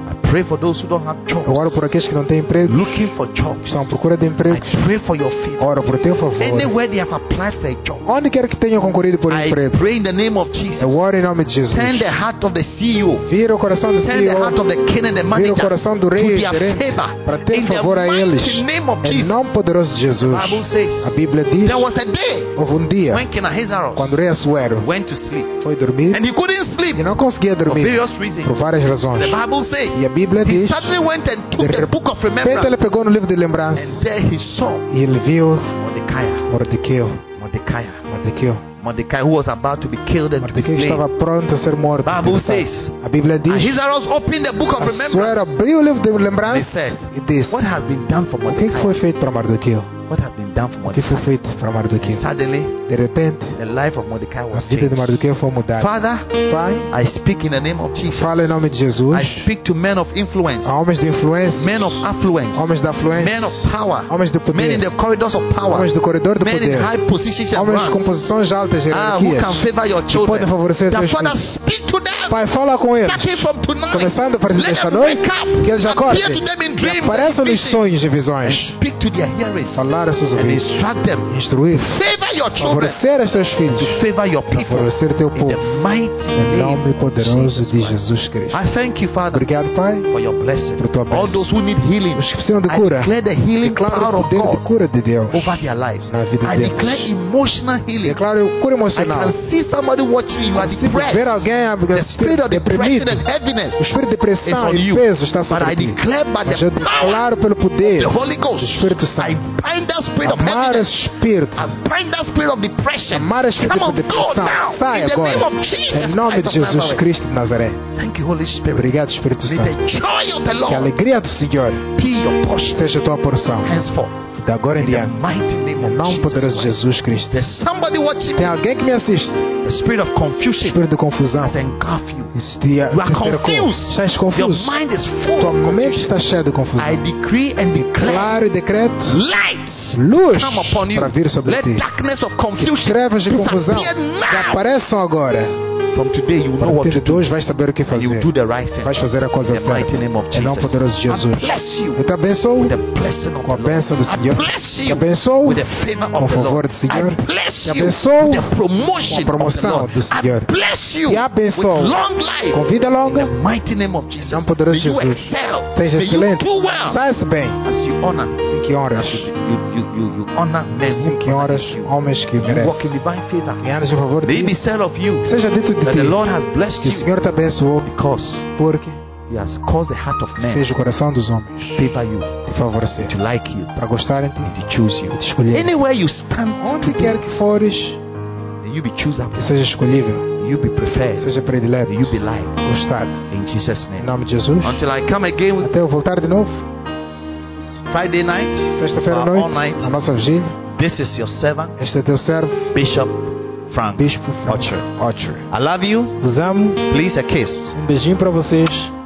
Speaker 2: I pray for those who don't have jobs,
Speaker 3: Eu oro por aqueles que não têm emprego,
Speaker 2: looking for jobs.
Speaker 3: estão à procura de
Speaker 2: I
Speaker 3: emprego.
Speaker 2: pray for your favor.
Speaker 3: Oro por teu favor.
Speaker 2: Anywhere they have applied for a job,
Speaker 3: Onde quer que tenham concorrido por
Speaker 2: I
Speaker 3: emprego,
Speaker 2: pray in the name of Jesus.
Speaker 3: eu oro em nome de Jesus.
Speaker 2: Turn the heart of the CEO.
Speaker 3: Vira E o coração do
Speaker 2: Turn the heart
Speaker 3: Senhor,
Speaker 2: of the king and the
Speaker 3: vira o
Speaker 2: manager
Speaker 3: coração do
Speaker 2: to
Speaker 3: rei e
Speaker 2: their
Speaker 3: gerente
Speaker 2: favor.
Speaker 3: para ter
Speaker 2: In the
Speaker 3: favor a eles.
Speaker 2: mighty name of
Speaker 3: Em
Speaker 2: Jesus.
Speaker 3: nome poderoso de Jesus.
Speaker 2: Bible says,
Speaker 3: A Bíblia diz:
Speaker 2: There was a day
Speaker 3: houve um dia
Speaker 2: when King Ahasuerus
Speaker 3: quando o rei Assuero
Speaker 2: went to sleep
Speaker 3: foi dormir
Speaker 2: and he couldn't sleep
Speaker 3: e não conseguia
Speaker 2: for
Speaker 3: dormir
Speaker 2: various reasons.
Speaker 3: por várias razões.
Speaker 2: The Bible says
Speaker 3: E a Bíblia
Speaker 2: he
Speaker 3: diz:
Speaker 2: suddenly went and took
Speaker 3: de
Speaker 2: the book of
Speaker 3: repente ele
Speaker 2: remembrance
Speaker 3: pegou no livro de lembranças
Speaker 2: and there he saw
Speaker 3: e ele viu
Speaker 2: Mordecai,
Speaker 3: Mordecai,
Speaker 2: Mordecai,
Speaker 3: Mordecai,
Speaker 2: Mordecai who was about to be killed and to be
Speaker 3: Mordecai que
Speaker 2: slain.
Speaker 3: estava pronto a ser morto. tá.
Speaker 2: Bible says,
Speaker 3: A Bíblia diz:
Speaker 2: Ahasuerus opened the book of
Speaker 3: Assuero
Speaker 2: remembrance.
Speaker 3: abriu o livro de
Speaker 2: and He
Speaker 3: lembranças
Speaker 2: said,
Speaker 3: e disse:
Speaker 2: What has been done for
Speaker 3: O que, que
Speaker 2: Mordecai?
Speaker 3: foi feito para Mardoqueu? O
Speaker 2: What has been done for
Speaker 3: que foi
Speaker 2: Mordecai?
Speaker 3: feito para Mardoqueu?
Speaker 2: Suddenly,
Speaker 3: De repente,
Speaker 2: the life of Mordecai
Speaker 3: a
Speaker 2: was
Speaker 3: vida de
Speaker 2: changed.
Speaker 3: Mardoqueu foi mudada.
Speaker 2: Father,
Speaker 3: Pai,
Speaker 2: I speak in the name of Jesus.
Speaker 3: fala em nome de Jesus
Speaker 2: I speak to men of influence,
Speaker 3: a homens de influência,
Speaker 2: men of affluence,
Speaker 3: homens da
Speaker 2: men
Speaker 3: afluência,
Speaker 2: of power,
Speaker 3: homens do
Speaker 2: men in
Speaker 3: poder,
Speaker 2: the corridors of power,
Speaker 3: homens do corredor do
Speaker 2: men in
Speaker 3: poder,
Speaker 2: high positions and
Speaker 3: homens com
Speaker 2: ranks,
Speaker 3: posições altas,
Speaker 2: ah, who can
Speaker 3: hierarquias.
Speaker 2: favor your
Speaker 3: que podem
Speaker 2: children.
Speaker 3: favorecer
Speaker 2: The
Speaker 3: teus
Speaker 2: Father,
Speaker 3: filhos.
Speaker 2: speak to them.
Speaker 3: Pai, fala com eles.
Speaker 2: Starting from tonight,
Speaker 3: Começando a partir
Speaker 2: let
Speaker 3: desta
Speaker 2: them
Speaker 3: noite,
Speaker 2: wake up,
Speaker 3: que eles
Speaker 2: appear to
Speaker 3: acordem
Speaker 2: them in
Speaker 3: e
Speaker 2: dreams,
Speaker 3: apareçam
Speaker 2: and
Speaker 3: nos
Speaker 2: visions,
Speaker 3: sonhos e
Speaker 2: and
Speaker 3: visões.
Speaker 2: speak to their hearers,
Speaker 3: Falar aos seus
Speaker 2: and
Speaker 3: ouvidos,
Speaker 2: instruct them.
Speaker 3: instruir,
Speaker 2: Favor your children,
Speaker 3: favorecer aos teus filhos,
Speaker 2: favor your people.
Speaker 3: favorecer teu
Speaker 2: In the
Speaker 3: povo.
Speaker 2: mighty
Speaker 3: Em nome
Speaker 2: name of
Speaker 3: poderoso
Speaker 2: é Jesus
Speaker 3: de
Speaker 2: Christ.
Speaker 3: Jesus Cristo.
Speaker 2: I thank you, Father,
Speaker 3: Obrigado, Pai,
Speaker 2: for your blessing.
Speaker 3: por tua
Speaker 2: All
Speaker 3: bênção.
Speaker 2: those who need healing,
Speaker 3: Os que precisam de
Speaker 2: I
Speaker 3: cura,
Speaker 2: declare the healing
Speaker 3: declaro
Speaker 2: power
Speaker 3: o
Speaker 2: of
Speaker 3: poder de
Speaker 2: God
Speaker 3: cura de Deus.
Speaker 2: over their lives.
Speaker 3: na vida
Speaker 2: I
Speaker 3: deles.
Speaker 2: declare emotional healing.
Speaker 3: Declaro cura
Speaker 2: I
Speaker 3: emocional.
Speaker 2: can see somebody watching you. You are
Speaker 3: Se ver
Speaker 2: depressed.
Speaker 3: alguém
Speaker 2: é The spirit of
Speaker 3: deprimido,
Speaker 2: depression and heaviness
Speaker 3: o espírito de
Speaker 2: is
Speaker 3: depressão
Speaker 2: on
Speaker 3: e
Speaker 2: you.
Speaker 3: peso está
Speaker 2: But I
Speaker 3: sobre ti.
Speaker 2: declare by
Speaker 3: Mas eu
Speaker 2: the power
Speaker 3: declaro pelo
Speaker 2: of
Speaker 3: poder
Speaker 2: the Holy Ghost,
Speaker 3: do Espírito
Speaker 2: I
Speaker 3: Santo.
Speaker 2: bind that spirit of
Speaker 3: Amar
Speaker 2: heaviness.
Speaker 3: esse espírito.
Speaker 2: I bind that spirit of depression.
Speaker 3: Amar esse
Speaker 2: Come
Speaker 3: espírito
Speaker 2: on,
Speaker 3: de
Speaker 2: go
Speaker 3: depressão.
Speaker 2: now.
Speaker 3: Sai
Speaker 2: In the name
Speaker 3: agora.
Speaker 2: of Jesus
Speaker 3: Em nome de
Speaker 2: Christ of
Speaker 3: Jesus
Speaker 2: Nazareth.
Speaker 3: Cristo de Nazaré.
Speaker 2: Thank you, Holy Spirit.
Speaker 3: Obrigado, Espírito
Speaker 2: May the
Speaker 3: Santo.
Speaker 2: joy of the
Speaker 3: Que a
Speaker 2: Lord
Speaker 3: alegria do Senhor
Speaker 2: be your portion
Speaker 3: seja a tua porção.
Speaker 2: henceforth.
Speaker 3: Da agora em
Speaker 2: In the
Speaker 3: diante.
Speaker 2: mighty name
Speaker 3: Em nome
Speaker 2: of Jesus
Speaker 3: poderoso
Speaker 2: Christ.
Speaker 3: de Jesus Cristo.
Speaker 2: There's somebody watching
Speaker 3: Tem
Speaker 2: me.
Speaker 3: alguém que me assiste.
Speaker 2: The spirit of
Speaker 3: O
Speaker 2: confusion
Speaker 3: espírito de confusão.
Speaker 2: has engulfed you.
Speaker 3: Esse dia
Speaker 2: é You are
Speaker 3: te cercou.
Speaker 2: confused.
Speaker 3: Estás
Speaker 2: Your
Speaker 3: confuso.
Speaker 2: mind is full.
Speaker 3: Tua
Speaker 2: of
Speaker 3: mente
Speaker 2: confusion.
Speaker 3: está cheia de confusão.
Speaker 2: I decree and declare
Speaker 3: Claro e decreto.
Speaker 2: lights
Speaker 3: luz
Speaker 2: come upon you.
Speaker 3: para vir sobre
Speaker 2: Let
Speaker 3: ti.
Speaker 2: darkness of confusion
Speaker 3: Trevas de confusão
Speaker 2: disappear
Speaker 3: que
Speaker 2: now.
Speaker 3: apareçam agora.
Speaker 2: From today you will
Speaker 3: A
Speaker 2: know what
Speaker 3: partir
Speaker 2: to
Speaker 3: de
Speaker 2: do.
Speaker 3: hoje vais saber o que
Speaker 2: And you
Speaker 3: fazer.
Speaker 2: will do the right thing.
Speaker 3: Vais fazer a coisa
Speaker 2: In the mighty
Speaker 3: certa.
Speaker 2: name of
Speaker 3: Em nome
Speaker 2: Jesus.
Speaker 3: poderoso de
Speaker 2: I
Speaker 3: Jesus.
Speaker 2: bless you
Speaker 3: Eu te abençoo
Speaker 2: with the blessing of
Speaker 3: com a
Speaker 2: the Lord.
Speaker 3: bênção do
Speaker 2: I
Speaker 3: Senhor.
Speaker 2: bless
Speaker 3: Te
Speaker 2: you
Speaker 3: abençoo
Speaker 2: with the favor
Speaker 3: com o
Speaker 2: of the
Speaker 3: favor
Speaker 2: Lord.
Speaker 3: do Senhor.
Speaker 2: I bless
Speaker 3: Te
Speaker 2: you
Speaker 3: abençoo
Speaker 2: with the promotion
Speaker 3: com a
Speaker 2: of the
Speaker 3: promoção
Speaker 2: Lord.
Speaker 3: do Senhor.
Speaker 2: I bless you
Speaker 3: Te abençoo
Speaker 2: with long life.
Speaker 3: com vida
Speaker 2: In the
Speaker 3: longa.
Speaker 2: mighty name of Jesus.
Speaker 3: nome poderoso
Speaker 2: May you
Speaker 3: de Jesus.
Speaker 2: excel.
Speaker 3: Seja
Speaker 2: May you
Speaker 3: excelente.
Speaker 2: do well.
Speaker 3: Sai-se bem.
Speaker 2: As you honor,
Speaker 3: Assim que horas.
Speaker 2: you, you, you, you honor men
Speaker 3: Assim que
Speaker 2: who honor
Speaker 3: horas.
Speaker 2: you.
Speaker 3: Homens que
Speaker 2: You walk in
Speaker 3: merecem.
Speaker 2: divine favor.
Speaker 3: E andas em favor
Speaker 2: May
Speaker 3: de
Speaker 2: it be
Speaker 3: ti.
Speaker 2: said of you
Speaker 3: Seja dito de
Speaker 2: that the
Speaker 3: ti.
Speaker 2: Lord has blessed
Speaker 3: Que o
Speaker 2: you
Speaker 3: Senhor te abençoou
Speaker 2: because
Speaker 3: porque
Speaker 2: He has caused the heart of man
Speaker 3: fez o coração dos homens
Speaker 2: to favor you,
Speaker 3: te favorecer.
Speaker 2: to like you,
Speaker 3: Para gostarem de ti
Speaker 2: to choose you.
Speaker 3: e te escolherem.
Speaker 2: Anywhere you stand
Speaker 3: Onde
Speaker 2: today,
Speaker 3: quer que fores,
Speaker 2: may you be choosable,
Speaker 3: que seja escolhível,
Speaker 2: may you be preferred,
Speaker 3: seja
Speaker 2: may
Speaker 3: predileto,
Speaker 2: you be liked
Speaker 3: gostado.
Speaker 2: in Jesus'
Speaker 3: Em
Speaker 2: name.
Speaker 3: nome de Jesus.
Speaker 2: Until I come again with
Speaker 3: Até eu voltar de novo,
Speaker 2: Friday night,
Speaker 3: sexta-feira à
Speaker 2: Ah, all
Speaker 3: noite,
Speaker 2: night.
Speaker 3: a nossa vigília.
Speaker 2: this is your servant,
Speaker 3: Este é teu servo,
Speaker 2: Bishop Frank
Speaker 3: Bispo
Speaker 2: Archer.
Speaker 3: Otcher.
Speaker 2: I love you.
Speaker 3: Vos amo.
Speaker 2: Please, a kiss.
Speaker 3: Um beijinho para vocês.